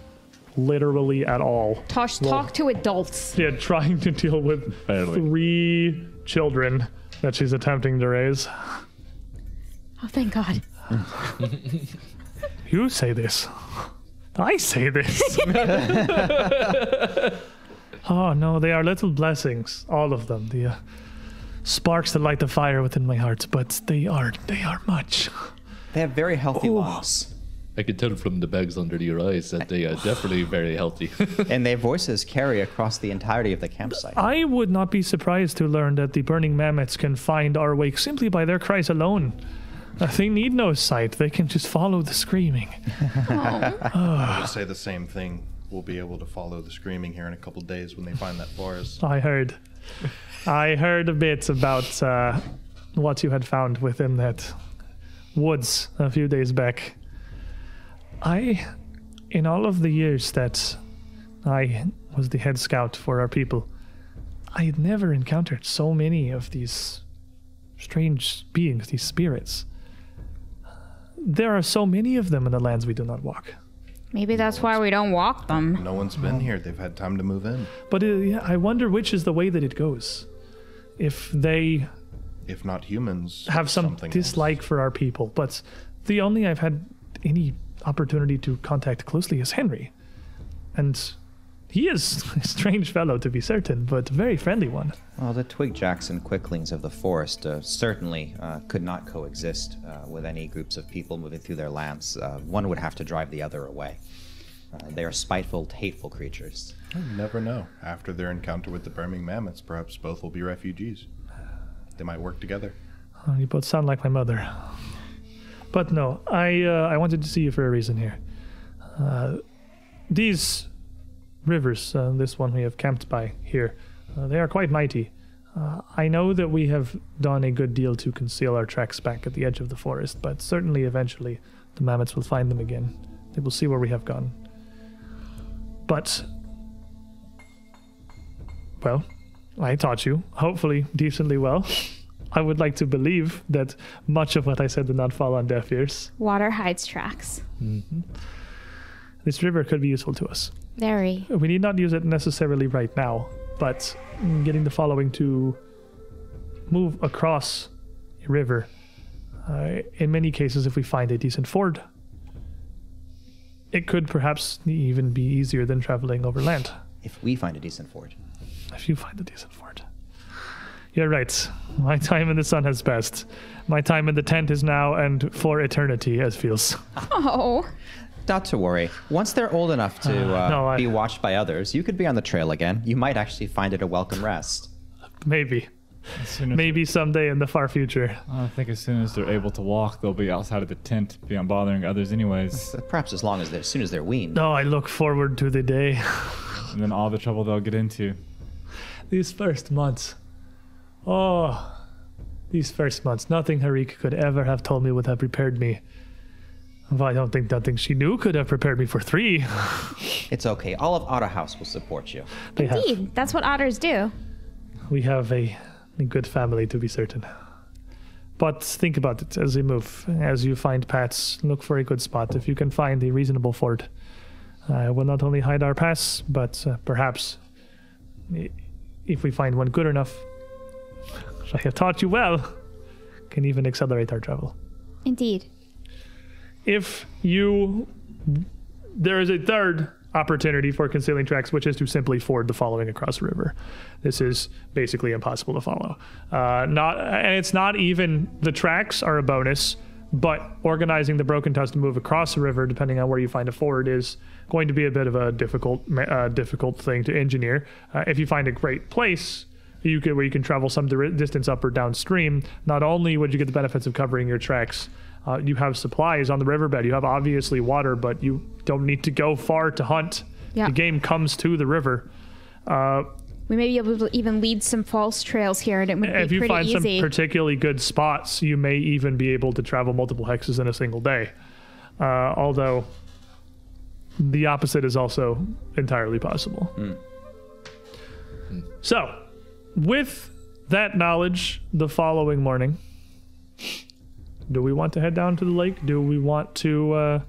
literally at all.
Tosh, talk to adults.
Yeah, *laughs* trying to deal with
Barely.
three children that she's attempting to raise.
Oh, thank God.
You say this. I say this. oh no, they are little blessings, all of them. The uh, sparks that light the fire within my heart, but they are they are much.
They have very healthy lungs.
I can tell from the bags under your eyes that they are definitely very healthy. *laughs*
And their voices carry across the entirety of the campsite.
I would not be surprised to learn that the burning mammoths can find our wake simply by their cries alone. Uh, they need no sight; they can just follow the screaming.
I would say the same thing. We'll be able to follow the screaming here in a couple days when they find that forest.
I heard. I heard a bit about uh, what you had found within that woods a few days back. I, in all of the years that I was the head scout for our people, I had never encountered so many of these strange beings, these spirits. There are so many of them in the lands we do not walk.
Maybe that's why we don't walk them.
No one's been here. They've had time to move in.
But uh, yeah, I wonder which is the way that it goes. If they
If not humans,
have some
something else.
dislike for our people, but the only I've had any opportunity to contact closely is Henry. And he is *laughs* a strange fellow to be certain, but a very friendly one.
Well, the twigjacks and quicklings of the forest uh, certainly uh, could not coexist uh, with any groups of people moving through their lands. Uh, one would have to drive the other away. Uh, they are spiteful, hateful creatures.
You never know. After their encounter with the Birmingham mammoths, perhaps both will be refugees. They might work together.
Oh, you both sound like my mother. But no, I uh, I wanted to see you for a reason here. Uh, these rivers, uh, this one we have camped by here, uh, they are quite mighty. Uh, I know that we have done a good deal to conceal our tracks back at the edge of the forest, but certainly eventually the mammoths will find them again. They will see where we have gone. But well, I taught you, hopefully decently well. *laughs* I would like to believe that much of what I said did not fall on deaf ears.
Water hides tracks.
This river could be useful to us.
Very.
We need not use it necessarily right now, but getting the following to move across a river, uh, in many cases, if we find a decent ford, it could perhaps even be easier than traveling overland.
If we find a decent fort.
If you find a decent fort. You're right. My time in the sun has passed. My time in the tent is now and for eternity, as feels.
Oh,
Not to worry. Once they're old enough
*sighs*
to uh,
no, I-
be watched by others, you could be on the trail again. You might actually find it a welcome rest.
Maybe.
Soon as-
Maybe someday in the far future.
I think as soon as they're able to walk, they'll be outside of the tent, be on bothering others anyways.
Perhaps as long as they're, as soon as they're weaned.
No, I look forward to the day.
and then all the trouble they'll get into.
*laughs* These first months. Oh, these first months. Nothing Harik could ever have told me would have prepared me. Well, I don't think nothing she knew could have prepared me for three. *laughs*
It's okay. All of Otter House will support you.
They have,
Indeed, that's what otters do.
we have a, a good family to be certain. But think about it as we move. As you find paths, look for a good spot. If you can find a reasonable fort, I will not only hide our pass, but uh, perhaps i- if we find one good enough, which I have taught you well, can even accelerate our travel.
Indeed.
if you there is a third opportunity for concealing tracks which is to simply ford the following across the river this is basically impossible to follow uh, not and it's not even the tracks are a bonus but organizing the broken tusk to move across the river depending on where you find a ford is going to be a bit of a difficult ma- uh, difficult thing to engineer uh, if you find a great place you could where you can travel some dir- distance up or downstream not only would you get the benefits of covering your tracks uh, you have supplies on the riverbed. You have obviously water, but you don't need to go far to hunt.
Yeah.
The game comes to the river. Uh,
We may be able to even lead some false trails here, and it would
if
be
you
pretty
find
easy.
some particularly good spots, you may even be able to travel multiple hexes in a single day. Uh, although the opposite is also entirely possible. So, with that knowledge, the following morning, do we want to head down to the lake? Do we want to uh,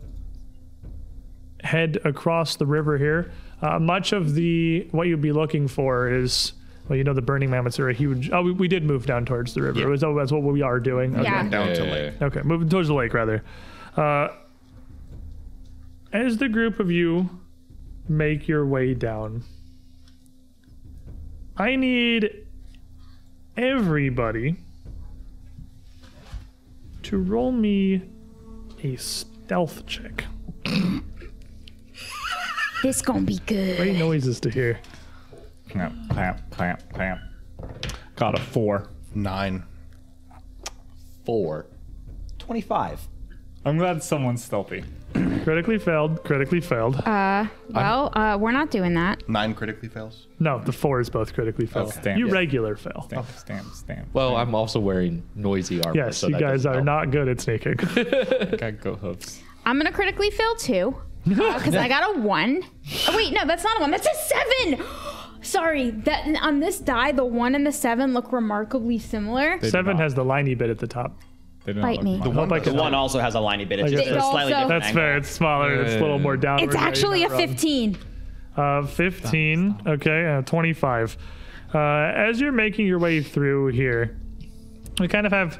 head across the river here? Uh, much of the what you'd be looking for is well, you know, the burning mammoths are a huge. Oh, we, we did move down towards the river. It was, oh, that's what we are doing. Okay.
yeah.
Down to
Yeah.
lake.
Okay, moving towards the lake rather. Uh, as the group of you make your way down, I need everybody to roll me a stealth check.
This gonna be good.
Great noises to hear.
Clamp, clamp, clamp, clamp. Got a four.
Nine.
Four.
25.
I'm glad someone's stealthy.
Critically failed. Critically failed.
Well, uh, we're not doing that.
Nine critically fails.
no, the four is both critically failed.
Okay.
You
Yeah.
regular fail.
Stamp, Oh, stamp, stamp.
Well, Oh, I'm also wearing noisy armor.
Yes,
so
you
that
guys
doesn't
are
help.
not good at sneaking.
Got go hooves.
I'm gonna critically fail too,
*laughs*
because I got a one. Oh wait, no, that's not a one. That's a seven. *gasps* Sorry, that on this die, the one and the seven look remarkably similar.
They do
Seven
not-
has the liney bit at the top.
they do not
Bite
look
me.
much.
The
Hope I
The
can-
one also has a liney bit. It's
It
just a
also-
slightly different
That's
angle.
fair. It's smaller. It's a little more downward.
It's actually a 15.
Uh, 15. Okay, uh, 25. Uh, as you're making your way through here, you kind of have.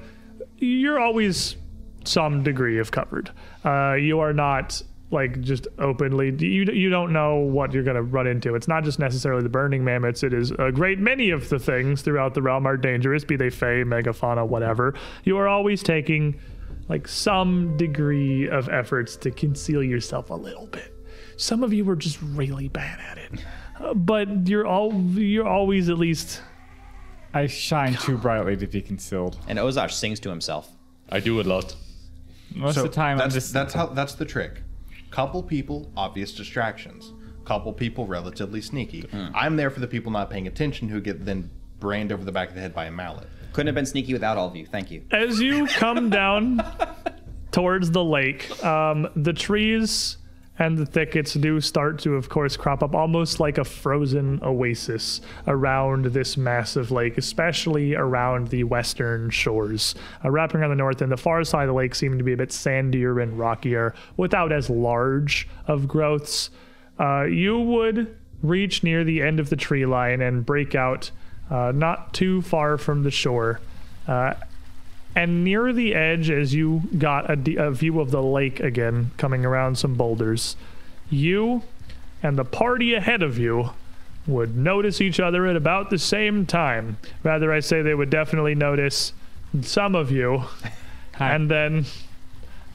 You're always some degree of covered. Uh, you are not like just openly you you don't know what you're going to run into it's not just necessarily the burning mammoths it is a great many of the things throughout the realm are dangerous be they fey megafauna whatever you are always taking like some degree of efforts to conceal yourself a little bit some of you were just really bad at it Uh, but you're all you're always at least
I shine too brightly to be concealed.
And Ozark sings to himself.
I do a lot.
Most of the time, I'm
that's,
just
that's how that's the trick. Couple people, obvious distractions. Couple people, relatively sneaky. I'm there for the people not paying attention who get then brained over the back of the head by a mallet.
Couldn't have been sneaky without all of you. Thank you.
as you come down towards the lake, um, the trees and the thickets do start to, of course, crop up almost like a frozen oasis around this massive lake, especially around the western shores. Uh, wrapping around the north and the far side of the lake seem to be a bit sandier and rockier without as large of growths. Uh, you would reach near the end of the tree line and break out uh, not too far from the shore. Uh, and near the edge, as you got a, d- a view of the lake again, coming around some boulders, you and the party ahead of you would notice each other at about the same time. Rather, I say they would definitely notice some of you, and then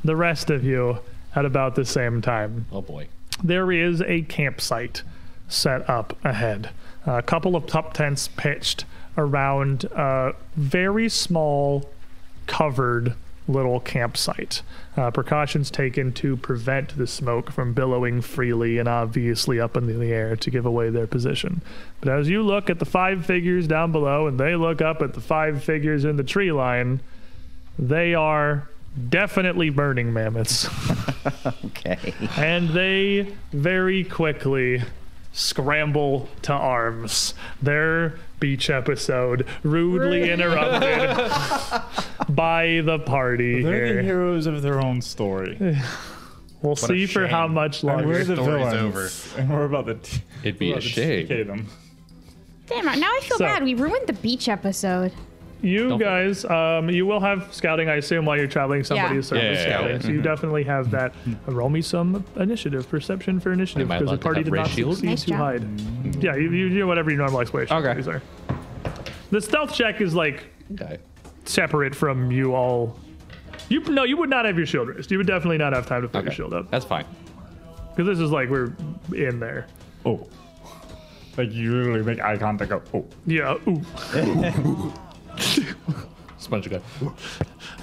the rest of you at about the same time
Oh boy.
there is a campsite set up ahead. A couple of top tents pitched around a very small, covered little campsite. Uh, precautions taken to prevent the smoke from billowing freely and obviously up into the air to give away their position. But as you look at the five figures down below and they look up at the five figures in the tree line, they are definitely burning
*laughs*
mammoths
Okay.
and they very quickly scramble to arms. Their beach episode rudely
*laughs*
interrupted by the party
They're the
here.
heroes of their own story.
We'll see
a
for how
shame.
much
And we're
longer.
the
story's
villains.
over.
And we're about to t-
It'd be
we're
a
about to
shame.
TK them.
Damn, now I feel
So-
bad. We ruined the beach episode.
You
Don't-
guys, um, you will have scouting, I assume, while you're traveling. Somebody
Yeah.
is certainly
Yeah, yeah, Mm-hmm. yeah.
scouting, so you definitely have that. Roll me some initiative, perception for initiative,
Am I
because the
allowed to
party
have
did
red Mm-hmm.
not
shield?
succeed
Nice
to
job.
hide. Yeah, you, you do whatever your normal exploration
Okay.
abilities are. The stealth check is like
Okay.
separate from you all. You no, you would not have your shield raised. You would definitely not have time to put your
Okay.
shield up
That's fine.
because this is like we're in there.
Oh. Like, you literally make eye contact. Go, oh.
Yeah, ooh,
Sponge guy.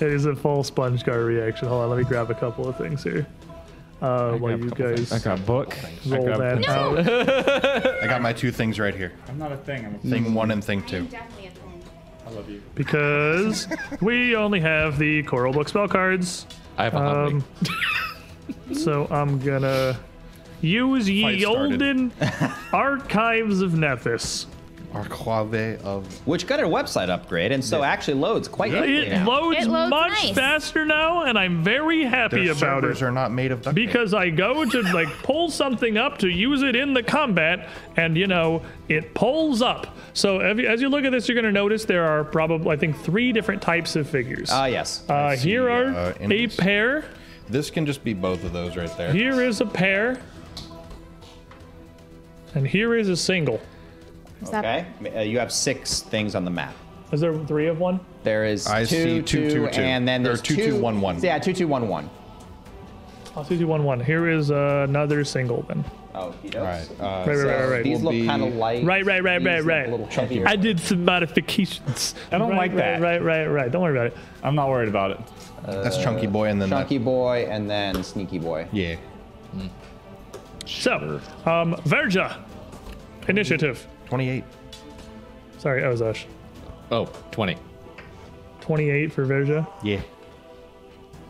it is a full sponge guard reaction. Hold on, let me grab a couple of things here. Uh, while you guys
I got a book.
roll
I
that
got
out.
I got my two things right here.
I'm not a thing. I'm a thing.
Mm.
Thing one and thing two.
I love you.
because we only have the coral book spell cards.
I have a
Um,
um,
so I'm gonna use ye
Fight started. *laughs*
olden archives of Nethys.
Arclave of
Which got a website upgrade and so actually loads quite quickly
It
now.
loads,
It loads
much
nice.
faster now, and I'm very happy
their
about it.
servers are not made of duct tape.
because I go to like pull something up to use it in the combat, and you know it pulls up. So ev- as you look at this, you're going to notice there are probably I think three different types of figures.
Ah, yes.
Uh, here are
uh,
a
images.
pair.
this can just be both of those right there.
Here is a pair, and here is a single.
okay. Uh, you have six things on the map.
Is there three of one?
There is
I see
two,
two, two, two.
and then
Or
there's
two,
two,
two, one, one.
Yeah, two, two, one, one.
I'll see two one one. Here is uh, another single then.
Oh,
All right. Uh,
Right, right, right, right,
These
right.
look
be-
kind of light.
Right, right, right,
These
right,
look
right.
A little chunkier.
I did some modifications. I
don't like that.
Right, right, right. Don't worry about it.
I'm not worried about it.
that's Chunky Boy and then
Chunky boy and then sneaky boy.
that. Yeah.
So, um, Verja, initiative.
28.
Sorry, Ozash.
oh, 20.
28 for Verja.
Yeah.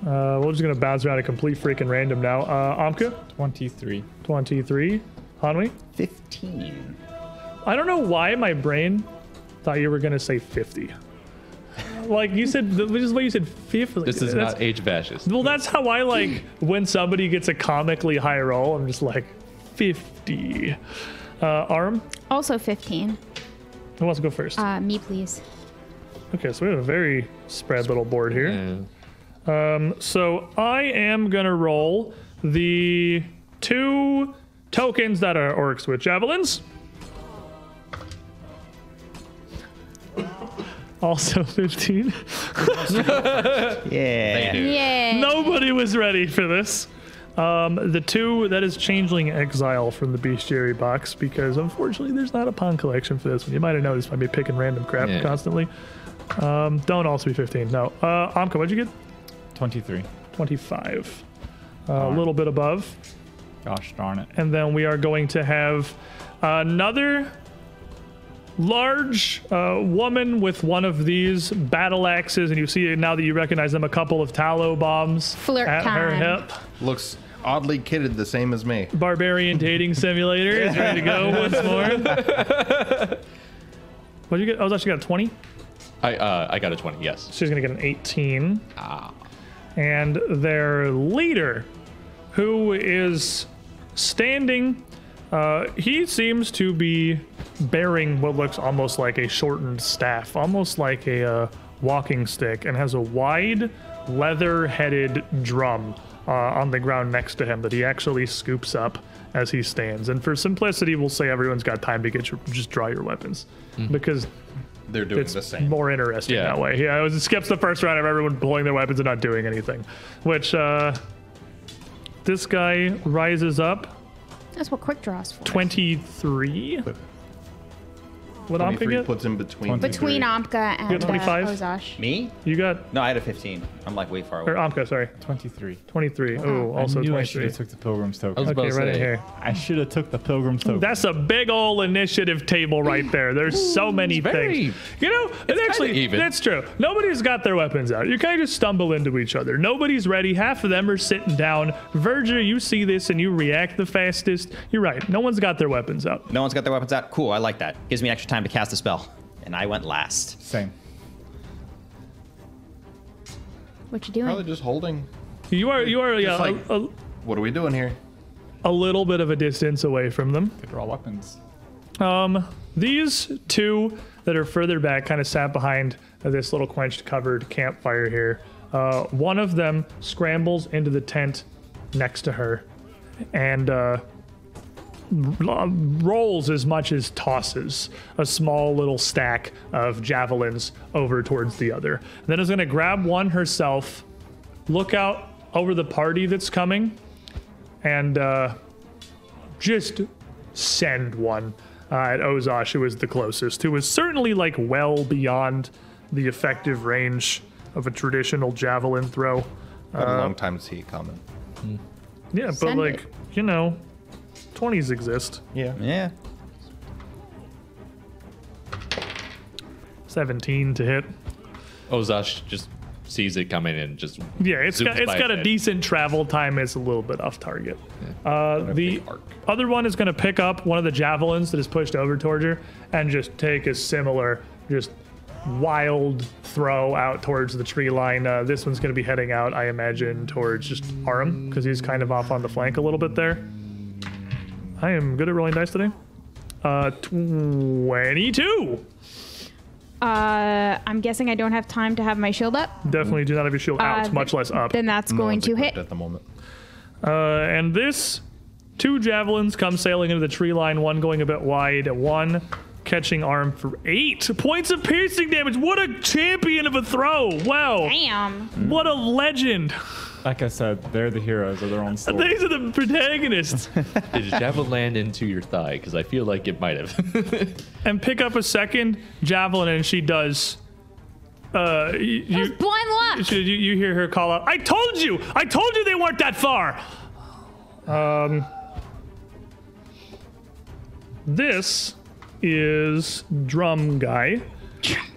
Uh, we're just going to bounce around a complete freaking random now. Uh, Amka,
23.
23. Hanwi,
15.
I don't know why my brain thought you were going to say 50. Like you said, th- which is why you said 50.
This is
That's-
not age bashes.
Well, that's how I like when somebody gets a comically high roll, I'm just like 50. Uh, Arm,
Also 15.
who wants to go first?
Uh, me, please.
Okay, so we have a very spread little board here. Um, So I am gonna roll the two tokens that are orcs with javelins. Also *laughs* 15.
Yeah.
Yay.
Nobody was ready for this. Um, the two that is changeling exile from the bestiary box because unfortunately there's not a pawn collection for this one. You might have noticed by me picking random crap
Yeah.
constantly. Um, don't also be 15. No. Uh, Amka, what'd you get?
23.
25. Uh, a little bit above.
Gosh darn it.
and then we are going to have another large uh, woman with one of these battle axes, and you see now that you recognize them, a couple of tallow bombs
Flirt
at her
time.
hip.
Looks oddly kitted the same as me.
Barbarian dating simulator is ready to go once more. What did you get? Oh, she got a twenty.
I uh, I got a 20, yes.
She's gonna get an eighteen. Ah. And their leader, who is standing. Uh, he seems to be bearing what looks almost like a shortened staff, almost like a uh, walking stick, and has a wide leather headed drum uh, on the ground next to him that he actually scoops up as he stands. And for simplicity, we'll say everyone's got time to get your, just draw your weapons because
They're doing the
it's
same.
more interesting
Yeah.
that way. Yeah, it, was, it skips the first round of everyone pulling their weapons and not doing anything. Which uh, this guy rises up
That's what quick draws for.
23. What I'm
23
get?
puts him between.
Between Omka and uh,
25?
Ozash.
Me?
You got
No, I had a 15. I'm like way far
or
away.
Amka, sorry,
23.
23. Oh, also
I knew I should
23.
have took the pilgrim's
I
token.
was
Okay,
about to
right in
say,
here.
I should have took the pilgrim's token.
That's a big ol' initiative table right there. There's so many
very-
things. You know, it actually
even.
that's true. Nobody's got their weapons out. You kind of stumble into each other. Nobody's ready. Half of them are sitting down. Verger, you see this and you react the fastest. You're right. No one's got their weapons out.
No one's got their weapons out. Cool, I like that. Gives me extra time to cast a spell. And I went last.
Same.
What you doing?
Probably just holding.
You are you are yeah,
Just like-
a, a,
What are we doing here?
a little bit of a distance away from them.
They draw weapons.
Um, these two that are further back kind of sat behind this little quenched covered campfire here. Uh, one of them scrambles into the tent next to her and uh, r- rolls as much as tosses a small little stack of javelins over towards the other. then is going to grab one herself, look out over the party that's coming, and uh, just send one uh, at Ozash, who was the closest, who was certainly like well beyond the effective range of a traditional javelin throw.
Been
Uh,
a long time to see it coming.
Yeah, but
Send
like,
it.
you know, 20s exist.
Yeah.
Yeah.
17 to hit.
Ozash just sees it coming and just
Yeah, it's
zooms
got, it's
by
got a
his head.
decent travel time. It's a little bit off target. Uh, the
big arc.
other one is going to pick up one of the javelins that is pushed over towards her and just take a similar, just wild throw out towards the tree line. Uh, this one's going to be heading out, I imagine, towards just Aram because he's kind of off on the flank a little bit there. I am good at rolling dice today. Uh, 22.
Uh, I'm guessing I don't have time to have my shield up.
Definitely do not have your shield out,
Uh,
much less up.
Then that's going
It's
to
equipped
hit.
At the moment.
Uh, and this, two javelins come sailing into the tree line, one going a bit wide, one catching arm for eight points of piercing damage. What a champion of a throw! Wow,
Damn.
what a legend! *laughs*
Like I said, they're the heroes of their
*laughs*
own story.
These are the protagonists.
Did a javelin land into your thigh? Because I feel like it might have. *laughs*
and pick up a second javelin, and she does. Uh, you,
That was
you,
blind luck.
you, you hear her call out, I told you! I told you they weren't that far! Um, this is Drum Guy.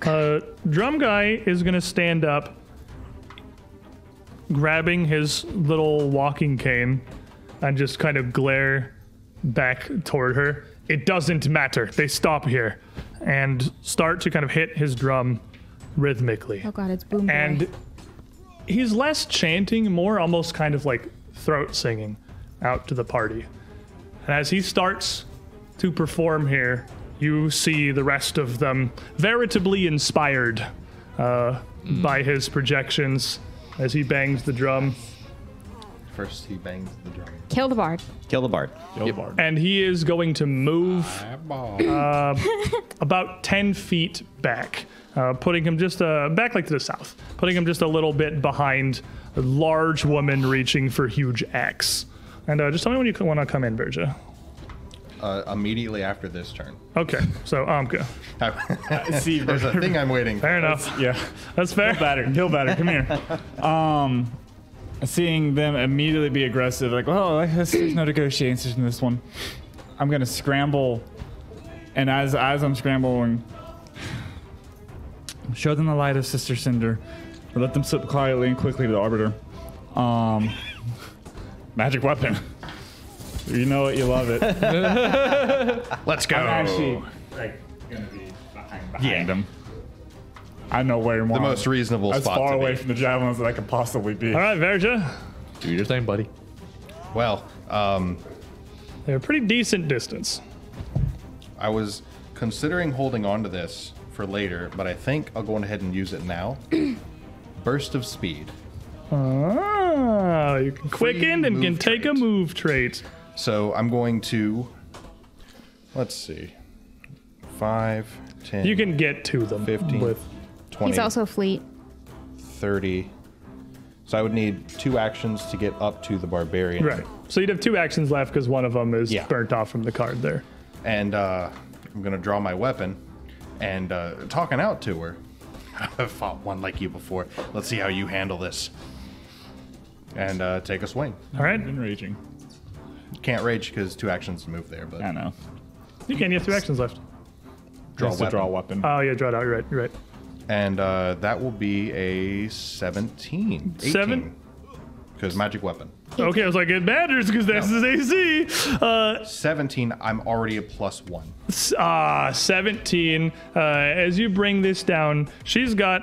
Uh, Drum Guy is going to stand up, grabbing his little walking cane, and just kind of glare back toward her. It doesn't matter. They stop here and start to kind of hit his drum rhythmically
Oh god, it's boom. boy.
and he's less chanting, more almost kind of like throat singing out to the party. And as he starts to perform here, you see the rest of them veritably inspired uh, by his projections as he bangs the drum.
First, he bangs the drum.
kill the bard.
Kill the bard.
And he is going to move
Ah,
uh,
Eyeball.
about 10 feet back, uh, putting him just uh, back like to the south, putting him just a little bit behind a large woman reaching for huge axe. And uh, just tell me when you want to come in, Virgia.
Uh, immediately after
*laughs*
this turn.
Okay, so Amka.
See,
*laughs* There's a thing I'm waiting for.
Fair enough.
yeah.
That's fair.
Batter, heal batter, come here.
*laughs*
Um, seeing them immediately be aggressive, like, oh, there's no negotiations in this one. I'm gonna scramble, and as as I'm scrambling, show them the light of Sister Cinder, but let them slip quietly and quickly to the Arbiter. Um, magic weapon. You know it, you love it.
*laughs* Let's go.
I'm actually like gonna be behind, behind them. I know where
the most reasonable
as
spot.
far
to
away
be.
from the javelins that I could possibly be.
All right, Virgia.
Do your thing, buddy.
Well, um,
They're a pretty decent distance.
I was considering holding on to this for later, but I think
*clears throat*
I'll go ahead and use it now. Burst of speed.
Ah, Wow, you can quicken and can
move
take a
trait.
move trait.
So I'm going to. Let's see. 5, 10,
You can get to them
15,
with
20,
He's also fleet.
30. So I would need two actions to get up to the barbarian.
right. So you'd have two actions left because one of them is
Yeah.
burnt off from the card there.
and uh, I'm gonna draw my weapon and uh, talking out to her. *laughs* I've fought one like you before. Let's see how you handle this. And uh, take a swing.
All right.
Enraging.
Can't rage because two actions to move there, but
I know.
You can. You have two actions left.
draw
Just
weapon.
to draw a weapon. Uh,
Oh yeah, draw it out. You're right. You're right.
And uh, that will be a 17.
Seven?
Because magic weapon.
Okay, I was like, it matters because that's his AC. Uh,
17, I'm already a plus one.
Ah, 17. Uh, as you bring this down, she's got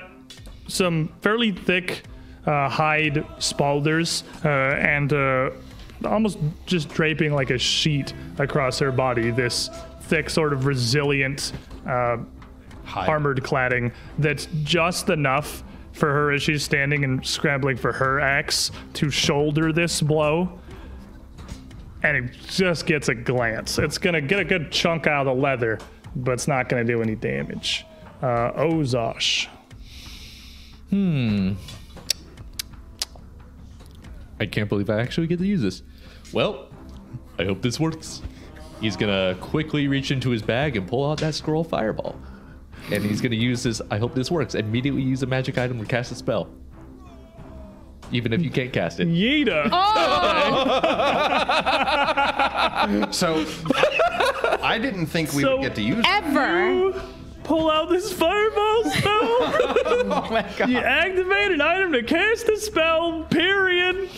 some fairly thick uh, hide spalders uh, and uh, almost just draping like a sheet across her body, this thick, sort of resilient uh,
High.
armored cladding that's just enough for her as she's standing and scrambling for her axe to shoulder this blow. And it just gets a glance. It's gonna get a good chunk out of the leather, but it's not gonna do any damage. Uh, Ozosh.
I can't believe I actually get to use this. Well, I hope this works. He's gonna quickly reach into his bag and pull out that scroll fireball. And he's gonna use this, I hope this works, immediately use a magic item to cast a spell. Even if you can't cast it.
Yeda. *laughs*
So I didn't think we
So-
would get to use
Mm.
Ever.
Pull out this fireball spell. You activate an item to cast a spell, period.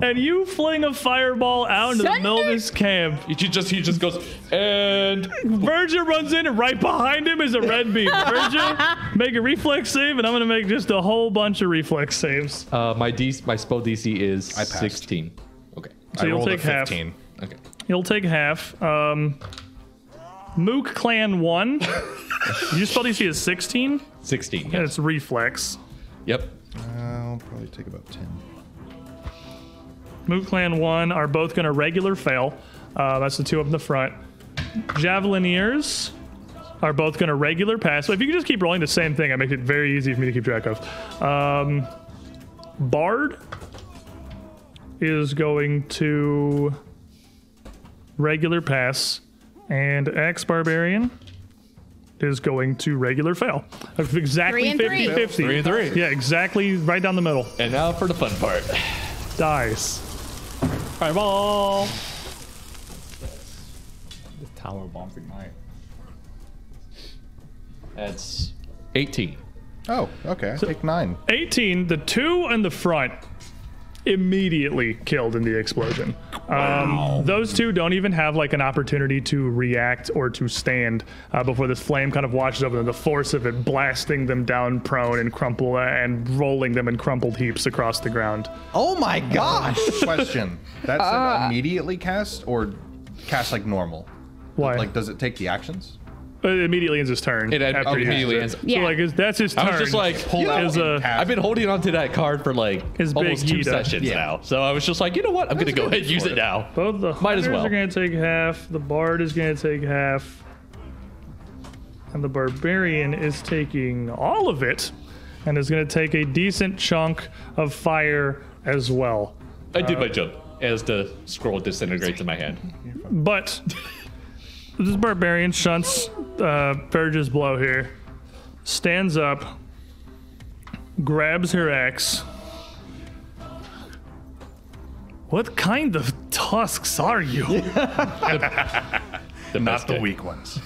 And you fling a fireball out into the middle of this camp.
He just he just goes and
Verger runs in, and right behind him is a red beam. Verger, make a reflex save, and I'm gonna make just a whole bunch of reflex saves.
uh, my D my spell DC is
I passed.
sixteen. Okay.
so
I
you'll
rolled a
take half.
15.
Okay.
You'll take half. Um, Mook Clan one. Your spell DC is 16,
Sixteen.
and
Yes.
it's reflex.
Yep.
I'll probably take about 10.
Moot Clan 1 are both going to regular fail. Uh, that's the two up in the front. Javelineers are both going to regular pass. So if you can just keep rolling the same thing, it makes it very easy for me to keep track of. Um, Bard is going to regular pass, and Axe Barbarian is going to regular fail. Exactly
and three.
50 50.
Three and three.
Yeah, exactly right down the middle.
And now for the fun part.
Dice. Fireball.
The tower bombs ignite.
That's eighteen.
Oh, okay. I take nine.
18, the two in the front immediately killed in the explosion. Um, Those two don't even have like an opportunity to react or to stand uh, before this flame kind of washes over them. The force of it blasting them down prone and crumple uh, and rolling them in crumpled heaps across the ground.
Oh my gosh!
Question. That's an immediately cast or cast like normal?
Why?
Like, does it take the actions?
it immediately ends his turn.
It had-
after he
immediately
uses it.
ends-
So
Yeah.
like his- that's his turn.
I was just like pull out.
is a-
I've been holding on to that card for like
His big
almost two
Yeeta.
sessions
Yeah.
now. So I was just like, you know what? I'm gonna
That's
go
good
ahead and use
for
it
it.
now.
Both the
Might as
hunters
well.
are going to take half. The bard is going to take half. And the barbarian is taking all of it and is going to take a decent chunk of fire as well.
I did
Uh,
my jump as the scroll disintegrates in my hand.
But *laughs* this barbarian shunts uh, Verge's blow here, stands up, grabs her axe. What kind of tusks are you?
The best day.
ones.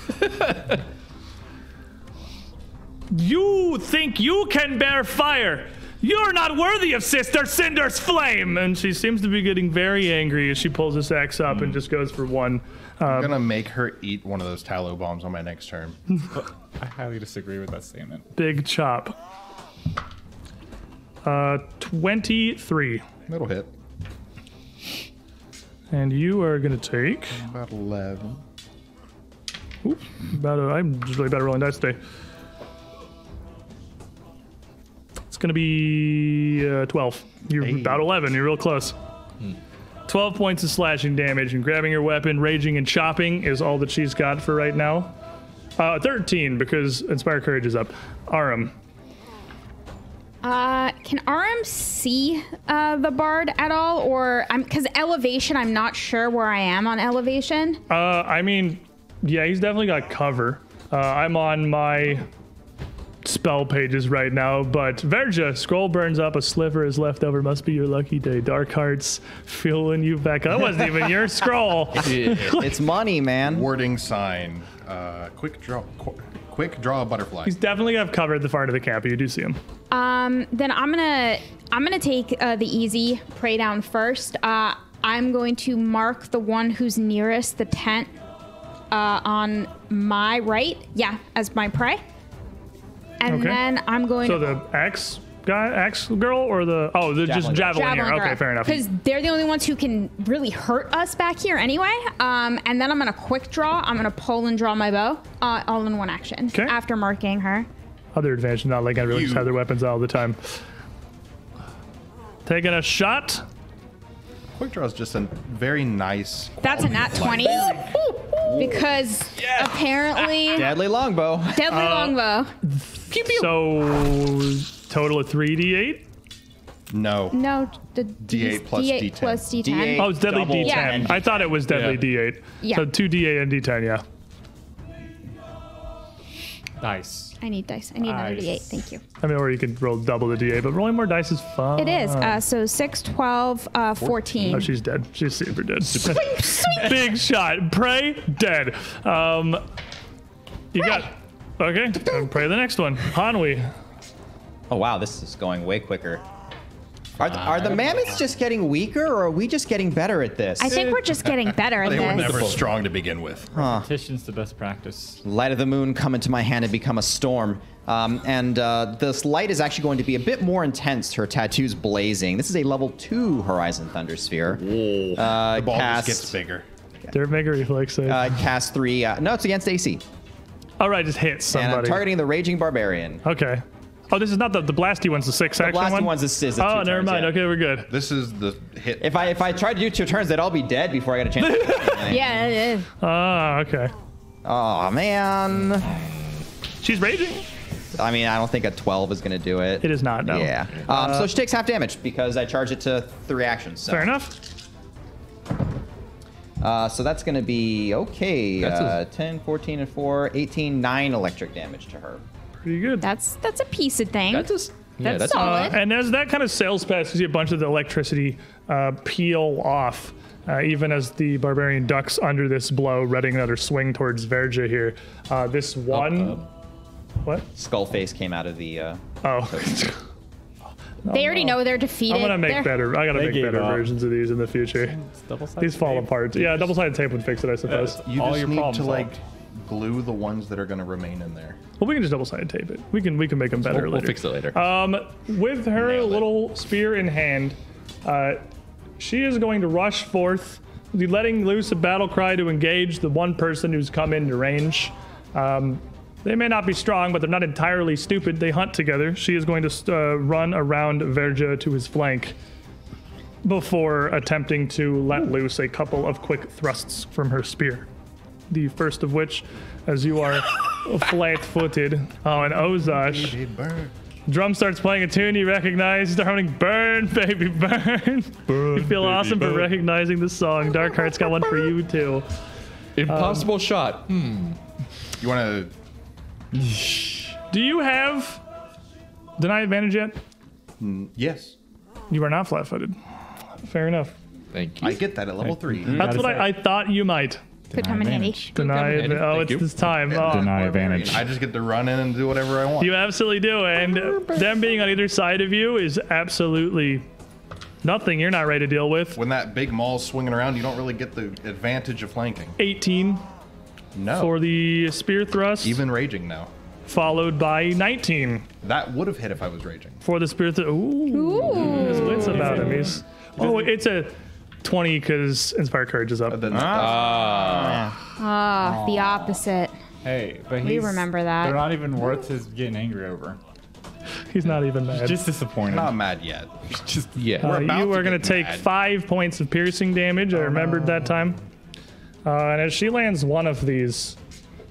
You think you can bear fire? You're not worthy of Sister Cinder's flame! And she seems to be getting very angry as she pulls this axe up and just goes for one.
I'm gonna make her eat one of those tallow bombs on my next turn.
I highly disagree with that statement.
Big chop. Uh, 23.
That'll hit.
And you are gonna take
About 11.
about. A, I'm just really bad at rolling dice today. It's going to be uh, 12. You're about 11. You're real close. 12 points of slashing damage, and grabbing your weapon, raging, and chopping is all that she's got for right now. Uh, 13, because Inspire Courage is up. Aram.
Uh, can RM see uh, the bard at all, or I'm because elevation? I'm not sure where I am on elevation.
Uh, I mean, yeah, he's definitely got cover. Uh, I'm on my spell pages right now, but Verja, scroll burns up, a sliver is left over. Must be your lucky day. Dark hearts feeling you back. That wasn't even your scroll.
*laughs* It's money, man.
Warding sign. Uh, quick draw. Qu- quick draw butterfly.
He's definitely gonna have cover at the far end of the camp. You do see him.
Um, then I'm gonna I'm gonna take uh, the easy prey down first. Uh, I'm going to mark the one who's nearest the tent uh, on my right. Yeah, as my prey. And
Okay.
then I'm going
So
to
the axe guy, axe girl, or the oh, the just javelin, here. Okay, fair enough.
Because they're the only ones who can really hurt us back here anyway. Um, and then I'm gonna quick draw. I'm gonna pull and draw my bow, uh, all in one action.
'Kay.
After marking her.
Other advantage, not like I really just
You-
have their weapons out all the time. Taking a shot.
Quick draw is just a very nice.
That's a
quality
nat
of life.
20. because apparently
Deadly longbow.
deadly longbow.
So total of three d8.
No.
No, the
D8 plus D10.
plus D10.
D8.
Oh, it's deadly
Double
D10.
damage.
I thought it was deadly D8.
Yeah.
So two D8 and D10. Yeah.
Nice.
I need dice. I need another D8.
Nice.
Thank you.
I mean, or you could roll double the D8, but rolling more dice is fun.
It is. Uh, so 6, 12, uh, 14.
Oh, she's dead. She's super dead. Big shot. Prey dead. Um, you got. Okay. Then Pray the next one. Hanwi.
Oh wow, this is going way quicker. Are, are
Uh,
the mammoths just getting weaker, or are we just getting better at this?
I think we're just getting better at
They were
this.
never strong to begin with.
Petition's the best practice.
light of the moon come into my hand and become a storm. Um, and uh, this light is actually going to be a bit more intense. Her tattoo's blazing. This is a level two Horizon Thunder Sphere. Uh,
The ball
cast,
just gets bigger.
Derek, make a reflex save.
Uh, cast three. Uh, no, it's against AC.
All right, just hit somebody.
And I'm targeting the Raging Barbarian.
Okay. Oh, this is not the the blasty one's the six action
blasty
one.
one's a- is a
oh, never
two turns,
mind.
yeah.
Okay, we're good.
This is the hit.
If I if I tried to do two turns, they'd all be dead before I got a chance. to
*laughs*
do anything.
yeah, it is.
Ah, okay.
Oh man.
She's raging.
I mean, I don't think a 12 is gonna do it.
It is not. No. Uh,
Yeah. Um, so she takes half damage because I charge it to three actions. So.
Fair enough.
Uh, so that's going to be okay.
That's a-
Uh, 10, 14, and 4, 18, 9 electric damage to her.
Pretty good.
That's that's a piece of thing.
That's just yeah,
That's
that's
solid.
And as that kind of sails past, you see a bunch of the electricity uh, peel off, uh, even as the barbarian ducks under this blow, readying another swing towards Verja here. Uh, this one. What?
Skullface came out of the. Uh,
Oh. *laughs*
they already know they're defeated.
I'm gonna make
They're-
better. I gotta
They
make
gave
better
up.
versions of these in the future.
Double sided
These fall apart. Yeah, double-sided tape would fix it, I suppose.
you
all
just
your
need
problems
to like
solved.
glue the ones that are going to remain in there.
Well, we can just double-sided tape it. We can we can make them better
We'll, we'll
later.
fix it later.
Um, with her
Nailed it.
little spear in hand, uh, she is going to rush forth, letting loose a battle cry to engage the one person who's come into range. Um, they may not be strong, but they're not entirely stupid. They hunt together. She is going to uh, run around Verja to his flank before attempting to let loose a couple of quick thrusts from her spear. The first of which, as you are flat footed, oh, an Ozash. Drum starts playing a tune you recognize. You start humming "Burn, Baby Burn." you feel awesome for recognizing this song. Dark Heart's got one for you too.
Impossible shot. Uh, Hmm.
You want to
Do you have deny advantage yet?
Yes.
You are not flat-footed. Fair enough.
Thank you.
I get that at level three.
That's what I, I thought you might
Could come in handy.
deny.
advantage.
adva- oh,
Thank
it's
you.
this time. Oh.
Deny advantage.
I just get to run in and do whatever I want.
You absolutely do, and them being on either side of you is absolutely nothing. You're not ready to deal with.
when that big maul's swinging around, you don't really get the advantage of flanking.
18
No.
for the spear thrust,
Even raging now.
followed by 19
That would have hit if I was raging.
for the spear thrust. Ooh.
Ooh.
His wits about him. He's oh, it's a twenty because inspire courage is up.
Then uh,
Ah, the opposite.
Hey, but he's,
We remember that.
They're not even worth his getting angry over.
He's not even mad.
Just disappointed.
Not mad yet. *laughs*
Just
Yeah.
Uh,
about
you
to
are going
get
to take
mad. Oh,
five points of piercing damage. I remembered that time. Uh, and as she lands one of these,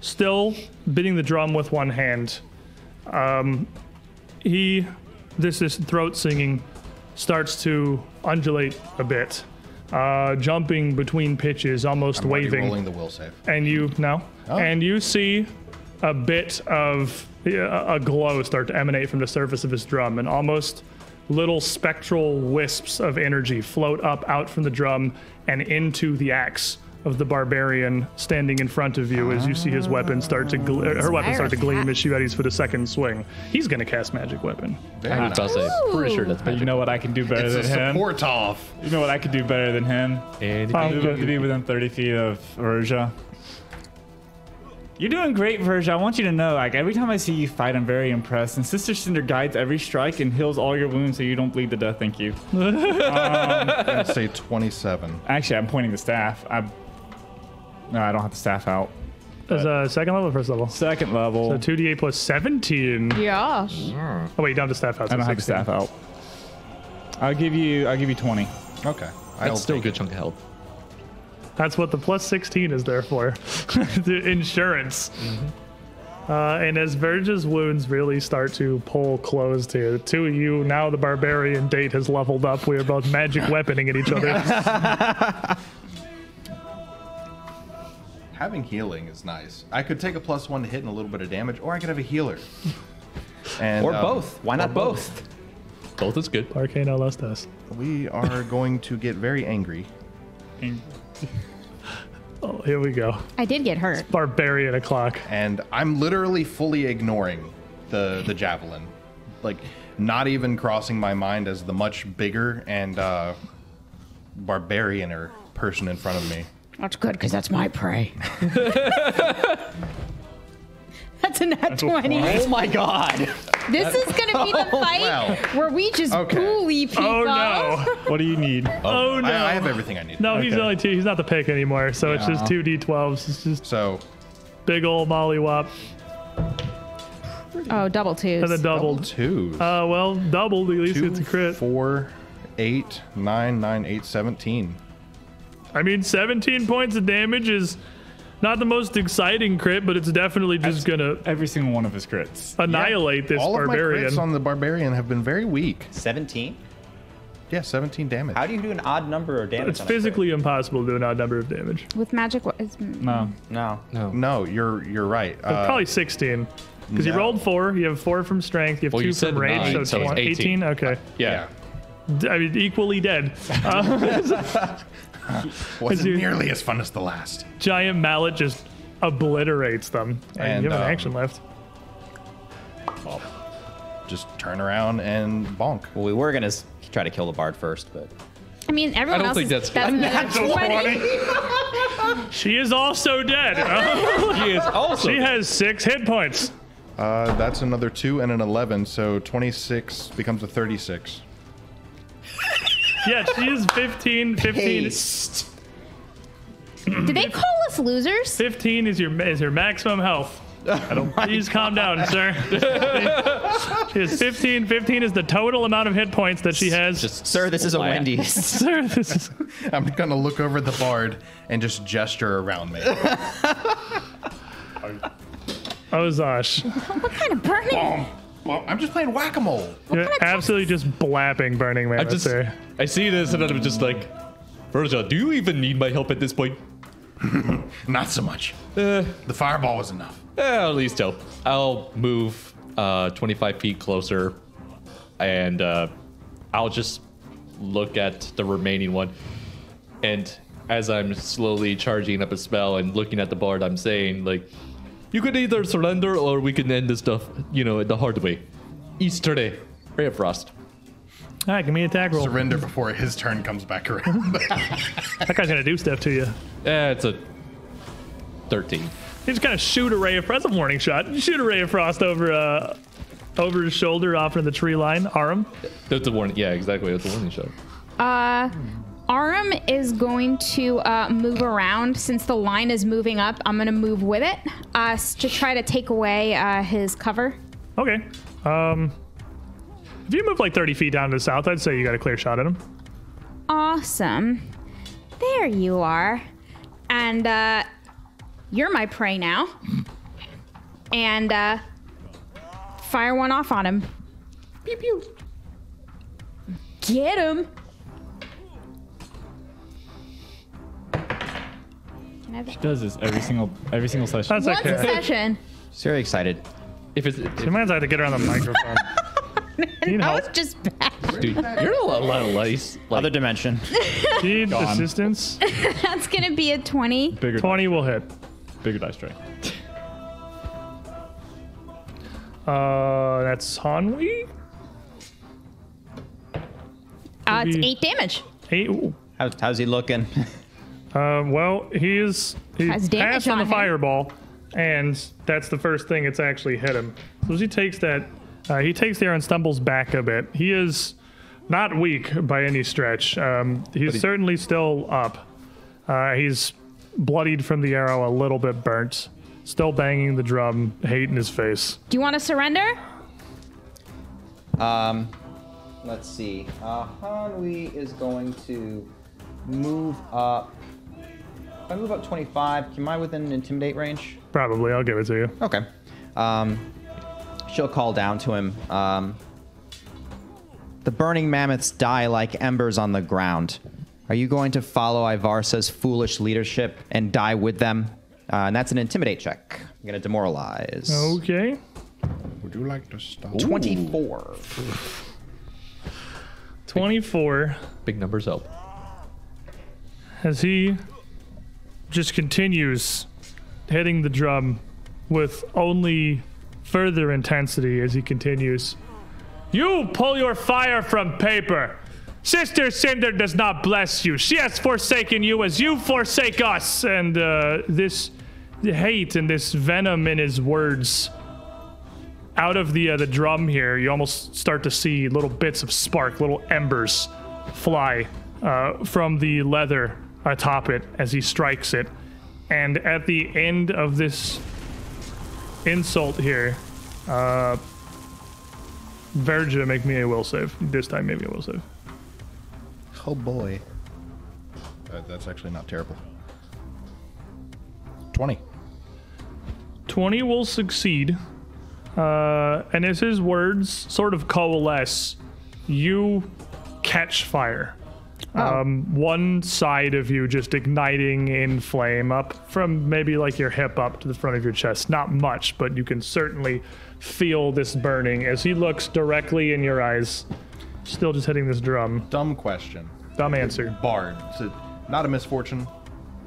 still beating the drum with one hand, um, he, this is throat singing, starts to undulate a bit, uh, jumping between pitches, almost
I'm already
waving
rolling the will save.
and you no, and you see a bit of uh, a a glow start to emanate from the surface of his drum, and almost little spectral wisps of energy float up out from the drum and into the axe of the barbarian standing in front of you as you see his weapon start to gl- er, her weapon start to gleam as she readies for the second swing. He's gonna cast magic weapon.
I was about to say, pretty sure that's
But you
magic.
know what I can do better
It's a
than him?
support off.
You know what I could do better than him?
And
I would love to be within 30 feet of Verja. You're doing great, Verja. I want you to know, like, every time I see you fight, I'm very impressed. And Sister Cinder guides every strike and heals all your wounds so you don't bleed to death. Thank you.
I'd say 27.
Actually, I'm pointing the staff. I No, I don't have the staff out.
As a second level, first level.
Second level.
So 2d8 plus 17.
Yeah.
Oh wait, you don't have to staff out.
I don't have
16.
the staff out. I'll give you I'll give you 20.
Okay. I'll
that's still a
take
good chunk of health.
That's what the plus 16 is there for *laughs* the insurance. Uh, and as Verge's wounds really start to pull closed here, the two of you, now the barbarian date has leveled up. We are both magic weaponing at each other.
it. Having healing is nice. I could take a plus one to hit and a little bit of damage, or I could have a healer. *laughs* And,
Or
um,
both. Why not both?
Both is good.
Arcane lost us.
We are going to get very angry.
Oh, here we go.
I did get hurt.
Barbarian o'clock.
and I'm literally fully ignoring the the javelin, like not even crossing my mind as the much bigger and uh, barbarianer person in front of me.
That's good because that's my prey. that's a nat 20.
Oh my god!
This is going to be the fight
wow.
where we just
Okay.
bully people.
Oh
*laughs*
no. *laughs*
What do you need?
Oh, no.
I, I have everything I need.
No, he's only two. He's not the pick anymore. So it's just two d12s. It's just
So
big old mollywop.
Oh, double
And
twos.
then doubled.
two,
Uh, well, doubled. At least
two,
it's a crit.
four, eight, nine, nine, eight, seventeen.
I mean, 17 points of damage is not the most exciting crit, but it's definitely just gonna
Every single one of his crits.
annihilate this
All of
barbarian.
my crits on the barbarian have been very weak.
Seventeen.
Yeah, seventeen damage.
How do you do an odd number of damage?
it's
on a crit?
physically impossible to do an odd number of damage.
With magic, hmm. wa- it's
No.
no.
no, you're you're right. Uh,
Probably 16. Because you
no.
rolled four, you have four from strength, you have
Well,
two
you
from
said
rage,
nine,
so,
so it's
20 18.
18.
Okay.
yeah.
D- I mean, equally
*laughs*
dead. Uh,
Wasn't
Dude.
nearly as fun as the last.
Giant mallet just obliterates them. And,
And,
you have an
um,
action left.
Just turn around and bonk.
Well, we were gonna s- try to kill the bard first, but
I mean, everyone
don't
else
think
is,
that's-
that's another 20.
She is also dead. *laughs*
He is also
she has six hit points.
Uh, that's another two and an 11, so 26 becomes a 36.
Yeah, she is 15, 15,
Did they call us losers?
15 is your is your maximum
*laughs*
health. I don't- please calm down, sir. she has 15. 15 is the total amount of hit points that she has.
just
sir, this is a *laughs* Wendy's.
*laughs* sir, this is
*laughs* I'm gonna look over the bard and just gesture around *laughs* me.
Ozosh.
What kind of burning?
Well, I'm just playing whack a mole.
You're absolutely just blapping Burning Man
I
right
just
there.
I see this and I'm just like, Virgil, do you even need my help at this point?
Not so much.
Uh,
The fireball was enough.
eh, at least help. I'll move uh, 25 feet closer, and uh, I'll just look at the remaining one. And as I'm slowly charging up a spell and looking at the bard, I'm saying like, you could either surrender or we can end this stuff, you know, the hard way. Easter Day, Ray of Frost.
All right, give me an attack roll.
Surrender before his turn comes back *laughs* around.
That guy's gonna do stuff to you.
Eh, it's a 13.
He's gonna shoot a ray of frost. That's a warning shot. Shoot a ray of frost over uh, over his shoulder, off into the tree line. Aram.
That's a warning. Yeah, exactly. That's a warning shot.
Uh, Aram is going to uh, move around. Since the line is moving up, I'm going to move with it uh, s- to try to take away uh, his cover.
Okay. Um, If you move like 30 feet down to the south, I'd say you got a clear shot at him.
Awesome. There you are. And uh, you're my prey now. And uh, fire one off on him. Pew pew. Get him. Can I have that?
Does this every single every single session?
That's
Once a
okay.
session.
He's very excited.
If it's if,
You might have to get around the
*laughs*
microphone. Need
I
help?
was just bad.
dude, you're a lot, a lot of lice. Like,
Other dimension.
Need assistance?
*laughs* That's gonna be a twenty.
Bigger,
20 will hit.
bigger dice tray.
Uh, that's Hanwi?
Uh, it's
Maybe-
eight damage.
Hey, ooh.
How, how's he looking?
Uh, well, he is he
Has damage
passed on,
on
the
him.
fireball, and that's the first thing it's actually hit him. So as he takes that, uh, he takes the air and stumbles back a bit. He is not weak by any stretch. Um, he's certainly still up. Uh, he's bloodied from the arrow, a little bit burnt, still banging the drum, hate in his face.
Do you want to surrender?
Um, *laughs* let's see. Uh, Hanwi is going to move up. If I move up 25, am I within an intimidate range?
Probably, I'll give it to you.
Okay. Um, she'll call down to him. Um, the burning mammoths die like embers on the ground. Are you going to follow Ivarsa's foolish leadership and die with them? Uh, and that's an intimidate check. I'm going to demoralize.
Okay.
Would you like to stop?
24.
24.
big numbers help.
as he just continues hitting the drum with only further intensity as he continues. You pull your fire from paper. Sister Cinder does not bless you. She has forsaken you as you forsake us. And uh, this hate and this venom in his words. Out of the uh, the drum here, you almost start to see little bits of spark, little embers fly uh, from the leather atop it as he strikes it. And at the end of this insult here, uh, Verja, make me a will save. This time, maybe a will save.
Oh boy. Uh, that's actually not terrible. 20.
20 will succeed. Uh, and as his words sort of coalesce, you catch fire. Um, one side of you just igniting in flame up from maybe like your hip up to the front of your chest. Not much, but you can certainly feel this burning as he looks directly in your eyes. Still just hitting this drum.
Dumb question.
Dumb answer.
Bard. Is it not a misfortune?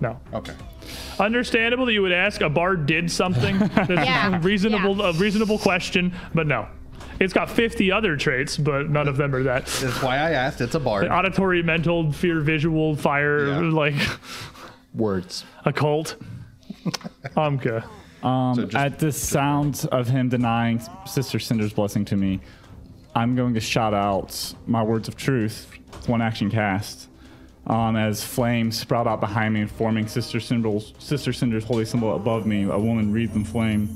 No.
Okay.
Understandable that you would ask. A bard did
*laughs*
something. That's
Yeah,
a reasonable, a reasonable question, but no. It's got 50 other traits, but none of them are that.
That's why I asked. It's a bard.
Auditory, mental, fear, visual, fire,
Yeah.
like *laughs*
Words.
occult. Amka.
So just-
Um, At the sound of him denying Sister Cinder's blessing to me, I'm going to shout out my words of truth. It's one action cast. Um, as flames sprout out behind me and forming Sister Cinder's, Sister Cinder's holy symbol above me, a woman wreathed in flame.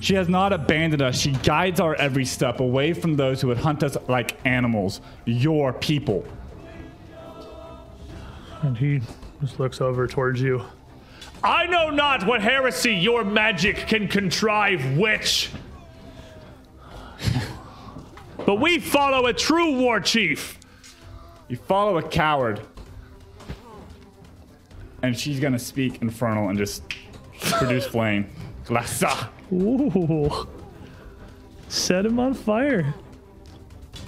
She has not abandoned us. She guides our every step away from those who would hunt us like animals, your people.
And he just looks over towards you. I know not what heresy your magic can contrive, witch. but we follow a true war chief.
You follow a coward. And she's gonna speak infernal and just *laughs* produce flame. Glassa.
Ooh. Set him on fire.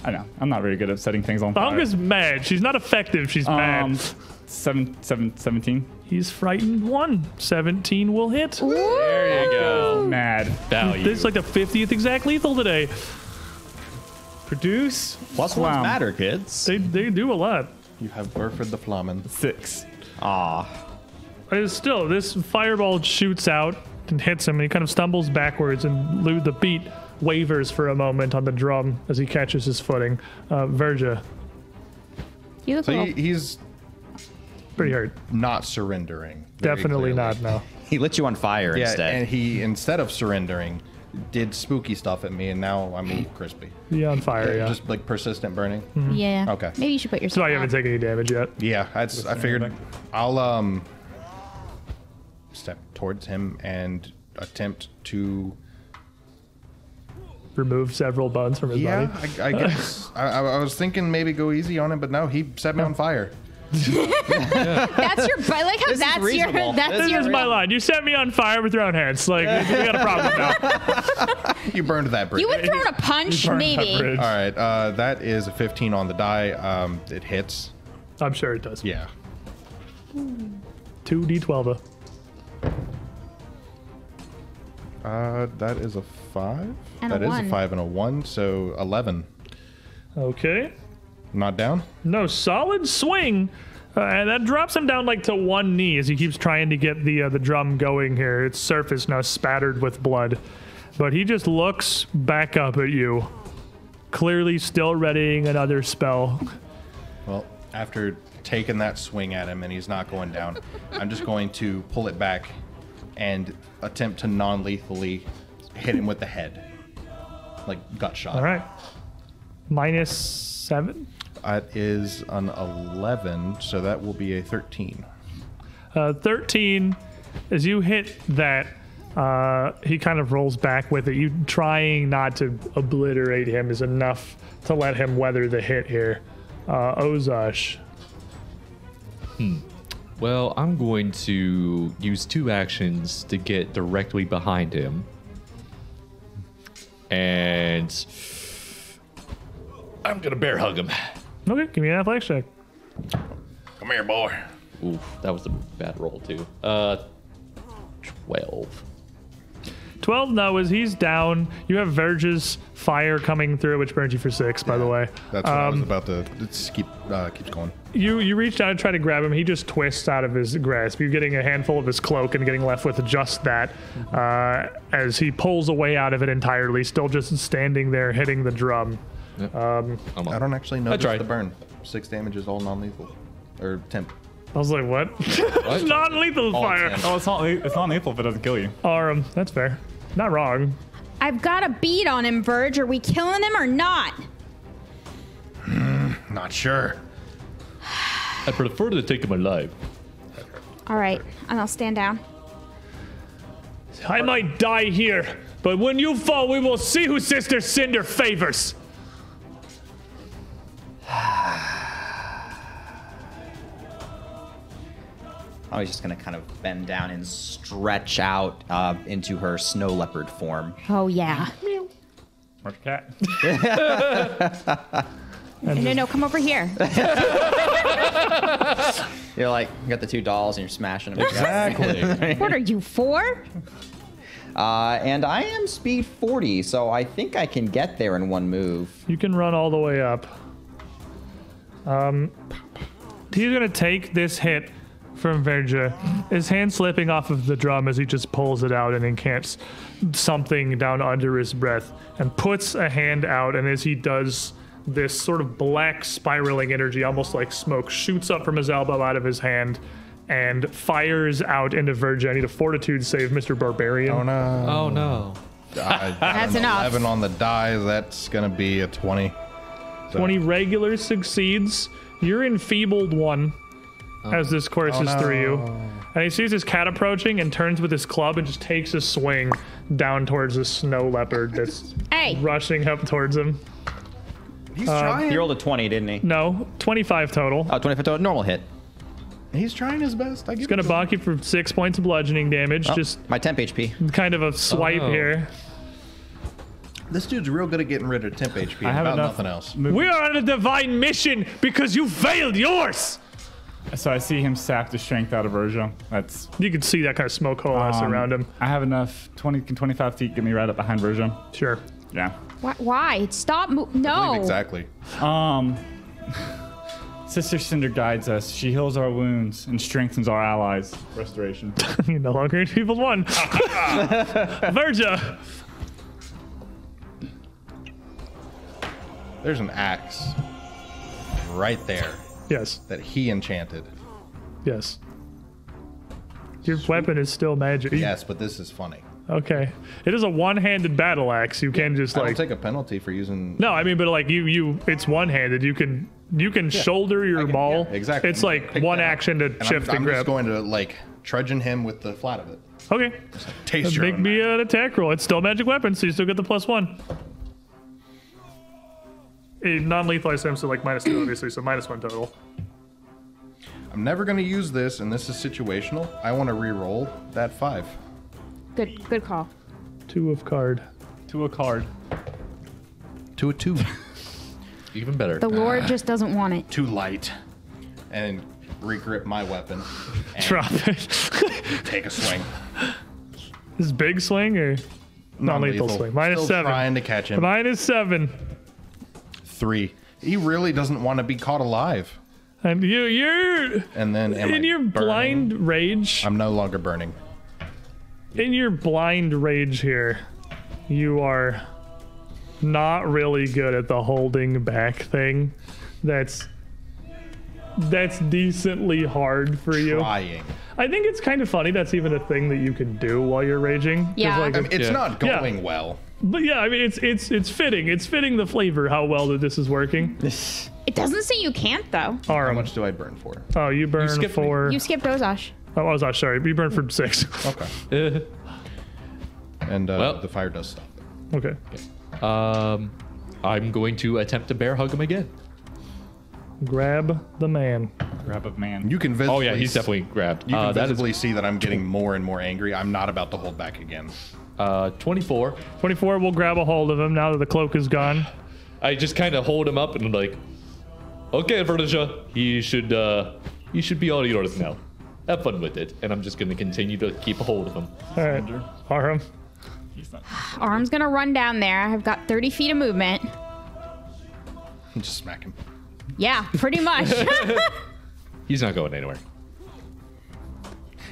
I know. I'm not very good at setting things on fire.
Anga's mad. She's not effective. She's
um,
mad.
seven, seven, 17.
He's frightened. One. 17 will hit.
There you go.
Mad.
Value.
This is like the 50th exact lethal today.
Produce.
Plus
Wow.
ones matter, kids.
They, they do a lot.
you have Burford the Flamen.
Six.
Aw.
But still, this fireball shoots out and hits him, and he kind of stumbles backwards, and Lou, the beat wavers for a moment on the drum as he catches his footing. Uh, Verja,
You look
So
little
he, he's
pretty hurt.
not surrendering. very
Definitely
clearly.
not, no.
He lit you on fire
Yeah,
instead.
and he, instead of surrendering, did spooky stuff at me, and now I'm a little crispy.
Yeah, on fire. Mm-hmm. Yeah. Mm-hmm.
Just like persistent burning.
Yeah.
Okay.
Maybe you should put
That's
yourself.
why you haven't taken any damage yet.
Yeah, that's, I figured I'll um step towards him and attempt to.
Remove several buns from his body. *laughs*
I, I guess I, I I was thinking maybe go easy on him, but no, he set me on fire.
that's your. I like how that's your.
reasonable.
*laughs*
That's
This
your.
is my line. You set me on fire with your own hands. Like we got a problem now.
You burned that bridge.
You would throw in a punch, maybe.
All right, uh, that is a 15 on the die. Um, it hits.
I'm sure it does.
Yeah.
Two d12.
Uh, that is a five.
And a
That is
one.
a five and a one, so 11.
Okay.
Not down.
No solid swing, uh, and that drops him down like to one knee as he keeps trying to get the uh, the drum going here. Its surface now spattered with blood, but he just looks back up at you, clearly still readying another spell.
Well, after taking that swing at him and he's not going
*laughs*
down, I'm just going to pull it back and attempt to non lethally hit him with the head. Like gut shot.
All right, minus seven.
That is an 11, so that will be a 13.
Uh, 13, as you hit that, uh, he kind of rolls back with it. You trying not to obliterate him is enough to let him weather the hit here. Uh, Ozash.
Well, I'm going to use two actions to get directly behind him. And I'm going to bear hug him.
Okay, give me an athletics check.
Come here, boy.
Oof, that was a bad roll, too. Uh, 12.
12 no is he's down you have verge's fire coming through which burns you for six by the way
That's what I
Um,
was about to. Let's keep uh, keeps going.
you you reach down and try to grab him he just twists out of his grasp you're getting a handful of his cloak and getting left with just that uh, as he pulls away out of it entirely still just standing there hitting the drum
I'm
I
up.
don't actually notice
tried.
the burn. Six damage is all non-lethal, or temp.
i was like what
What?
*laughs* non-lethal
All
fire
temp.
Oh, it's not le- it's not lethal if it doesn't kill you.
arm that's fair not wrong
I've got a bead on him, Verge. Are we killing him or not?
Not sure.
I prefer to take him alive.
All right, and I'll stand down.
i might die here but when you fall we will see who sister cinder favors
I was Oh, just gonna kind of bend down and stretch out uh, into her snow leopard form.
Oh yeah.
March cat.
No, no, come over here.
You're like, you got the two dolls and you're smashing them.
Exactly.
what are you for?
uh, and I am speed 40, so I think I can get there in one move.
You can run all the way up. Um, he's gonna take this hit from Verja. His hand slipping off of the drum as he just pulls it out and incants something down under his breath and puts a hand out. And as he does, this sort of black spiraling energy, almost like smoke, shoots up from his elbow out of his hand and fires out into Verja. I need a fortitude save, Mr. Barbarian.
Oh no.
Oh, no.
that's
enough.
Eleven on the die. That's gonna be a twenty.
20 regular succeeds. Your enfeebled one as this courses through you. And he sees his cat approaching and turns with his club and just takes a swing down towards the snow leopard that's
Hey,
rushing up towards him.
He's trying.
He rolled a 20, didn't he?
No, 25 total.
Oh, 25 total, normal hit.
*laughs* He's trying his best. I give
It's going
it
to
him.
bonk you for six points of bludgeoning damage.
Oh,
Just
my temp HP.
kind of a swipe
Oh.
here.
This dude's real good at getting rid of temp HP.
have
about
enough-
nothing else.
We are on a divine mission because you failed yours.
So I see him sap the strength out of Virgil. That's
You can see that kind of smoke coalesce
um,
around him.
I have enough. 20 can 25 feet get me right up behind Virgil.
Sure. *laughs*
Yeah.
wh- why? Stop. Mo- no.
Exactly.
Um, Sister Cinder guides us. She heals our wounds and strengthens our allies. Restoration.
you no longer *laughs* enfeebled one. Verja.
There's an axe right there
Yes.
that he enchanted.
Yes. Your weapon is still magic. You-
Yes, but this is funny.
Okay. It is a one-handed battle axe. You can just
I don't
like
take a penalty for using.
No, I mean, but like you, you, it's one-handed. You can, you can shoulder your
I can-
ball.
yeah, exactly.
It's
I'm gonna
like
pick
one
that up,
action to
And
shift
I'm, I'm
and grab.
just going to like trudging him with the flat of it.
okay.
Taste your
Make
own
me an attack roll. It's still a magic weapon, so you still get the plus one. A non-lethal item, so like minus two, obviously, so minus one total.
I'm never going to use this, and this is situational. I want to re-roll that five.
Good, good call.
Two of card.
To a card.
To a *laughs* two.
Even better.
The Lord just doesn't want it.
Too light. And regrip my weapon. And
Drop it. *laughs*
Take a swing.
this big swing or non-lethal,
Non-lethal.
swing? Minus
Still
seven.
Trying to catch him.
Minus seven.
Three. He really doesn't want to be caught alive.
And you, you're
And then am I
in your
burning?
blind rage.
I'm no longer burning.
in your blind rage here, you are not really good at the holding back thing. That's that's decently hard for you.
Trying.
I think it's kind of funny that's even a thing that you can do while you're raging. 'Cause,
Yeah.
like,
I mean, it's
Yeah.
not
Yeah.
going well.
but yeah, I mean it's it's it's fitting. It's fitting the flavor how well that this is working.
It doesn't say you can't though.
How
Arum.
much do I burn for?
Oh, you burn
skipped me.
for
You skipped Ozosh.
Oh, I was not sorry. You burn for 6.
Okay.
Eh.
And uh,
Well-
the fire does stop.
*laughs* okay.
*laughs* um, I'm going to attempt to bear hug him again.
Grab the man.
Grab a man.
You can visibly.
Oh yeah, he's
s-
definitely grabbed.
You can
Uh, that is
visibly see that I'm getting more and more angry. I'm not about to hold back again. *laughs*
uh, 24.
24 will grab a hold of him now that the cloak is gone.
I just kind of hold him up and I'm like, okay, Vernisha, you should uh, you should be all yours now. Have fun with it, and I'm just gonna continue to keep a hold of him.
All right. Arum.
Arm's gonna run down there. I've got 30 feet of movement.
Just smack him.
Yeah, pretty much.
He's not going anywhere.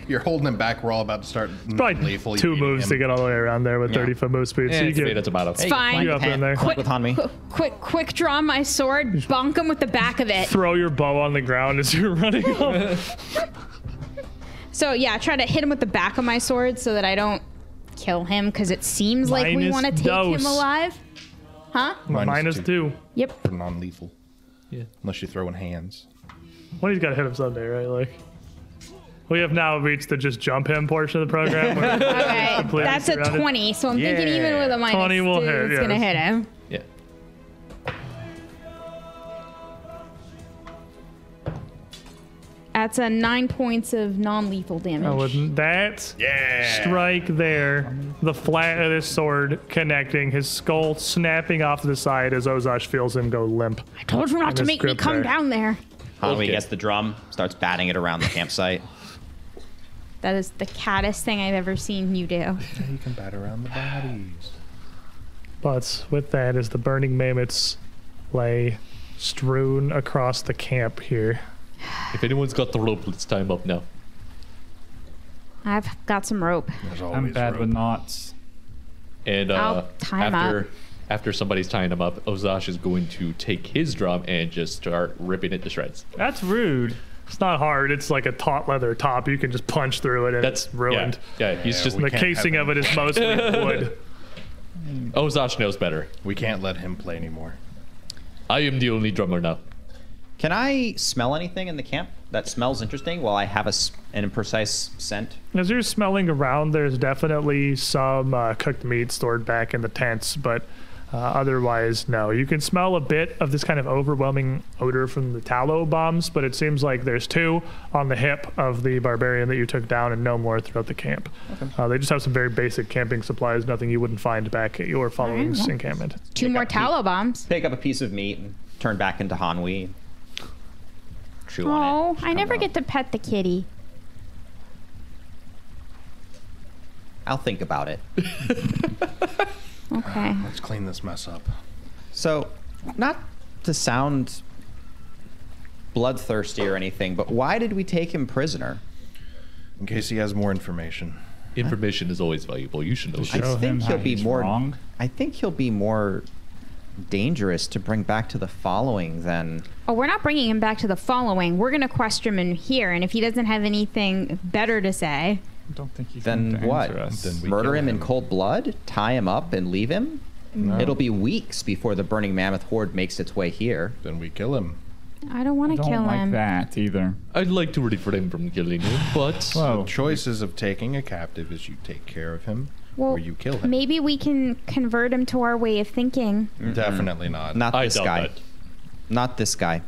You're holding him back. We're all about to start
Probably
lethally
two
beating
moves
him.
to get all the way around there with 30 foot move speed. so
Eh,
you
it's made at
get,
the bottom.
Hey,
fine.
flank
You up
with
in
Han-
there.
flank with Hanmi.
Qu- quick, quick, draw my sword, bonk him with the back of it.
throw your bow on the ground as you're running up.
So yeah, try to hit him with the back of my sword so that I don't kill him because it seems like we
Minus
want to take
dose.
him alive. Huh?
*laughs*
Minus
Minus two. *laughs*
Yep.
for non-lethal.
Yeah.
Unless you throw in hands.
Well, he's got to hit him someday, right? Like, we have now reached the just jump him portion of the program.
*laughs*
where
Okay,
Completely
that's a
surrounded.
20, so I'm thinking even
Yeah.
with a minus
20 will
two,
hit,
it's gonna
yes.
hit him.
Yeah.
That's a nine points of non-lethal damage.
with that
Yeah.
strike there, the flat of his sword connecting, his skull snapping off to the side as Ozosh feels him go limp.
I told you not to
his
make me
grip
come
there.
down there.
Hanmi
Okay.
gets the drum, starts batting it around the campsite.
That is the caddest thing I've ever seen you do.
You can bat around the bodies.
But with that is the burning mammoths lay strewn across the camp here.
If anyone's got the rope, let's tie him up now.
I've got some rope.
There's always
I'm bad
room.
with knots.
And uh,
I'll tie him
after
up.
after somebody's tying him up, Ozash is going to take his drum and just start ripping it to shreds.
That's rude. It's not hard. It's like a taut leather top. You can just punch through it and
That's
it's ruined.
Yeah, yeah he's
Yeah,
just
we
The
can't
casing
have
of it is mostly wood.
Ozash knows better.
We can't let him play anymore.
I am the only drummer now.
Can I smell anything in the camp that smells interesting while I have a, s- an imprecise scent?
As you're smelling around, there's definitely some uh, cooked meat stored back in the tents, but uh, otherwise, no. You can smell a bit of this kind of overwhelming odor from the tallow bombs, but it seems like there's two on the hip of the barbarian that you took down and no more throughout the camp. Uh, they just have some very basic camping supplies, nothing you wouldn't find back at your following encampment.
Two more tallow bombs.
Pick up a piece of meat and turn back into Hanwi. Chew on it.
Oh, I never get to pet the kitty.
I'll think about it.
Okay.
Let's clean this mess up.
So, not to sound bloodthirsty or anything, but why did we take him prisoner?
In case he has more information.
Information is always valuable. You should know. that.
I
Show him
think he'll
how
be
he's
more.
wrong.
I think he'll be more dangerous to bring back to the following than
Oh, we're not bringing him back to the following. We're going to question him here, and if he doesn't have anything better to say,
I don't think he's
Then
going to
what?
answer us.
Then we
Murder
kill
him in cold blood, tie him up, and leave him? It'll be weeks before the burning mammoth horde makes its way here.
Then we kill him.
I don't want to
don't
kill
like
him.
that either.
I'd like to refrain from killing him, but
Oh.
Well,
Choices of taking a captive is you take care of him
Well,
or you kill him.
Maybe we can convert him to our way of thinking.
Definitely not.
Not
I
this
doubt
guy.
that.
Not this guy.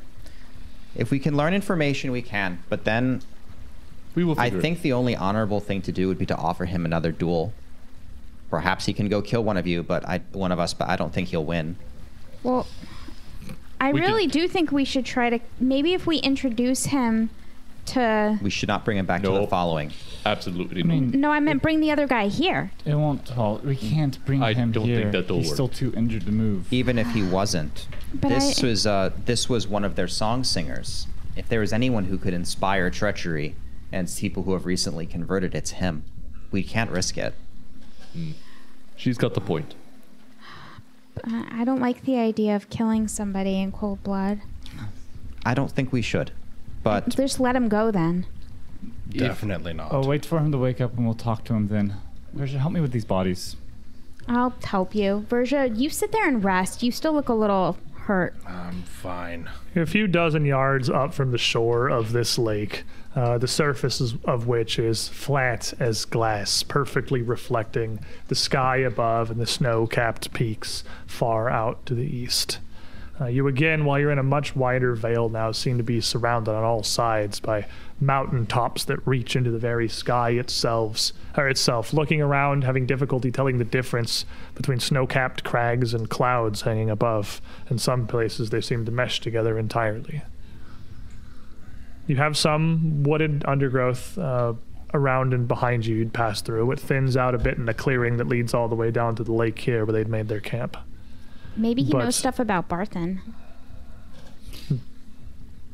If we can learn information, we can. But then
We will
I
figure it
think the only honorable thing to do would be to offer him another duel. Perhaps he can go kill one of you, but I, one of us. But I don't think he'll win.
Well, I
We
really do think we should try to. Maybe if we introduce him to.
We should not bring him back to the
No.
following.
Absolutely
I mean,
No, I meant bring the other guy here.
it won't help. We can't bring
I
him
don't think
here.
that'll
he's
work.
still too injured to move.
Even if he wasn't,
But
this
I-
was uh, this was one of their song singers. If there was anyone who could inspire treachery and people who have recently converted, it's him. We can't risk it.
She's got the point.
Uh, I don't like the idea of killing somebody in cold blood.
I don't think we should. But
Just let him go then.
Definitely not.
Oh, wait for him to wake up and we'll talk to him then. Virgil, help me with these bodies.
I'll help you. Verja, you sit there and rest. You still look a little hurt.
I'm fine.
A few dozen yards up from the shore of this lake, uh, the surface is- of which is flat as glass, perfectly reflecting the sky above and the snow capped peaks far out to the east. Uh, you again, while you're in a much wider vale now, seem to be surrounded on all sides by mountain tops that reach into the very sky itself. Or itself, looking around, having difficulty telling the difference between snow-capped crags and clouds hanging above. In some places, they seem to mesh together entirely. You have some wooded undergrowth uh, around and behind you. You'd pass through. It thins out a bit in the clearing that leads all the way down to the lake here, where they'd made their camp.
Maybe he
But-
knows stuff about Barthen.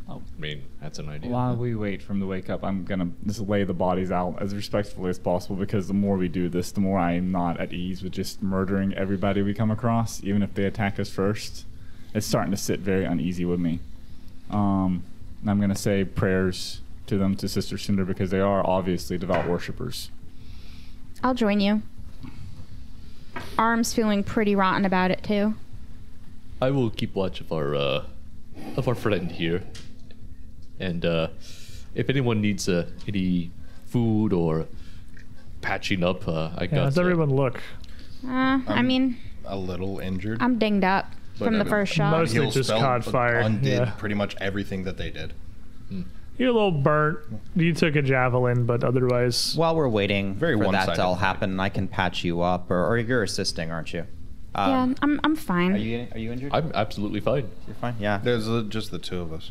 I mean, that's an idea.
While we wait for him to wake up, I'm gonna just lay the bodies out as respectfully as possible because the more we do this, the more I am not at ease with just murdering everybody we come across, even if they attack us first. It's starting to sit very uneasy with me. Um, and I'm gonna say prayers to them to Sister Cinder because they are obviously devout worshippers.
I'll join you. Arm's feeling pretty rotten about it too.
I will keep watch of our uh, of our friend here, and uh, if anyone needs uh, any food or patching up, uh, I
Yeah,
got.
does
uh,
everyone look?
Uh, I mean,
A little injured.
I'm dinged up from the
I'm-
first shot.
most- Mostly just
spell
caught fire,
Undid
yeah.
pretty much everything that they did.
You're a little burnt. You took a javelin, but otherwise,
while we're waiting
Very
for that
one-sided
to all
fight.
happen, I can patch you up, or, or you're assisting, aren't you?
yeah,
Um,
I'm, I'm fine.
Are you are you injured?
I'm absolutely fine.
you're fine. Yeah.
There's uh, just the two of us.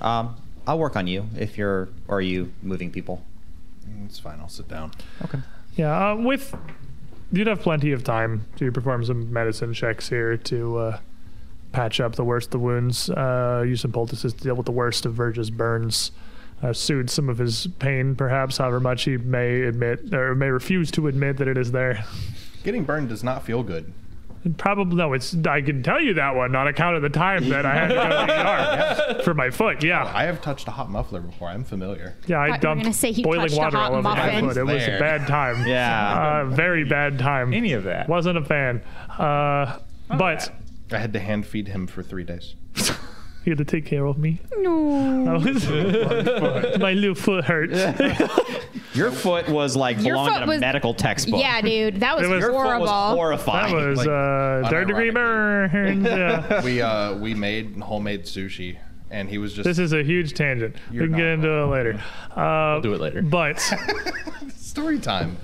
Um, I'll work on you if you're. Or are you moving people?
It's fine. I'll sit down.
yeah. Uh, with you'd have plenty of time to perform some medicine checks here to uh, patch up the worst of the wounds. Uh, use some poultices to deal with the worst of Verge's burns. Uh, soothe some of his pain, perhaps. However much he may admit or may refuse to admit that it is there.
Getting burned does not feel good.
And Probably no. It's I can tell you that one on account of the time that I had to go to the ER for my foot. Yeah.
I have touched a hot muffler before. I'm familiar.
Yeah,
thought
I
you were
dumped
gonna say you
boiling
touched a
water
hot
all over my
muffin.
foot. It was a
There.
bad time.
Yeah.
Uh, very bad time.
Any of that.
Wasn't a fan. Uh, but
I had to hand feed him for three
*laughs*
days.
he had to take care of me.
No.
That was- my little foot hurt. *laughs*
Your foot was like
Your
belonged
foot
in a
was-
medical textbook.
Yeah, dude, that was,
was- Your
Oh. Your foot
horrible.
was
That
horrifying.
was
Like,
uh, third degree
unironically.
burn. *laughs* Yeah.
We uh we made homemade sushi, and he was just
This is a huge tangent.
You're
we can
not
get into it later. Uh,
do it later.
But
story time.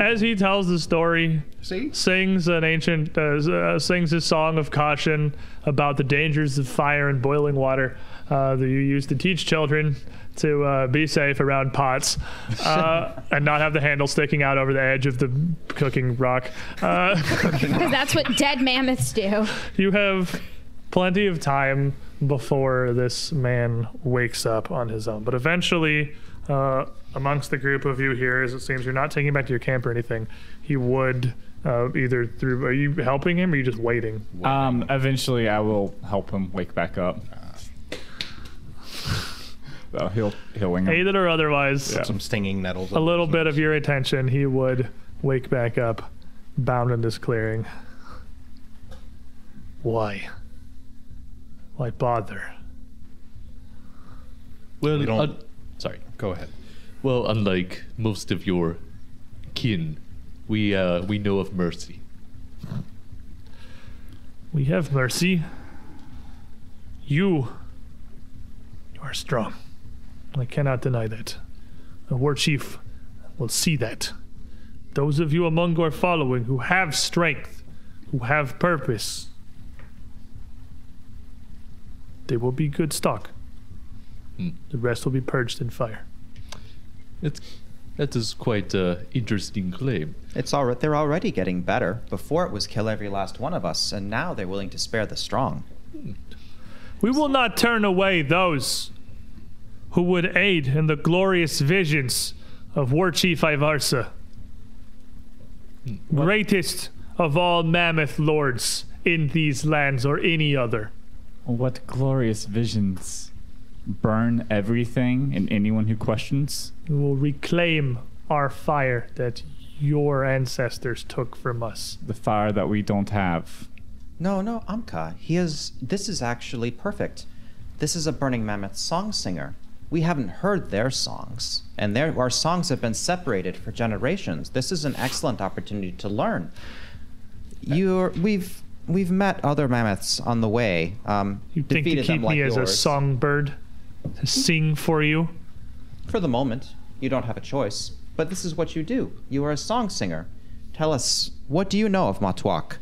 as he tells the story,
See,
sings an ancient uh, s- uh, sings his song of caution about the dangers of fire and boiling water uh, that you use to teach children to uh, be safe around pots uh, and not have the handle sticking out over the edge of the cooking rock. Uh, *laughs*
Because that's what dead mammoths do.
you have plenty of time before this man wakes up on his own. But eventually, uh, amongst the group of you here, as it seems, you're not taking him back to your camp or anything. He would uh, either through. Are you helping him or are you just waiting?
*laughs* Um, eventually, I will help him wake back up. Uh, he'll healing him.
aided or otherwise.
Some stinging nettles.
A little bit of your attention, he would wake back up, bound in this clearing. Why? Why bother?
Well,
We don't-
un- sorry.
Go ahead.
Well, unlike most of your kin, we uh, we know of mercy.
We have mercy. You. You are strong. I cannot deny that. The war chief will see that. Those of you among our following who have strength, who have purpose, they will be good stock. The rest will be purged in fire.
It's that is quite uh, interesting claim.
It's all right. They're already getting better. Before it was kill every last one of us, and now they're willing to spare the strong.
We will not turn away those who would aid in the glorious visions of War Chief Ivarsa, greatest of all mammoth lords in these lands or any other.
What glorious visions. Burn everything and anyone who questions.
We will reclaim our fire that your ancestors took from us.
The fire that we don't have.
No, no, Amka. He is. This is actually perfect. This is a Burning Mammoth song singer. We haven't heard their songs, and their, our songs have been separated for generations. This is an excellent opportunity to learn. You're, we've we've met other mammoths on the way. Um,
You think to
defeated
keep
them like
me as a
yours.
songbird to sing for you?
For the moment, you don't have a choice, but this is what you do. You are a song singer. Tell us, what do you know of Matuak?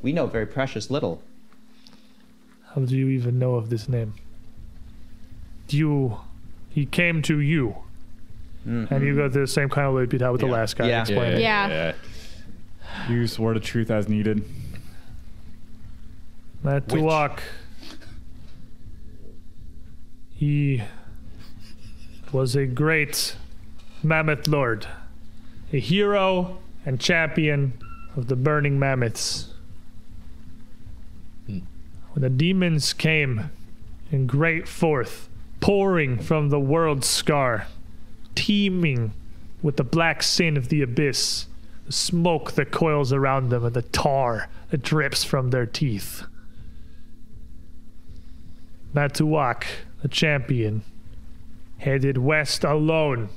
We know very precious little.
How do you even know of this name? You. He came to you. And you go through the same kind of loop you had with the last guy.
Mm-hmm. Yeah.
Explain it.
Yeah.
Use word of truth as needed.
Matuak. He was a great mammoth lord, a hero and champion of the burning mammoths. When the demons came in great forth, pouring from the world's scar, teeming with the black sin of the abyss, the smoke that coils around them, and the tar that drips from their teeth. Matuak, the champion, headed west alone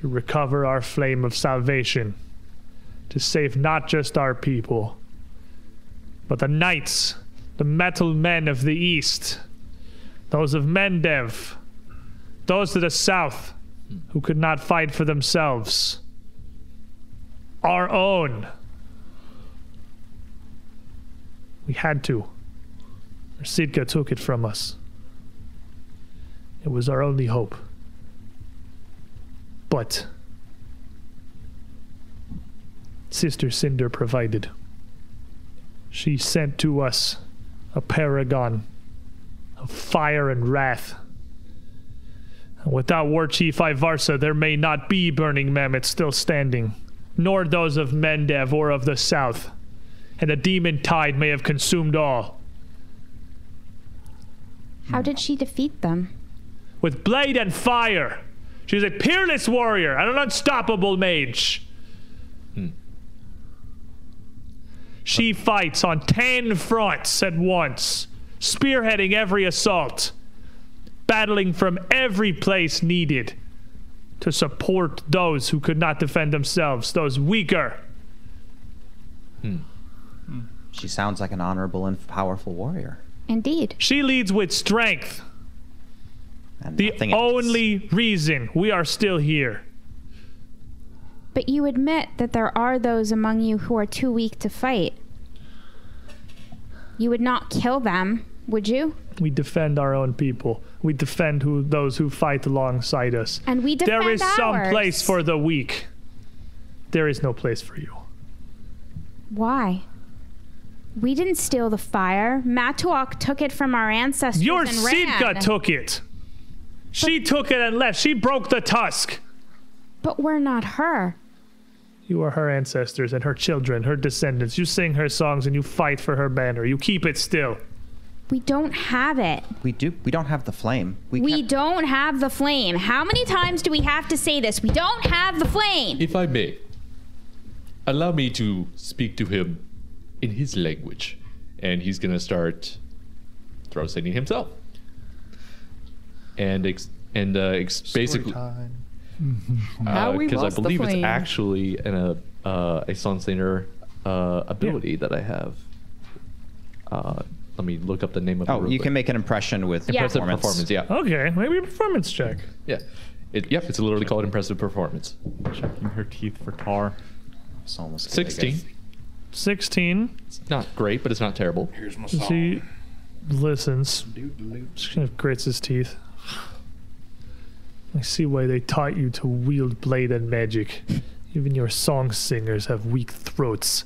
to recover our flame of salvation, to save not just our people, but the knights, the metal men of the east, those of Mendev, those to the south who could not fight for themselves, our own. We had to. Sidka took it from us. It was our only hope. But Sister Cinder provided. She sent to us a paragon of fire and wrath. And without War Chief Ivarsa, there may not be burning mammoths still standing, nor those of Mendev or of the south, and the demon tide may have consumed all.
How did she defeat them?
with blade and fire. She's a peerless warrior and an unstoppable mage. She fights on 10 fronts at once, spearheading every assault, battling from every place needed to support those who could not defend themselves, those weaker.
She sounds like an honorable and powerful warrior.
Indeed.
She leads with strength.
And
The
nothing else.
only reason we are still here.
But you admit that there are those among you who are too weak to fight. You would not kill them, would you?
We defend our own people. We defend who, those who fight alongside us.
And we defend
there is some
ours.
place for the weak. There is no place for you.
Why? We didn't steal the fire. Matuak took it from our ancestors
Your
and ran.
Sidka took it. She took it and left. She broke the tusk.
But we're not her.
You are her ancestors and her children, her descendants. You sing her songs and you fight for her banner. You keep it still.
We don't have it.
We do. We don't have the flame. We,
We
can't-
don't have the flame. How many times do we have to say this? We don't have the flame.
If I may, allow me to speak to him in his language. And he's going to start throw sending himself. And ex- and uh, ex- basically,
time.
*laughs* How we
because I
lost the
believe it's
flame.
actually an uh, uh, a song singer uh, ability that I have. Uh, let me look up the name of it.
Oh,
real
you
quick.
can make an impression with
Yeah.
impressive
performance.
performance. Yeah,
Okay, maybe a performance check.
yeah. It, yep, it's literally called impressive performance.
Checking her teeth for tar.
It's almost good, I guess.
Sixteen.
16.
It's not great, but it's not terrible.
Here's my
As
song.
he listens,
Doodaloo.
just kind of grits his teeth. I see why they taught you to wield blade and magic. Even your song singers have weak throats.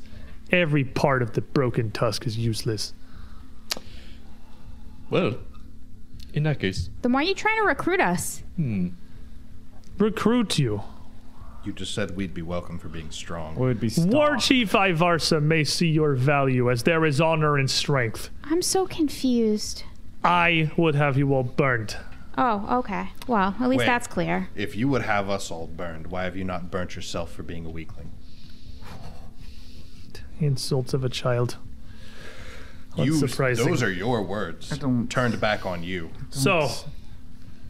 Every part of the broken tusk is useless.
Well, in that case,
Then why are you trying to recruit us?
Recruit you.
You just said we'd be welcome for being strong.
Would be star.
War Chief Ivarsa may see your value as there is honor in strength.
I'm so confused.
I would have you all burnt.
Oh, okay. Well, at least
Wait.
that's clear.
If you would have us all burned, why have you not burnt yourself for being a weakling?
Insults of a child.
You,
surprising.
Those are your words.
don't-
Turned back on you.
So,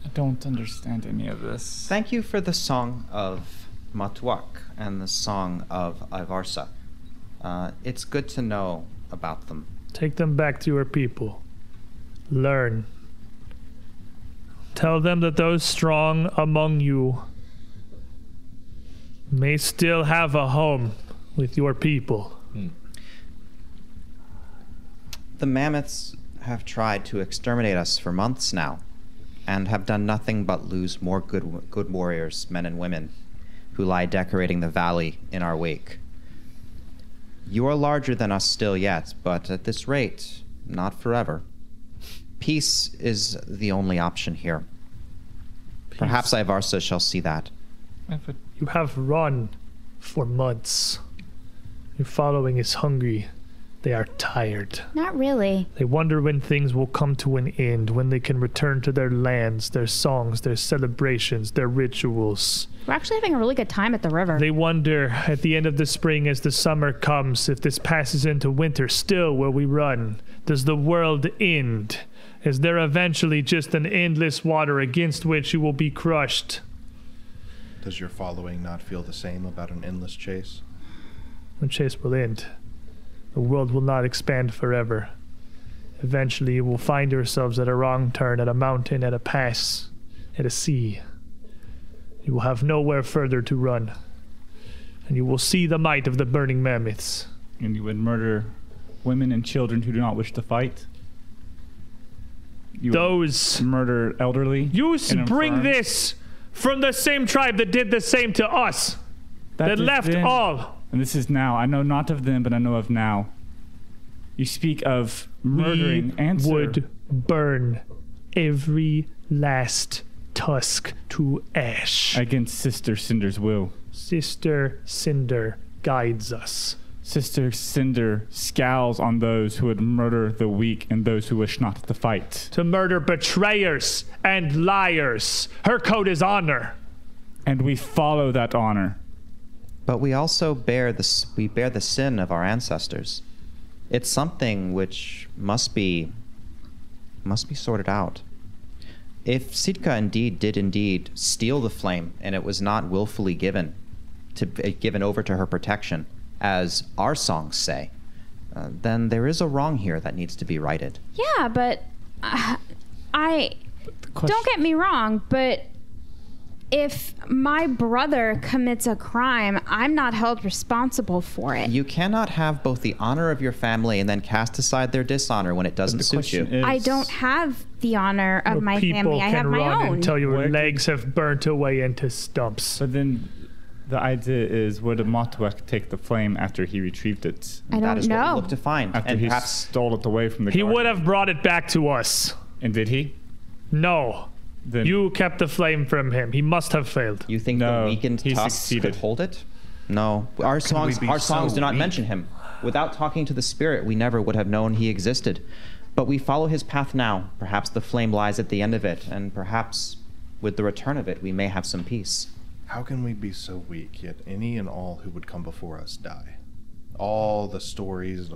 I don't understand any of this.
Thank you for the song of Matuak and the song of Ivarsa. Uh, it's good to know about them.
take them back to your people. Learn. Tell them that those strong among you may still have a home with your people.
The mammoths have tried to exterminate us for months now, and have done nothing but lose more good good warriors, men and women, who lie decorating the valley in our wake. You are larger than us still yet, but at this rate, not forever. Peace is the only option here. Perhaps Ivarsa shall see that.
You have run for months. Your following is hungry. They are tired.
Not really.
They wonder when things will come to an end, when they can return to their lands, their songs, their celebrations, their rituals.
We're actually having a really good time at the river.
They wonder at the end of the spring as the summer comes if this passes into winter, still will we run? Does the world end? Is there eventually just an endless water against which you will be crushed?
Does your following not feel the same about an endless chase?
The chase will end. The world will not expand forever. Eventually, you will find yourselves at a wrong turn, at a mountain, at a pass, at a sea. You will have nowhere further to run. And you will see the might of the burning mammoths.
And you would murder women and children who do not wish to fight. You would
Those.
murder elderly.
You
and
s- bring
infirm.
this from the same tribe that did the same to us,
That
that
is
left
then.
all.
And this is now. I know not of them, but I know of now. You speak of murdering
we
answer.
would burn every last tusk to ash.
against Sister Cinder's will.
Sister Cinder guides us.
Sister Cinder scowls on those who would murder the weak and those who wish not to fight.
To murder betrayers and liars. Her code is honor.
And we follow that honor.
But we also bear the s- we bear the sin of our ancestors. It's something which must be must be sorted out. If Sitka indeed did indeed steal the flame and it was not willfully given to eh, given over to her protection, as our songs say, uh, then there is a wrong here that needs to be righted.
yeah, but uh, I
Question-
don't get me wrong, but if my brother commits a crime, I'm not held responsible for it.
You cannot have both the honor of your family and then cast aside their dishonor when it doesn't
the
suit you.
question is,
I don't have the honor of
Your
my
people
family. I
can
have
run
my own.
until your
Where-
legs have burnt away into stumps.
But then the idea is would Motwek take the flame after he retrieved it?
I
that
don't
is what we
know.
look to find,
After
and
he
perhaps
stole it away from the
He
guardian.
would have brought it back to us.
And did he?
No.
Then
You kept the flame from him. He must have failed.
You think
No,
the weakened
he
tusks
succeeded.
could hold it? No, our songs
be
our songs
so
do not
weak?
mention him. Without talking to the spirit, we never would have known he existed. But we follow his path now. Perhaps the flame lies at the end of it, and perhaps with the return of it, we may have some peace.
How can we be so weak, yet any and all who would come before us die? All the stories,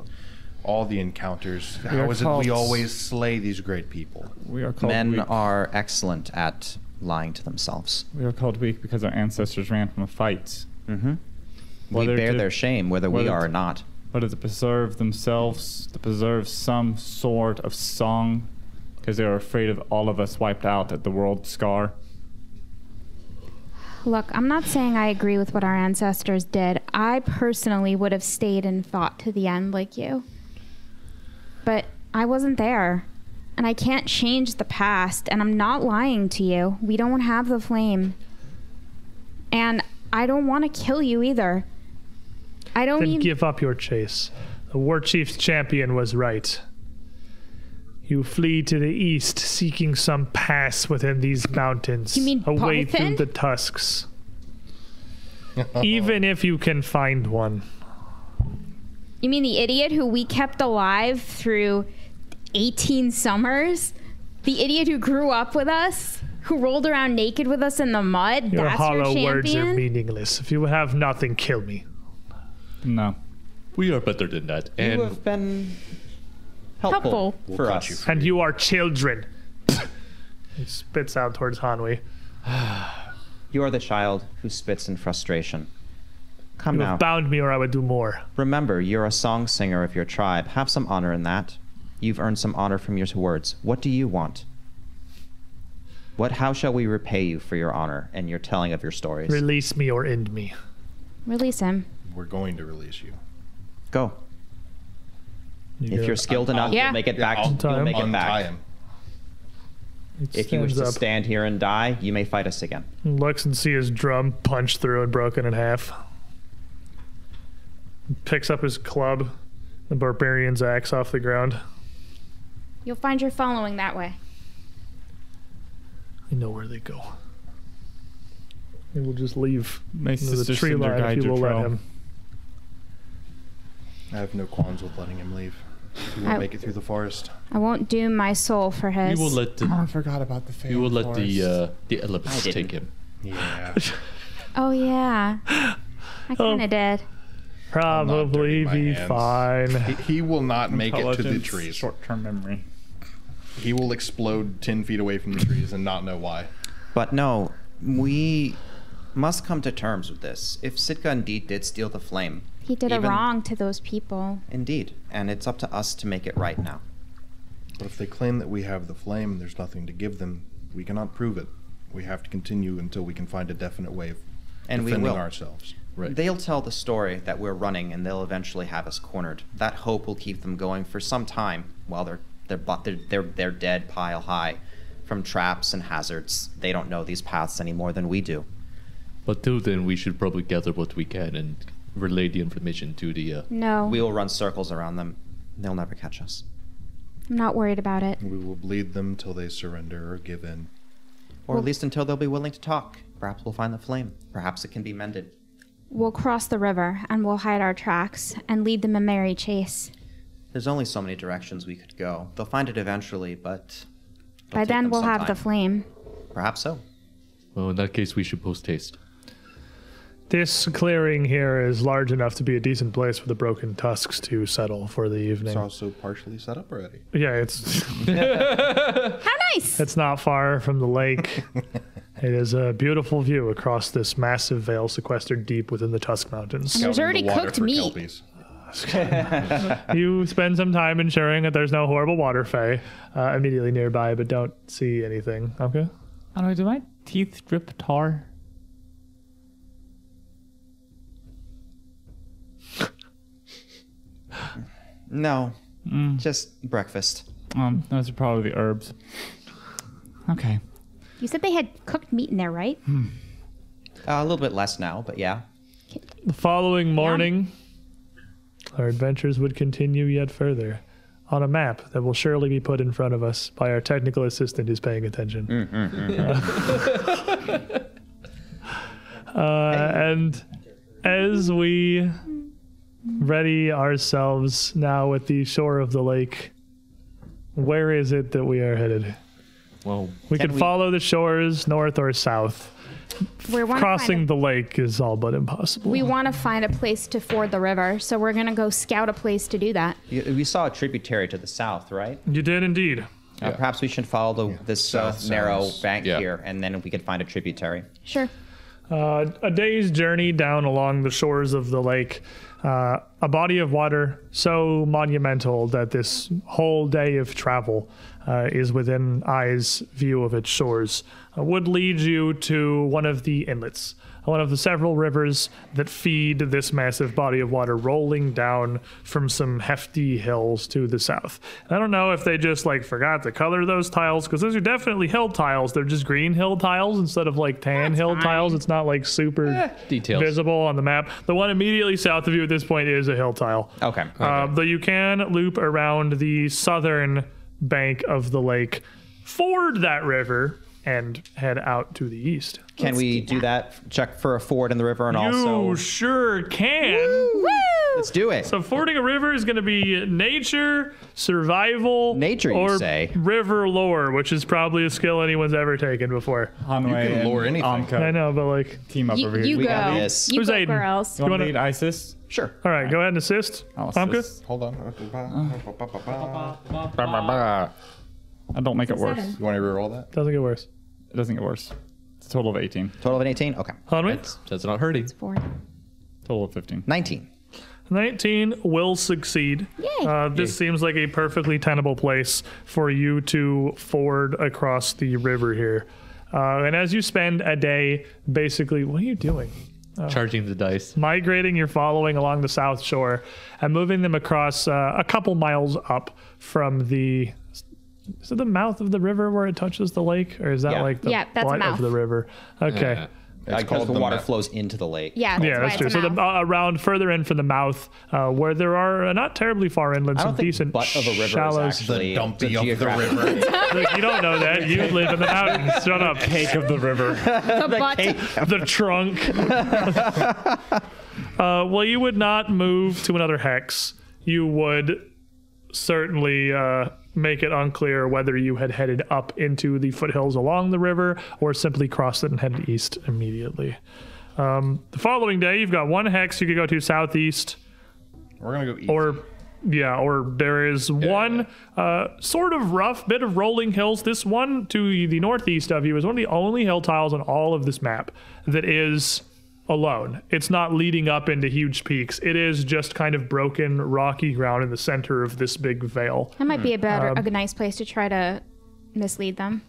all the encounters.
We
how
are
is it
cults.
we always slay these great people?
We are called
Men
weak.
are excellent at lying to themselves.
We are called weak because our ancestors ran from a fight.
Mm-hmm. we
Whether
bear
to-
their shame, whether, we
whether
are or
to-
not.
But to preserve themselves, to preserve some sort of song, because they were afraid of all of us wiped out at the world scar.
Look, I'm not saying I agree with what our ancestors did. I personally would have stayed and fought to the end like you. But I wasn't there. And I can't change the past. And I'm not lying to you. We don't have the flame. And I don't want to kill you either. I don't
Then
even.
give up your chase. The war chief's champion was right. You flee to the east, seeking some pass within these mountains.
You mean
a way
Python?
through the tusks. Even if you can find one.
You mean the idiot who we kept alive through 18 summers? The idiot who grew up with us? Who rolled around naked with us in the mud?
Your
That's
hollow
your
words are
champion?
meaningless. If you have nothing, kill me.
No.
We are better than that. And
you have been
helpful
helpful,
Helpful.
for us.
And you are children. *laughs* he spits out towards Hanwei.
You are the child who spits in frustration. Come
You
now.
have bound me or I would do more.
Remember, you're a song singer of your tribe. Have some honor in that. You've earned some honor from your words. What do you want? What? How shall we repay you for your honor and your telling of your stories?
Release me or end me.
Release him.
We're going to release you.
Go. if you're skilled enough,
Yeah.
you'll make it
Yeah,
back.
I'll
You'll make it
untie
back.
him.
If you wish to
Stands up,
stand here and die, you may fight us again.
looks and see his drum punched through and broken in half. Picks up his club, the barbarian's axe off the ground.
You'll find your following that way.
I know where they go. He will just leave
My
into the
sister
tree
Cinder
line
guide
if you
your
will let
trail.
him.
I have no qualms with letting him leave. He will
I-
make it through the forest.
I won't doom my soul for
we
his.
will let the,
I forgot about the
we will let the uh, the elements take him.
Yeah.
oh, yeah.
Oh.
I kind of did.
Probably
my
be
hands.
fine.
He, he will not make it to the
Intelligence,
trees.
Short-term memory.
He will explode 10 feet away from the trees and not know why.
But no, we must come to terms with this. If Sitka indeed did steal the flame,
He did a
Even-
wrong to those people.
indeed, and it's up to us to make it right now.
But if they claim that we have the flame and there's nothing to give them, we cannot prove it. We have to continue until we can find a definite way of
And we
defending
will.
ourselves.
Right.
They'll tell the story that we're running, and they'll eventually have us cornered. That hope will keep them going for some time while they're they're but they're, they're, they're dead pile high from traps and hazards. They don't know these paths any more than we do.
But till then, we should probably gather what we can and relay the information to the. Uh,
No,
We will run circles around them. They'll never catch us.
I'm not worried about it.
We will bleed them till they surrender or give in.
Or at least until they'll be willing to talk. Perhaps we'll find the flame. Perhaps it can be mended.
We'll cross the river and we'll hide our tracks and lead them a merry chase.
There's only so many directions we could go. They'll find it eventually, but it'll
By
take
then,
them
we'll
some
have the
time.
flame.
Perhaps so.
well, in that case, we should post haste.
This clearing here is large enough to be a decent place for the broken tusks to settle for the evening.
It's also partially set up already.
yeah, it's
How Oh, nice!
It's not far from the lake. it is a beautiful view across this massive vale sequestered deep within the Tusk
*laughs*
Mountains.
Scouting the
already
water
cooked
for
meat.
kelpies.
you spend some time ensuring that there's no horrible water fay uh, immediately nearby, but don't see anything. Okay.
I don't know, do my teeth drip tar?
No,
Mm.
just breakfast.
Um, those are probably the herbs. Okay.
You said they had cooked meat in there, right?
Uh, a little bit less now, but yeah.
The following morning, our adventures would continue yet further on a map that will surely be put in front of us by our technical assistant who's paying attention. *laughs* Uh, and as we ready ourselves now at the shore of the lake, Where is it that we are headed?
Well,
we can, follow the shores north or south.
We wanna
Crossing
find
the lake is all but impossible.
We want to find a place to ford the river, so we're gonna go scout a place to do that.
You- We saw a tributary to the south, right?
You did indeed.
Uh, perhaps we should follow the, this uh, South narrow sounds- bank yeah. here, and then we could find a tributary.
Sure.
Uh, a day's journey down along the shores of the lake, uh, a body of water so monumental that this whole day of travel uh, is within eye's view of its shores, uh, would lead you to one of the inlets, one of the several rivers that feed this massive body of water rolling down from some hefty hills to the south. And I don't know if they just like forgot to color those tiles because those are definitely hill tiles. They're just green hill tiles instead of like tan hill tiles. It's not like super
details.
visible on the map. The one immediately south of you at this point is a hill tile.
Okay.
Uh, though you can loop around the southern bank of the lake, ford that river, and head out to the east.
Can we do that. Check for a ford in the river, and also
You sure can.
let's do it.
So fording a river is going to be nature, survival, nature,
you
or
say.
river lore, which is probably a skill anyone's ever taken before.
Hanwei You can and lure anything. Anka.
I know, but like
Team up You- over here. you We got go. this. You
Who's
go,
Aiden?
girls. You wanna lead Isis?
Sure.
All right, go ahead and assist.
I'll
Amka?
assist.
Hold on.
I don't make it
It's a
worse.
seven.
You want to reroll that?
Doesn't get worse.
It doesn't get worse. It's a total of 18.
Total of an 18? Okay.
Hanwei?
That's not hurting.
four.
Total of 15.
19.
19 will succeed. Uh, this seems like a perfectly tenable place for you to ford across the river here. Uh, and as you spend a day basically, what are you doing?
Charging the dice.
Migrating your following along the south shore and moving them across uh, a couple miles up from the. Is it the mouth of the river where it touches the lake? Or is that
Yeah.
like the
Yeah, that's
butt
mouth.
of the river? Okay.
Uh, because the water flows into the lake.
Yeah, that's why it's
So
a
the, uh, around further in from the mouth, uh, where there are uh, not terribly far inland,
I
some
don't think
decent
butt of a river is
shallows.
actually The dumpy
of the geographic-
*laughs*
*laughs*
river.
Look, you don't know that. You live in the mountains. Shut up. Cake of the river.
The butt.
the trunk. uh, well, you would not move to another hex. You would certainly uh, make it unclear whether you had headed up into the foothills along the river or simply crossed it and headed east immediately. Um, the following day, you've got one hex you could go to southeast.
We're gonna go east.
Or yeah, or there is one uh, sort of rough bit of rolling hills. This one to the northeast of you is one of the only hill tiles on all of this map that is alone. It's not leading up into huge peaks. It is just kind of broken rocky ground in the center of this big vale.
That might be a better,
Um,
a nice place to try to mislead them.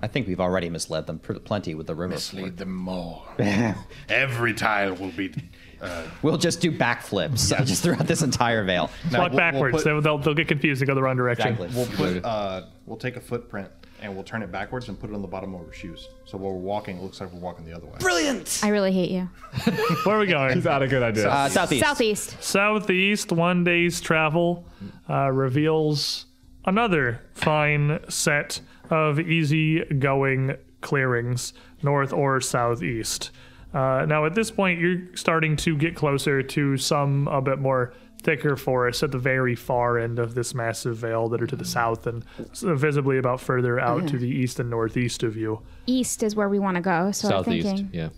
I think we've already misled them pr- plenty with the river.
Mislead them more.
*laughs*
Every tile will be. Uh,
We'll just do backflips uh, *laughs* just throughout this entire veil.
Now,
Walk
we'll- we'll
backwards.
put-
they'll, they'll, they'll get confused and go the wrong direction.
Exactly.
We'll put. Uh, we'll take a footprint and we'll turn it backwards and put it on the bottom of our shoes. So while we're walking, it looks like we're walking the other way.
Brilliant. I really hate you.
Where are we going?
*laughs*
He's
out a good idea.
Uh, southeast.
Southeast.
Southeast, one day's travel uh, reveals another fine set of easy going clearings, north or southeast. Uh, now, at this point, you're starting to get closer to some a bit more thicker forests at the very far end of this massive vale that are to the south and s- visibly about further out to the east and northeast of you.
East is where we want to go. So I'm thinking.
yeah.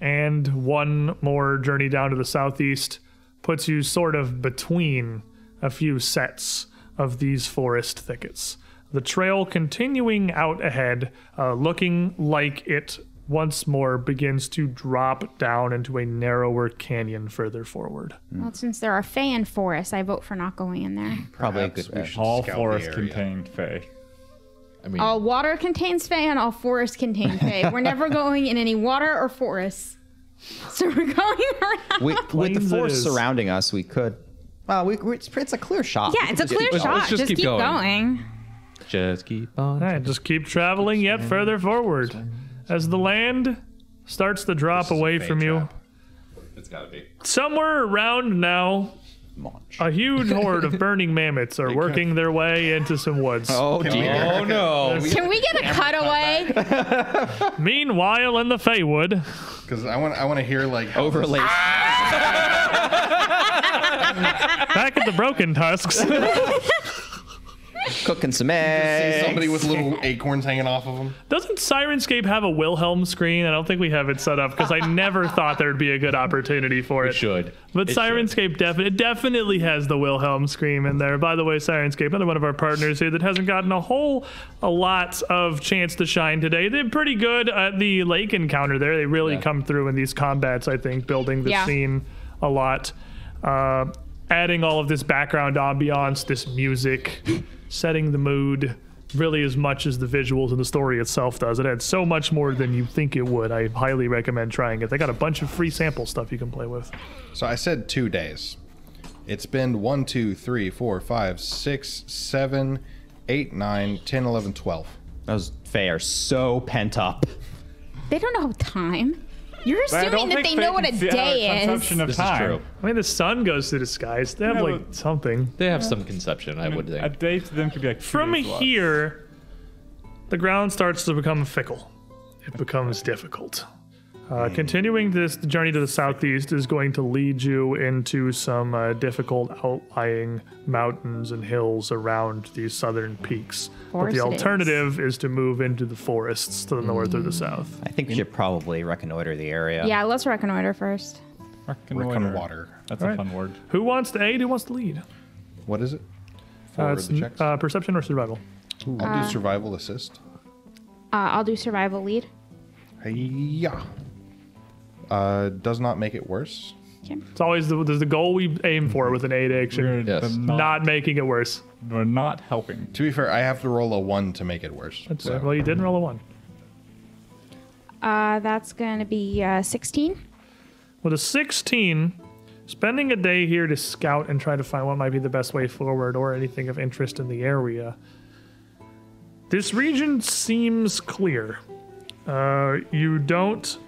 and one more journey down to the southeast puts you sort of between a few sets of these forest thickets. The trail continuing out ahead, uh, looking like it once more begins to drop down into a narrower canyon further forward.
Mm-hmm.
Well, since there are Fey in forests, I vote for not going in there.
Probably a good
All
scout the
forest
area.
contained Fae.
I mean,
All water contains Fey and all forests contain *laughs* Fey. We're never going in any water or forests. So we're *laughs* going around.
We, with the
Plains it
forest
is.
surrounding us, we could. Well, we, we, it's, it's a clear shot.
yeah, it's a clear
Let's
shot.
just
Just,
keep
keep,
going.
going.
just keep on.
All right, Eh, just keep traveling yet further forward as the land starts to drop away from you.
It's gotta be.
Somewhere around now, a huge horde of burning mammoths are working their way into some woods.
Oh, dear.
Oh no.
Can we get a cutaway?
Meanwhile, in the Feywood,
Because I want. I want to hear like how this-
Overlays.
back at the Broken Tusks,
Cooking some
See
eggs.
somebody with
*laughs*
little acorns hanging off of them.
Doesn't Sirenscape have a Wilhelm scream? I don't think we have it set up because I never thought there'd be a good opportunity for it.
*laughs* should.
But
It should.
Sirenscape defi- it definitely has the Wilhelm scream in there. By the way, Sirenscape, another one of our partners here that hasn't gotten a whole a lot of chance to shine today. They're pretty good at the lake encounter there. They really come through in these combats, I think, building the
Yeah.
scene a lot. Uh, adding all of this background ambiance, this music, setting the mood really as much as the visuals and the story itself does. It adds so much more than you think it would. I highly recommend trying it. They got a bunch of free sample stuff you can play with.
So I said two days. It's been one, two, three, four, five, six, seven, eight, nine, ten, eleven, twelve.
Those Faye are so pent up.
They don't know time. You're
But I
assuming
don't
that
think
they
they
know what a
can see our
day is.
consumption of This is time. true.
I mean, the sun goes through the skies. They have
Yeah,
like
but-
something.
They have some conception, I would
A
think.
day to them could be like two
From
days to us.
here, the ground starts to become fickle. It becomes difficult. Uh, continuing this journey to the southeast is going to lead you into some uh, difficult outlying mountains and hills around these southern peaks. But
course it
the
is.
alternative is. to move into the forests to the north or the south.
I think we should probably reconnoiter the area.
Yeah, let's reconnoiter first.
Reconnoiter.
water.
That's
All
a
right.
fun word.
Who wants to aid? Who wants to lead?
What is it?
Uh,
For
it's,
the checks.
uh, perception or survival?
I'll do survival assist.
Uh, I'll do survival lead.
Yeah. Uh, does not make it worse.
It's always the, the goal we aim for with an aid action.
Yes.
Not, making it worse.
We're not helping.
To be fair, I have to roll a one to make it worse.
That's
so.
Well, you didn't roll a one.
Uh, that's going to be uh, 16.
With a 16, spending a day here to scout and try to find what might be the best way forward or anything of interest in the area, this region seems clear. Uh, you don't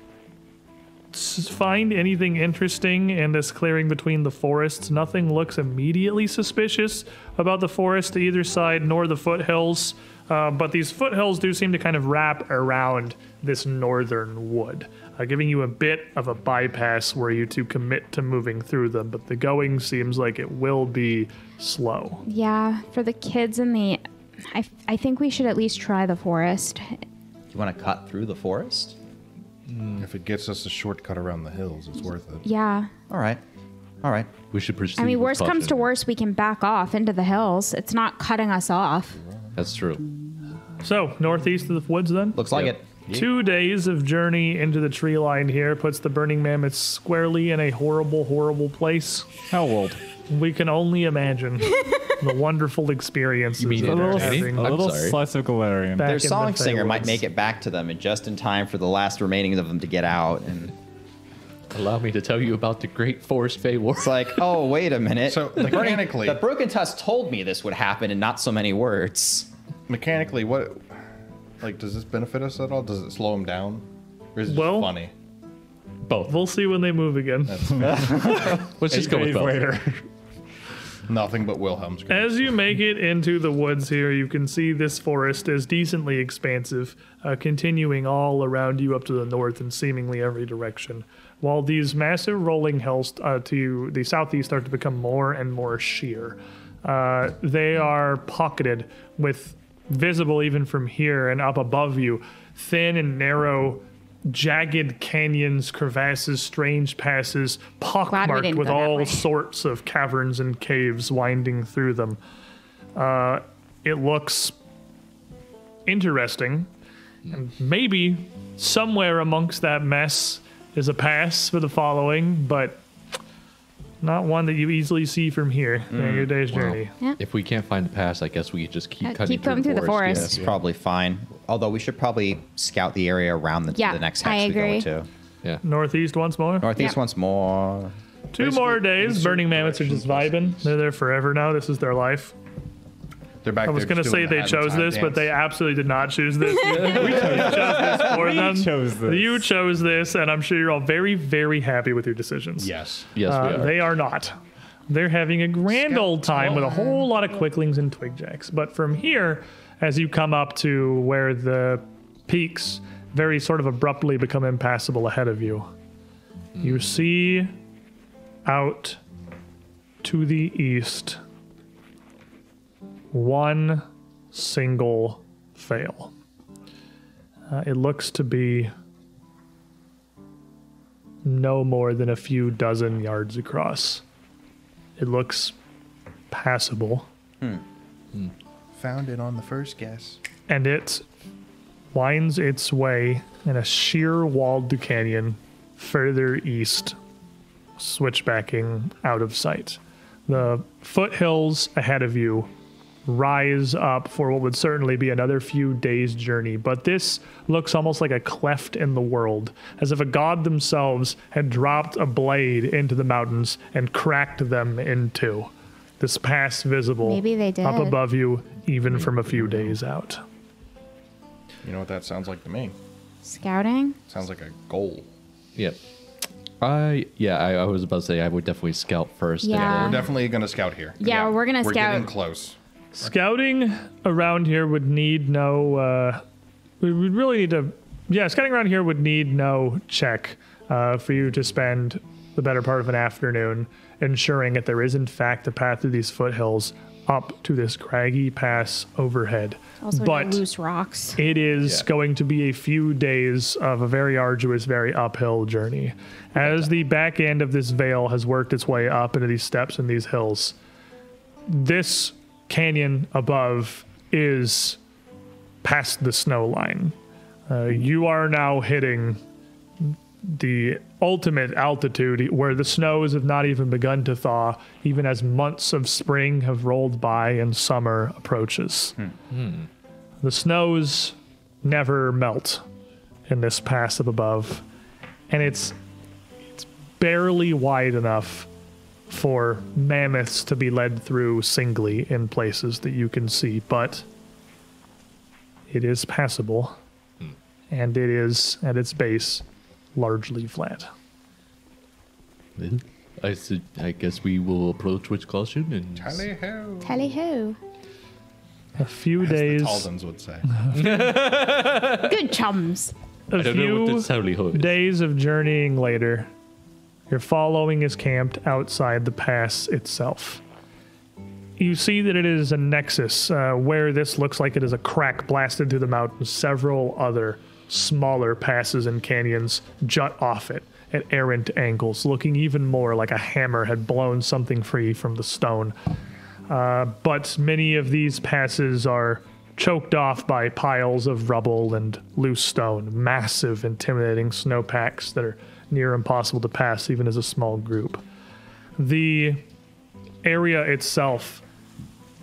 s- find anything interesting in this clearing between the forests. Nothing looks immediately suspicious about the forest to either side nor the foothills. Uh, but these foothills do seem to kind of wrap around this northern wood, uh, giving you a bit of a bypass were you to commit to moving through them. But the going seems like it will be slow.
Yeah, for the kids in the. I, I think we should at least try the forest.
You want to cut through the forest?
If it gets us a shortcut around the hills, it's worth it.
Yeah.
All right. All right.
We should proceed.
I mean,
with
worst comes to
caution.
worst, we can back off into the hills. It's not cutting us off.
That's true.
So, northeast of the woods then?
Looks like
Yep.
it.
Two days of journey into the tree line here puts the burning mammoth squarely in a horrible, horrible place.
How old?
We can only imagine the wonderful experiences
mean
that
it, Oh.
they're
Danny?
having
A
I'm
little
sorry.
slice of Galarian.
back
Their
in the
song singer might
Feywoods.
make it back to them and just in time for the last remaining of them to get out. And
Allow me to tell you about the Great Forest Fey War. *laughs*
it's like, oh, wait a
*laughs*
minute.
So mechanically,
the Broken Tusk told me this would happen in not so many words.
mechanically, what? Like, does this benefit us at all? Does it slow him down? Or is it
Well-
just funny?
Both.
We'll see when they move again.
Let's just go with
Days
both.
later.
Nothing but Wilhelm's. gonna-
As you make it into the woods here, you can see this forest is decently expansive, uh, continuing all around you up to the north in seemingly every direction. While these massive rolling hills uh, to the southeast start to become more and more sheer, uh, they are pocketed with visible even from here and up above you, thin and narrow. Jagged canyons, crevasses, strange passes, pockmarked
didn't
with
go that
all
way.
sorts of caverns and caves winding through them. Uh, it looks interesting. And maybe somewhere amongst that mess is a pass for the following, but not one that you easily see from here in your day's journey.
If we can't find the pass, I guess we could just keep
Uh,
cutting
keep going
through the forest.
It's probably fine. Although we should probably scout the area around the,
Yeah,
the next
I
hex we go
agree.
into.
Yeah. yeah.
Northeast once more.
Northeast
Yeah.
once more.
Two more days. Burning Mammoths are just vibing. They're there forever now. This is their life.
They're back
I was
there
going to
just
say
doing the
they
Have a
chose
Time
this, but
dance.
they absolutely did not choose this. we chose this
*laughs*
for them.
chose this.
You chose this, and I'm sure you're all very, very happy with your decisions.
Yes.
Yes,
Uh,
we are.
They are not. They're having a grand old time with a whole lot of quicklings and twigjacks. But from here, as you come up to where the peaks very sort of abruptly become impassable ahead of you,
Hmm.
you see out to the east one single fail. Uh, it looks to be no more than a few dozen yards across. It looks passable.
Found it on the first guess.
and it winds its way in a sheer walled canyon further east, switchbacking out of sight. The foothills ahead of you rise up for what would certainly be another few days' journey, but this looks almost like a cleft in the world, as if a god themselves had dropped a blade into the mountains and cracked them in two. This pass visible
Maybe they did.
up above you, even from a few days out.
You know what that sounds like to me?
Scouting?
Sounds like a goal.
Yep. I yeah, I, I was about to say I would definitely scout first. and
Yeah.
then-
We're definitely gonna scout here.
Yeah, we're gonna
we're
scout.
getting close.
Scouting around here would need no. Uh, we would really need to. Yeah, scouting around here would need no check uh, for you to spend the better part of an afternoon ensuring that there is, in fact, a path through these foothills up to this craggy pass overhead.
Also, no
but
loose rocks.
it is going to be a few days of a very arduous, very uphill journey. As the back end of this veil has worked its way up into these steps and these hills, this canyon above is past the snow line. Uh, you are now hitting the ultimate altitude where the snows have not even begun to thaw, even as months of spring have rolled by and summer approaches. The snows never melt in this pass up above, and it's it's barely wide enough for mammoths to be led through singly in places that you can see, but it is passable,
Hmm.
and it is at its base largely flat.
Then I said, I guess we will approach with caution and.
Tally ho.
Tally ho.
A few
The
days,
Taldans would say.
Good chums.
a
I don't know what
few
the tally ho is.
days of journeying later, your following is camped outside the pass itself. You see that it is a nexus uh, where this looks like it is a crack blasted through the mountain. Several other smaller passes and canyons jut off it at errant angles, looking even more like a hammer had blown something free from the stone. Uh, but many of these passes are choked off by piles of rubble and loose stone, massive, intimidating snowpacks that are near impossible to pass even as a small group. The area itself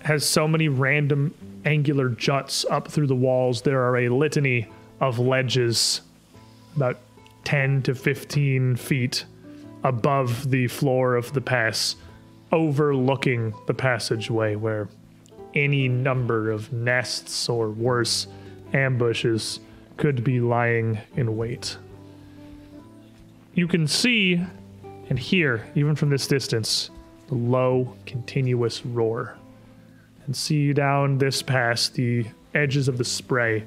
has so many random angular juts up through the walls. There are a litany of ledges, about 10 to 15 feet above the floor of the pass, overlooking the passageway where any number of nests or worse, ambushes could be lying in wait. You can see and hear, even from this distance, the low, continuous roar. And see down this pass the edges of the spray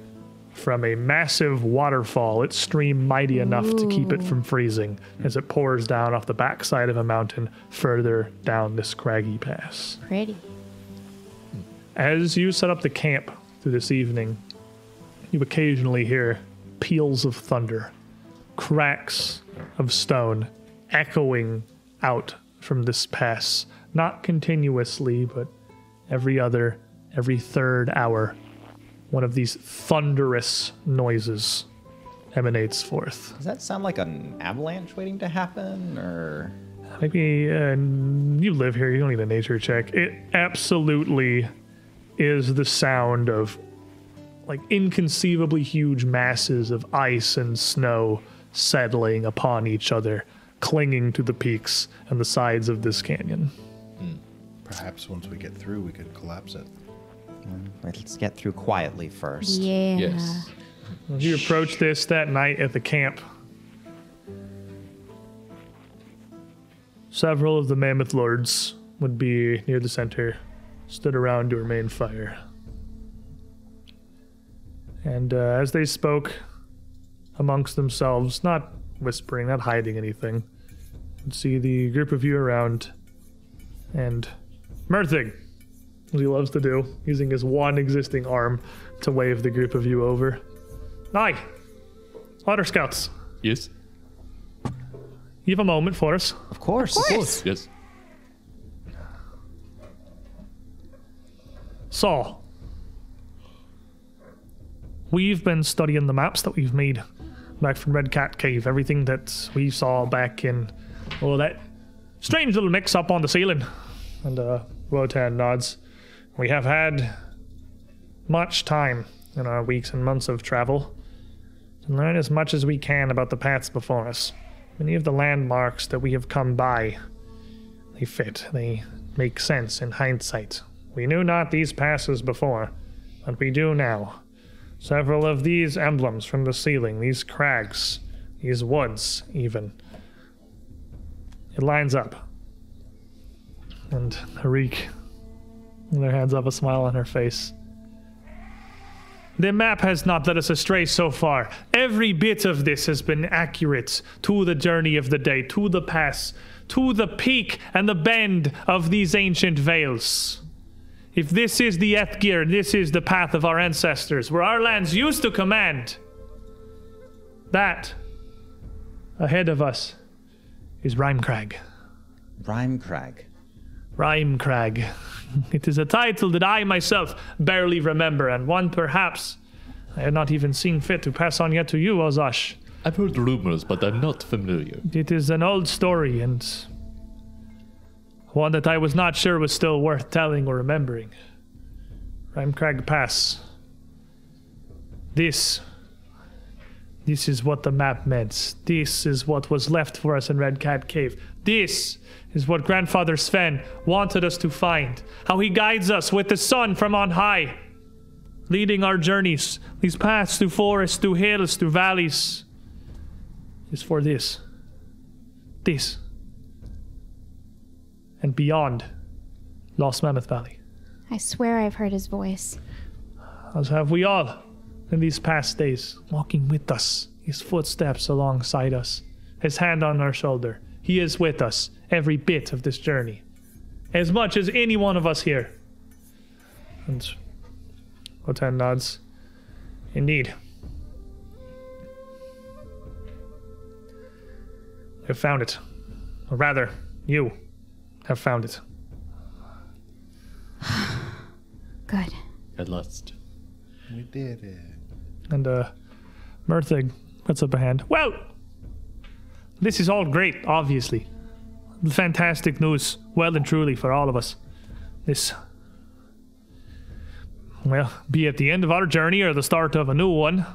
from a massive waterfall, its stream mighty enough to keep it from freezing as it pours down off the backside of a mountain further down this craggy pass.
Pretty.
As you set up the camp through this evening, you occasionally hear peals of thunder, cracks of stone echoing out from this pass, not continuously, but every other, every third hour, one of these thunderous noises emanates forth.
Does that sound like an avalanche waiting to happen, or
Maybe uh, you live here. You don't need a nature check. It absolutely is the sound of like inconceivably huge masses of ice and snow settling upon each other, clinging to the peaks and the sides of this canyon.
Perhaps once we get through, we could collapse it.
let's get through quietly first?
Yeah.
Yes.
As you approach this that night at the camp, several of the mammoth lords would be near the center, stood around your main fire. And uh, as they spoke amongst themselves, not whispering, not hiding anything, you'd see the group of you around. And Murthig, as he loves to do, using his one existing arm to wave the group of you over. Aye. Otter Scouts,
Yes.
you have a moment for us.
Of course. Of course.
Yes.
Saul, we've been studying the maps that we've made back from Red Cat Cave, everything that we saw back in, oh, that strange little mix up on the ceiling. And uh, Wotan nods. We have had much time in our weeks and months of travel to learn as much as we can about the paths before us. Many of the landmarks that we have come by, they fit, they make sense in hindsight. We knew not these passes before, but we do now. Several of these emblems from the ceiling, these crags, these woods, even. It lines up. And Harik, with her hands up, a smile on her face. The map has not led us astray so far. Every bit of this has been accurate to the journey of the day, to the pass, to the peak and the bend of these ancient vales. If this is the Ethgir, this is the path of our ancestors, where our lands used to command, that ahead of us is Rhymecrag.
Rhymecrag.
Rhymecrag. *laughs* It is a title that I myself barely remember, and one perhaps I have not even seen fit to pass on yet to you, Ozash.
I've heard rumors, but I'm not familiar.
It is an old story, and one that I was not sure was still worth telling or remembering. Rhymecrag Pass. This. This is what the map meant. This is what was left for us in Red Cat Cave. This is what Grandfather Sven wanted us to find. How he guides us with the sun from on high, leading our journeys, these paths through forests, through hills, through valleys. Is for this. This and beyond Lost Mammoth Valley,
I swear I've heard his voice.
as have we all in these past days, walking with us, his footsteps alongside us, his hand on our shoulder. He is with us every bit of this journey, as much as any one of us here. And Otan nods. Indeed. I have found it. Or rather, you have found it.
Good.
At last.
We did it.
And uh, Murthig puts up a hand. Well, this is all great, obviously. Fantastic news, well and truly, for all of us. This, well, be at the end of our journey or the start of a new one.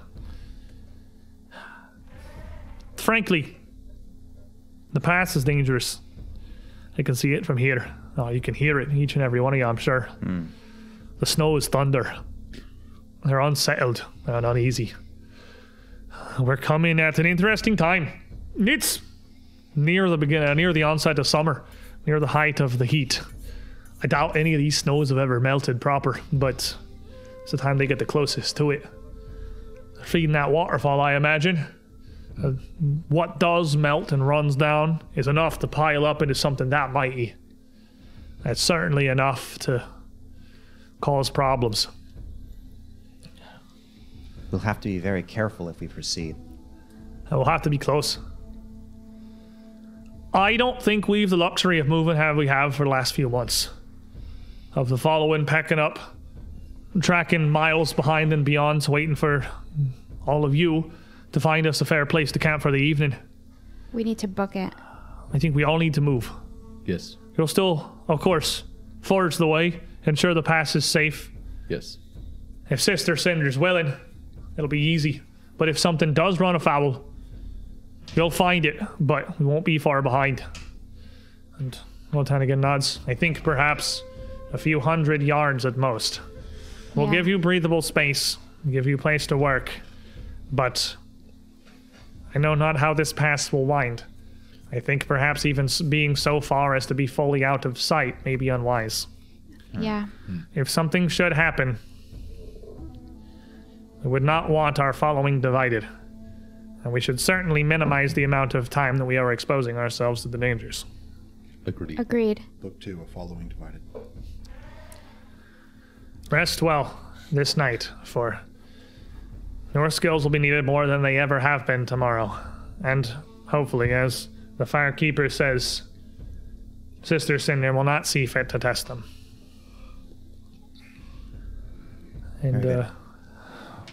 Frankly, the pass is dangerous. I can see it from here. Oh, you can hear it, each and every one of you, I'm sure. The snow is thunder. They're unsettled and uneasy. We're coming at an interesting time. It's near the beginning, near the onset of summer, near the height of the heat. I doubt any of these snows have ever melted proper, but it's the time they get the closest to it. They're feeding that waterfall, I imagine. Uh, what does melt and runs down is enough to pile up into something that mighty. That's certainly enough to cause problems.
We'll have to be very careful if we proceed.
And we'll have to be close. I don't think we've the luxury of moving how we have for the last few months. Of the following, packing up, tracking miles behind and beyond, waiting for all of you to find us a fair place to camp for the evening.
We need to book it.
I think we all need to move.
Yes.
You'll still, of course, forge the way, ensure the pass is safe.
Yes.
If Sister Cinder's willing, it'll be easy. But if something does run afoul, you'll find it, but we won't be far behind. And Lotanigan nods. I think perhaps a few hundred yards at most. We'll
Yeah.
give you breathable space, give you place to work, but I know not how this pass will wind. I think perhaps even s- being so far as to be fully out of sight may be unwise.
Yeah.
If something should happen, we would not want our following divided. And we should certainly minimize the amount of time that we are exposing ourselves to the dangers.
Agreed.
Agreed.
Book two, a following divided.
Rest well this night, for your skills will be needed more than they ever have been tomorrow. And hopefully, as the firekeeper says, Sister Cinder will not see fit to test them. And uh,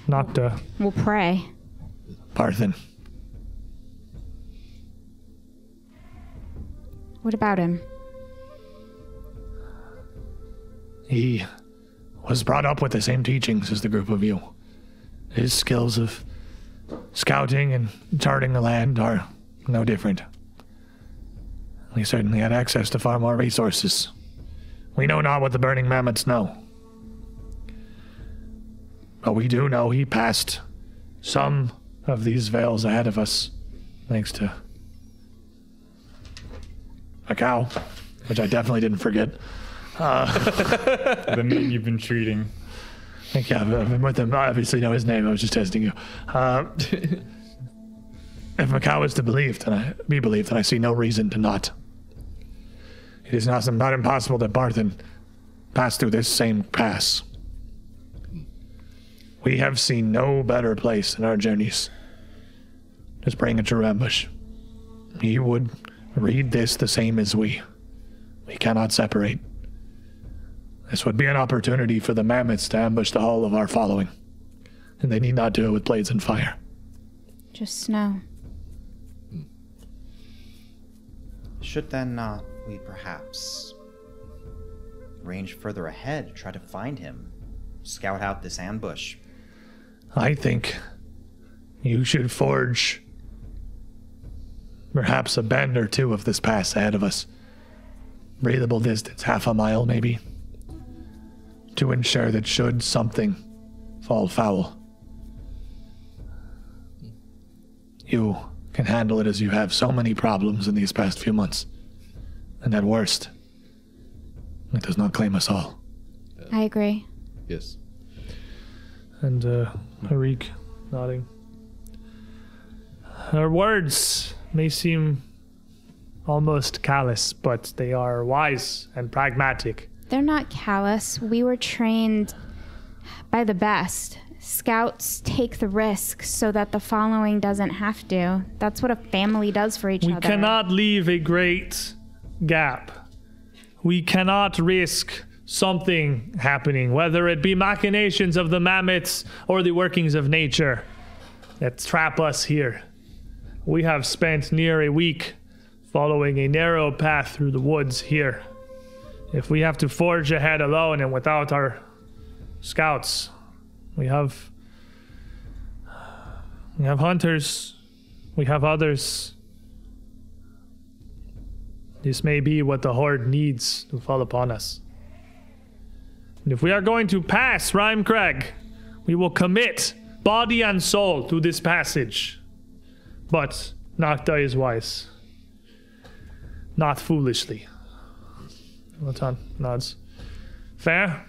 not uh,
We'll pray.
Parthen.
What about him?
He was brought up with the same teachings as the group of you. His skills of scouting and charting the land are no different. He certainly had access to far more resources. We know not what the burning mammoths know. But we do know he passed some of these veils ahead of us, thanks to a cow, which I definitely didn't forget. Uh,
the man you've been treating.
Thank you. I've, I've been with him. I obviously know his name. I was just testing you. Uh, *laughs* if Macau is to believe, then I be believed, then I see no reason to not. It is not, not impossible that Barthen passed through this same pass. We have seen no better place in our journeys. Just praying at your ambush. He would read this the same as we. We cannot separate. This would be an opportunity for the mammoths to ambush the whole of our following. And they need not do it with blades and fire.
Just snow.
Should then not we perhaps range further ahead, try to find him, scout out this ambush?
I think you should forge perhaps a bend or two of this pass ahead of us. Breathable distance, half a mile maybe, to ensure that should something fall foul, you can handle it as you have so many problems in these past few months. And at worst, it does not claim us all.
I agree.
Yes.
And uh, Harik nodding. Her words may seem almost callous, but they are wise and pragmatic.
They're not callous. We were trained by the best. Scouts take the risk so that the following doesn't have to. That's what a family does for each
We
other.
cannot leave a great gap. We cannot risk something happening, whether it be machinations of the mammoths or the workings of nature that trap us here. We have spent near a week following a narrow path through the woods here. If we have to forge ahead alone and without our scouts, we have we have hunters, we have others. This may be what the horde needs to fall upon us. And if we are going to pass Rhyme Crag, we will commit body and soul to this passage. But Nocta is wise. Not foolishly. Latan nods. Fair?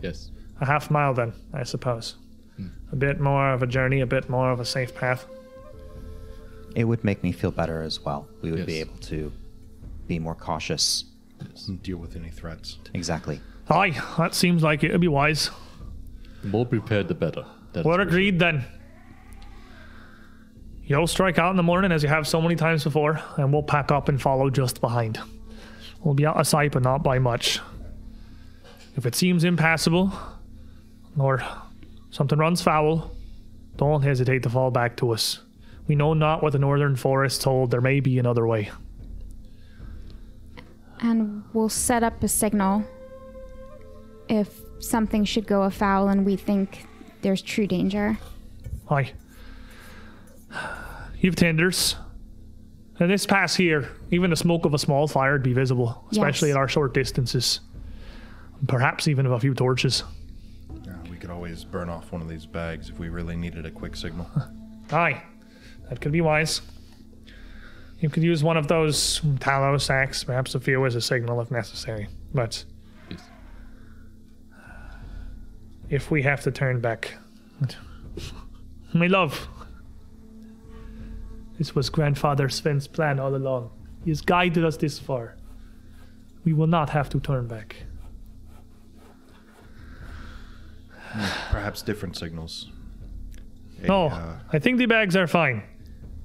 Yes.
A half mile then, I suppose. A bit more of a journey, a bit more of a safe path.
It would make me feel better as well. We would be able to be more cautious.
Deal with any threats.
Exactly.
Aye, that seems like it would be wise.
The more prepared, the better. That is
We're agreed then. You'll strike out in the morning as you have so many times before, and we'll pack up and follow just behind. We'll be out of sight, but not by much. If it seems impassable, or something runs foul, don't hesitate to fall back to us. We know not what the northern forest told. There may be another way.
and we'll set up a signal if something should go afoul and we think there's true danger.
*sighs* Aye. You've tenders. And this pass here, even the smoke of a small fire would be visible, especially
Yes.
at our short distances. Perhaps even of a few torches.
Yeah, we could always burn off one of these bags if we really needed a quick signal. *laughs*
Aye. That could be wise. You could use one of those tallow sacks, perhaps a few as a signal if necessary. But if we have to turn back. My love. This was Grandfather Sven's plan all along. He has guided us this far. We will not have to turn back.
Perhaps different signals. A,
No,
uh,
I think the bags are fine.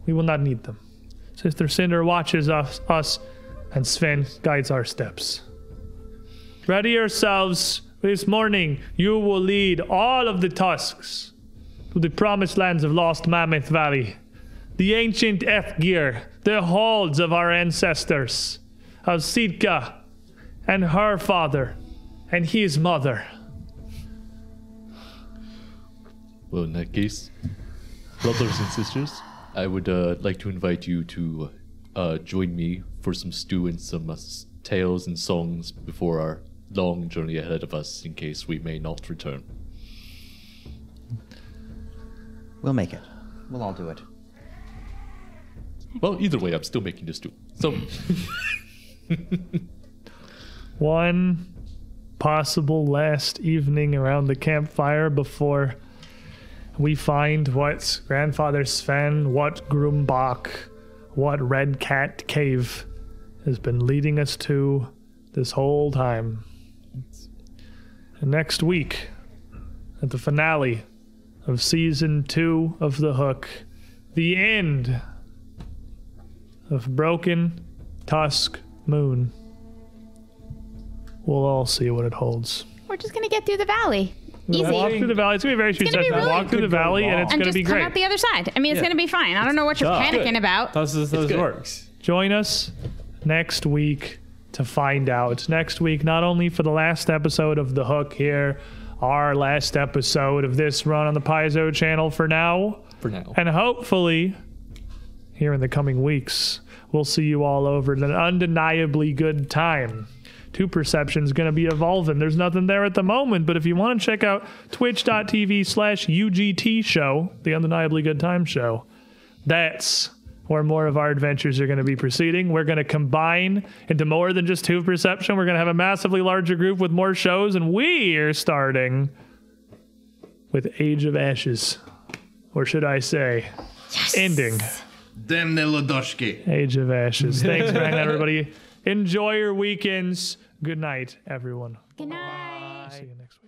We will not need them. Sister Cinder watches us, us and Sven guides our steps. Ready yourselves. This morning, you will lead all of the tusks to the promised lands of Lost Mammoth Valley, the ancient Efgir, the halls of our ancestors, of Sitka and her father and his mother.
Well, in that case, brothers and sisters, I would uh, like to invite you to uh, join me for some stew and some uh, s- tales and songs before our long journey ahead of us in case we may not return.
We'll make it. We'll all do it.
Well, either way, I'm still making the stew. So,
one possible last evening around the campfire before we find what grandfather Sven, what Grumbach, what Red Cat Cave has been leading us to this whole time. And next week, at the finale of season two of The Hook, the end of Broken Tusk Moon we'll all see what it holds.
We're just gonna get through the valley. Easy.
Walk through the valley. It's gonna be very short
gonna be
session.
really-
Walk through the valley, and it's
and
gonna
just
be
come
great.
out the other side. I mean, it's
Yeah.
gonna be fine. I don't know what you're
Duh.
panicking
Good.
about.
That's
This
It's good.
works.
Join us next week to find out. Next week, not only for the last episode of The Hook here, our last episode of this run on the Paizo channel for now.
for now.
And hopefully, here in the coming weeks, we'll see you all over at an undeniably good time. Two Perception's going to be evolving. There's nothing there at the moment, but if you want to check out twitch.tv slash UGT show, the Undeniably Good Time show, that's where more of our adventures are going to be proceeding. We're going to combine into more than just Two Perception. We're going to have a massively larger group with more shows, and we are starting with Age of Ashes or should I say, ending
Damn Nelodoshki.
Age of Ashes. Thanks, Ryan, everybody. Enjoy your weekends. Good night, everyone.
Good night.
See you next week.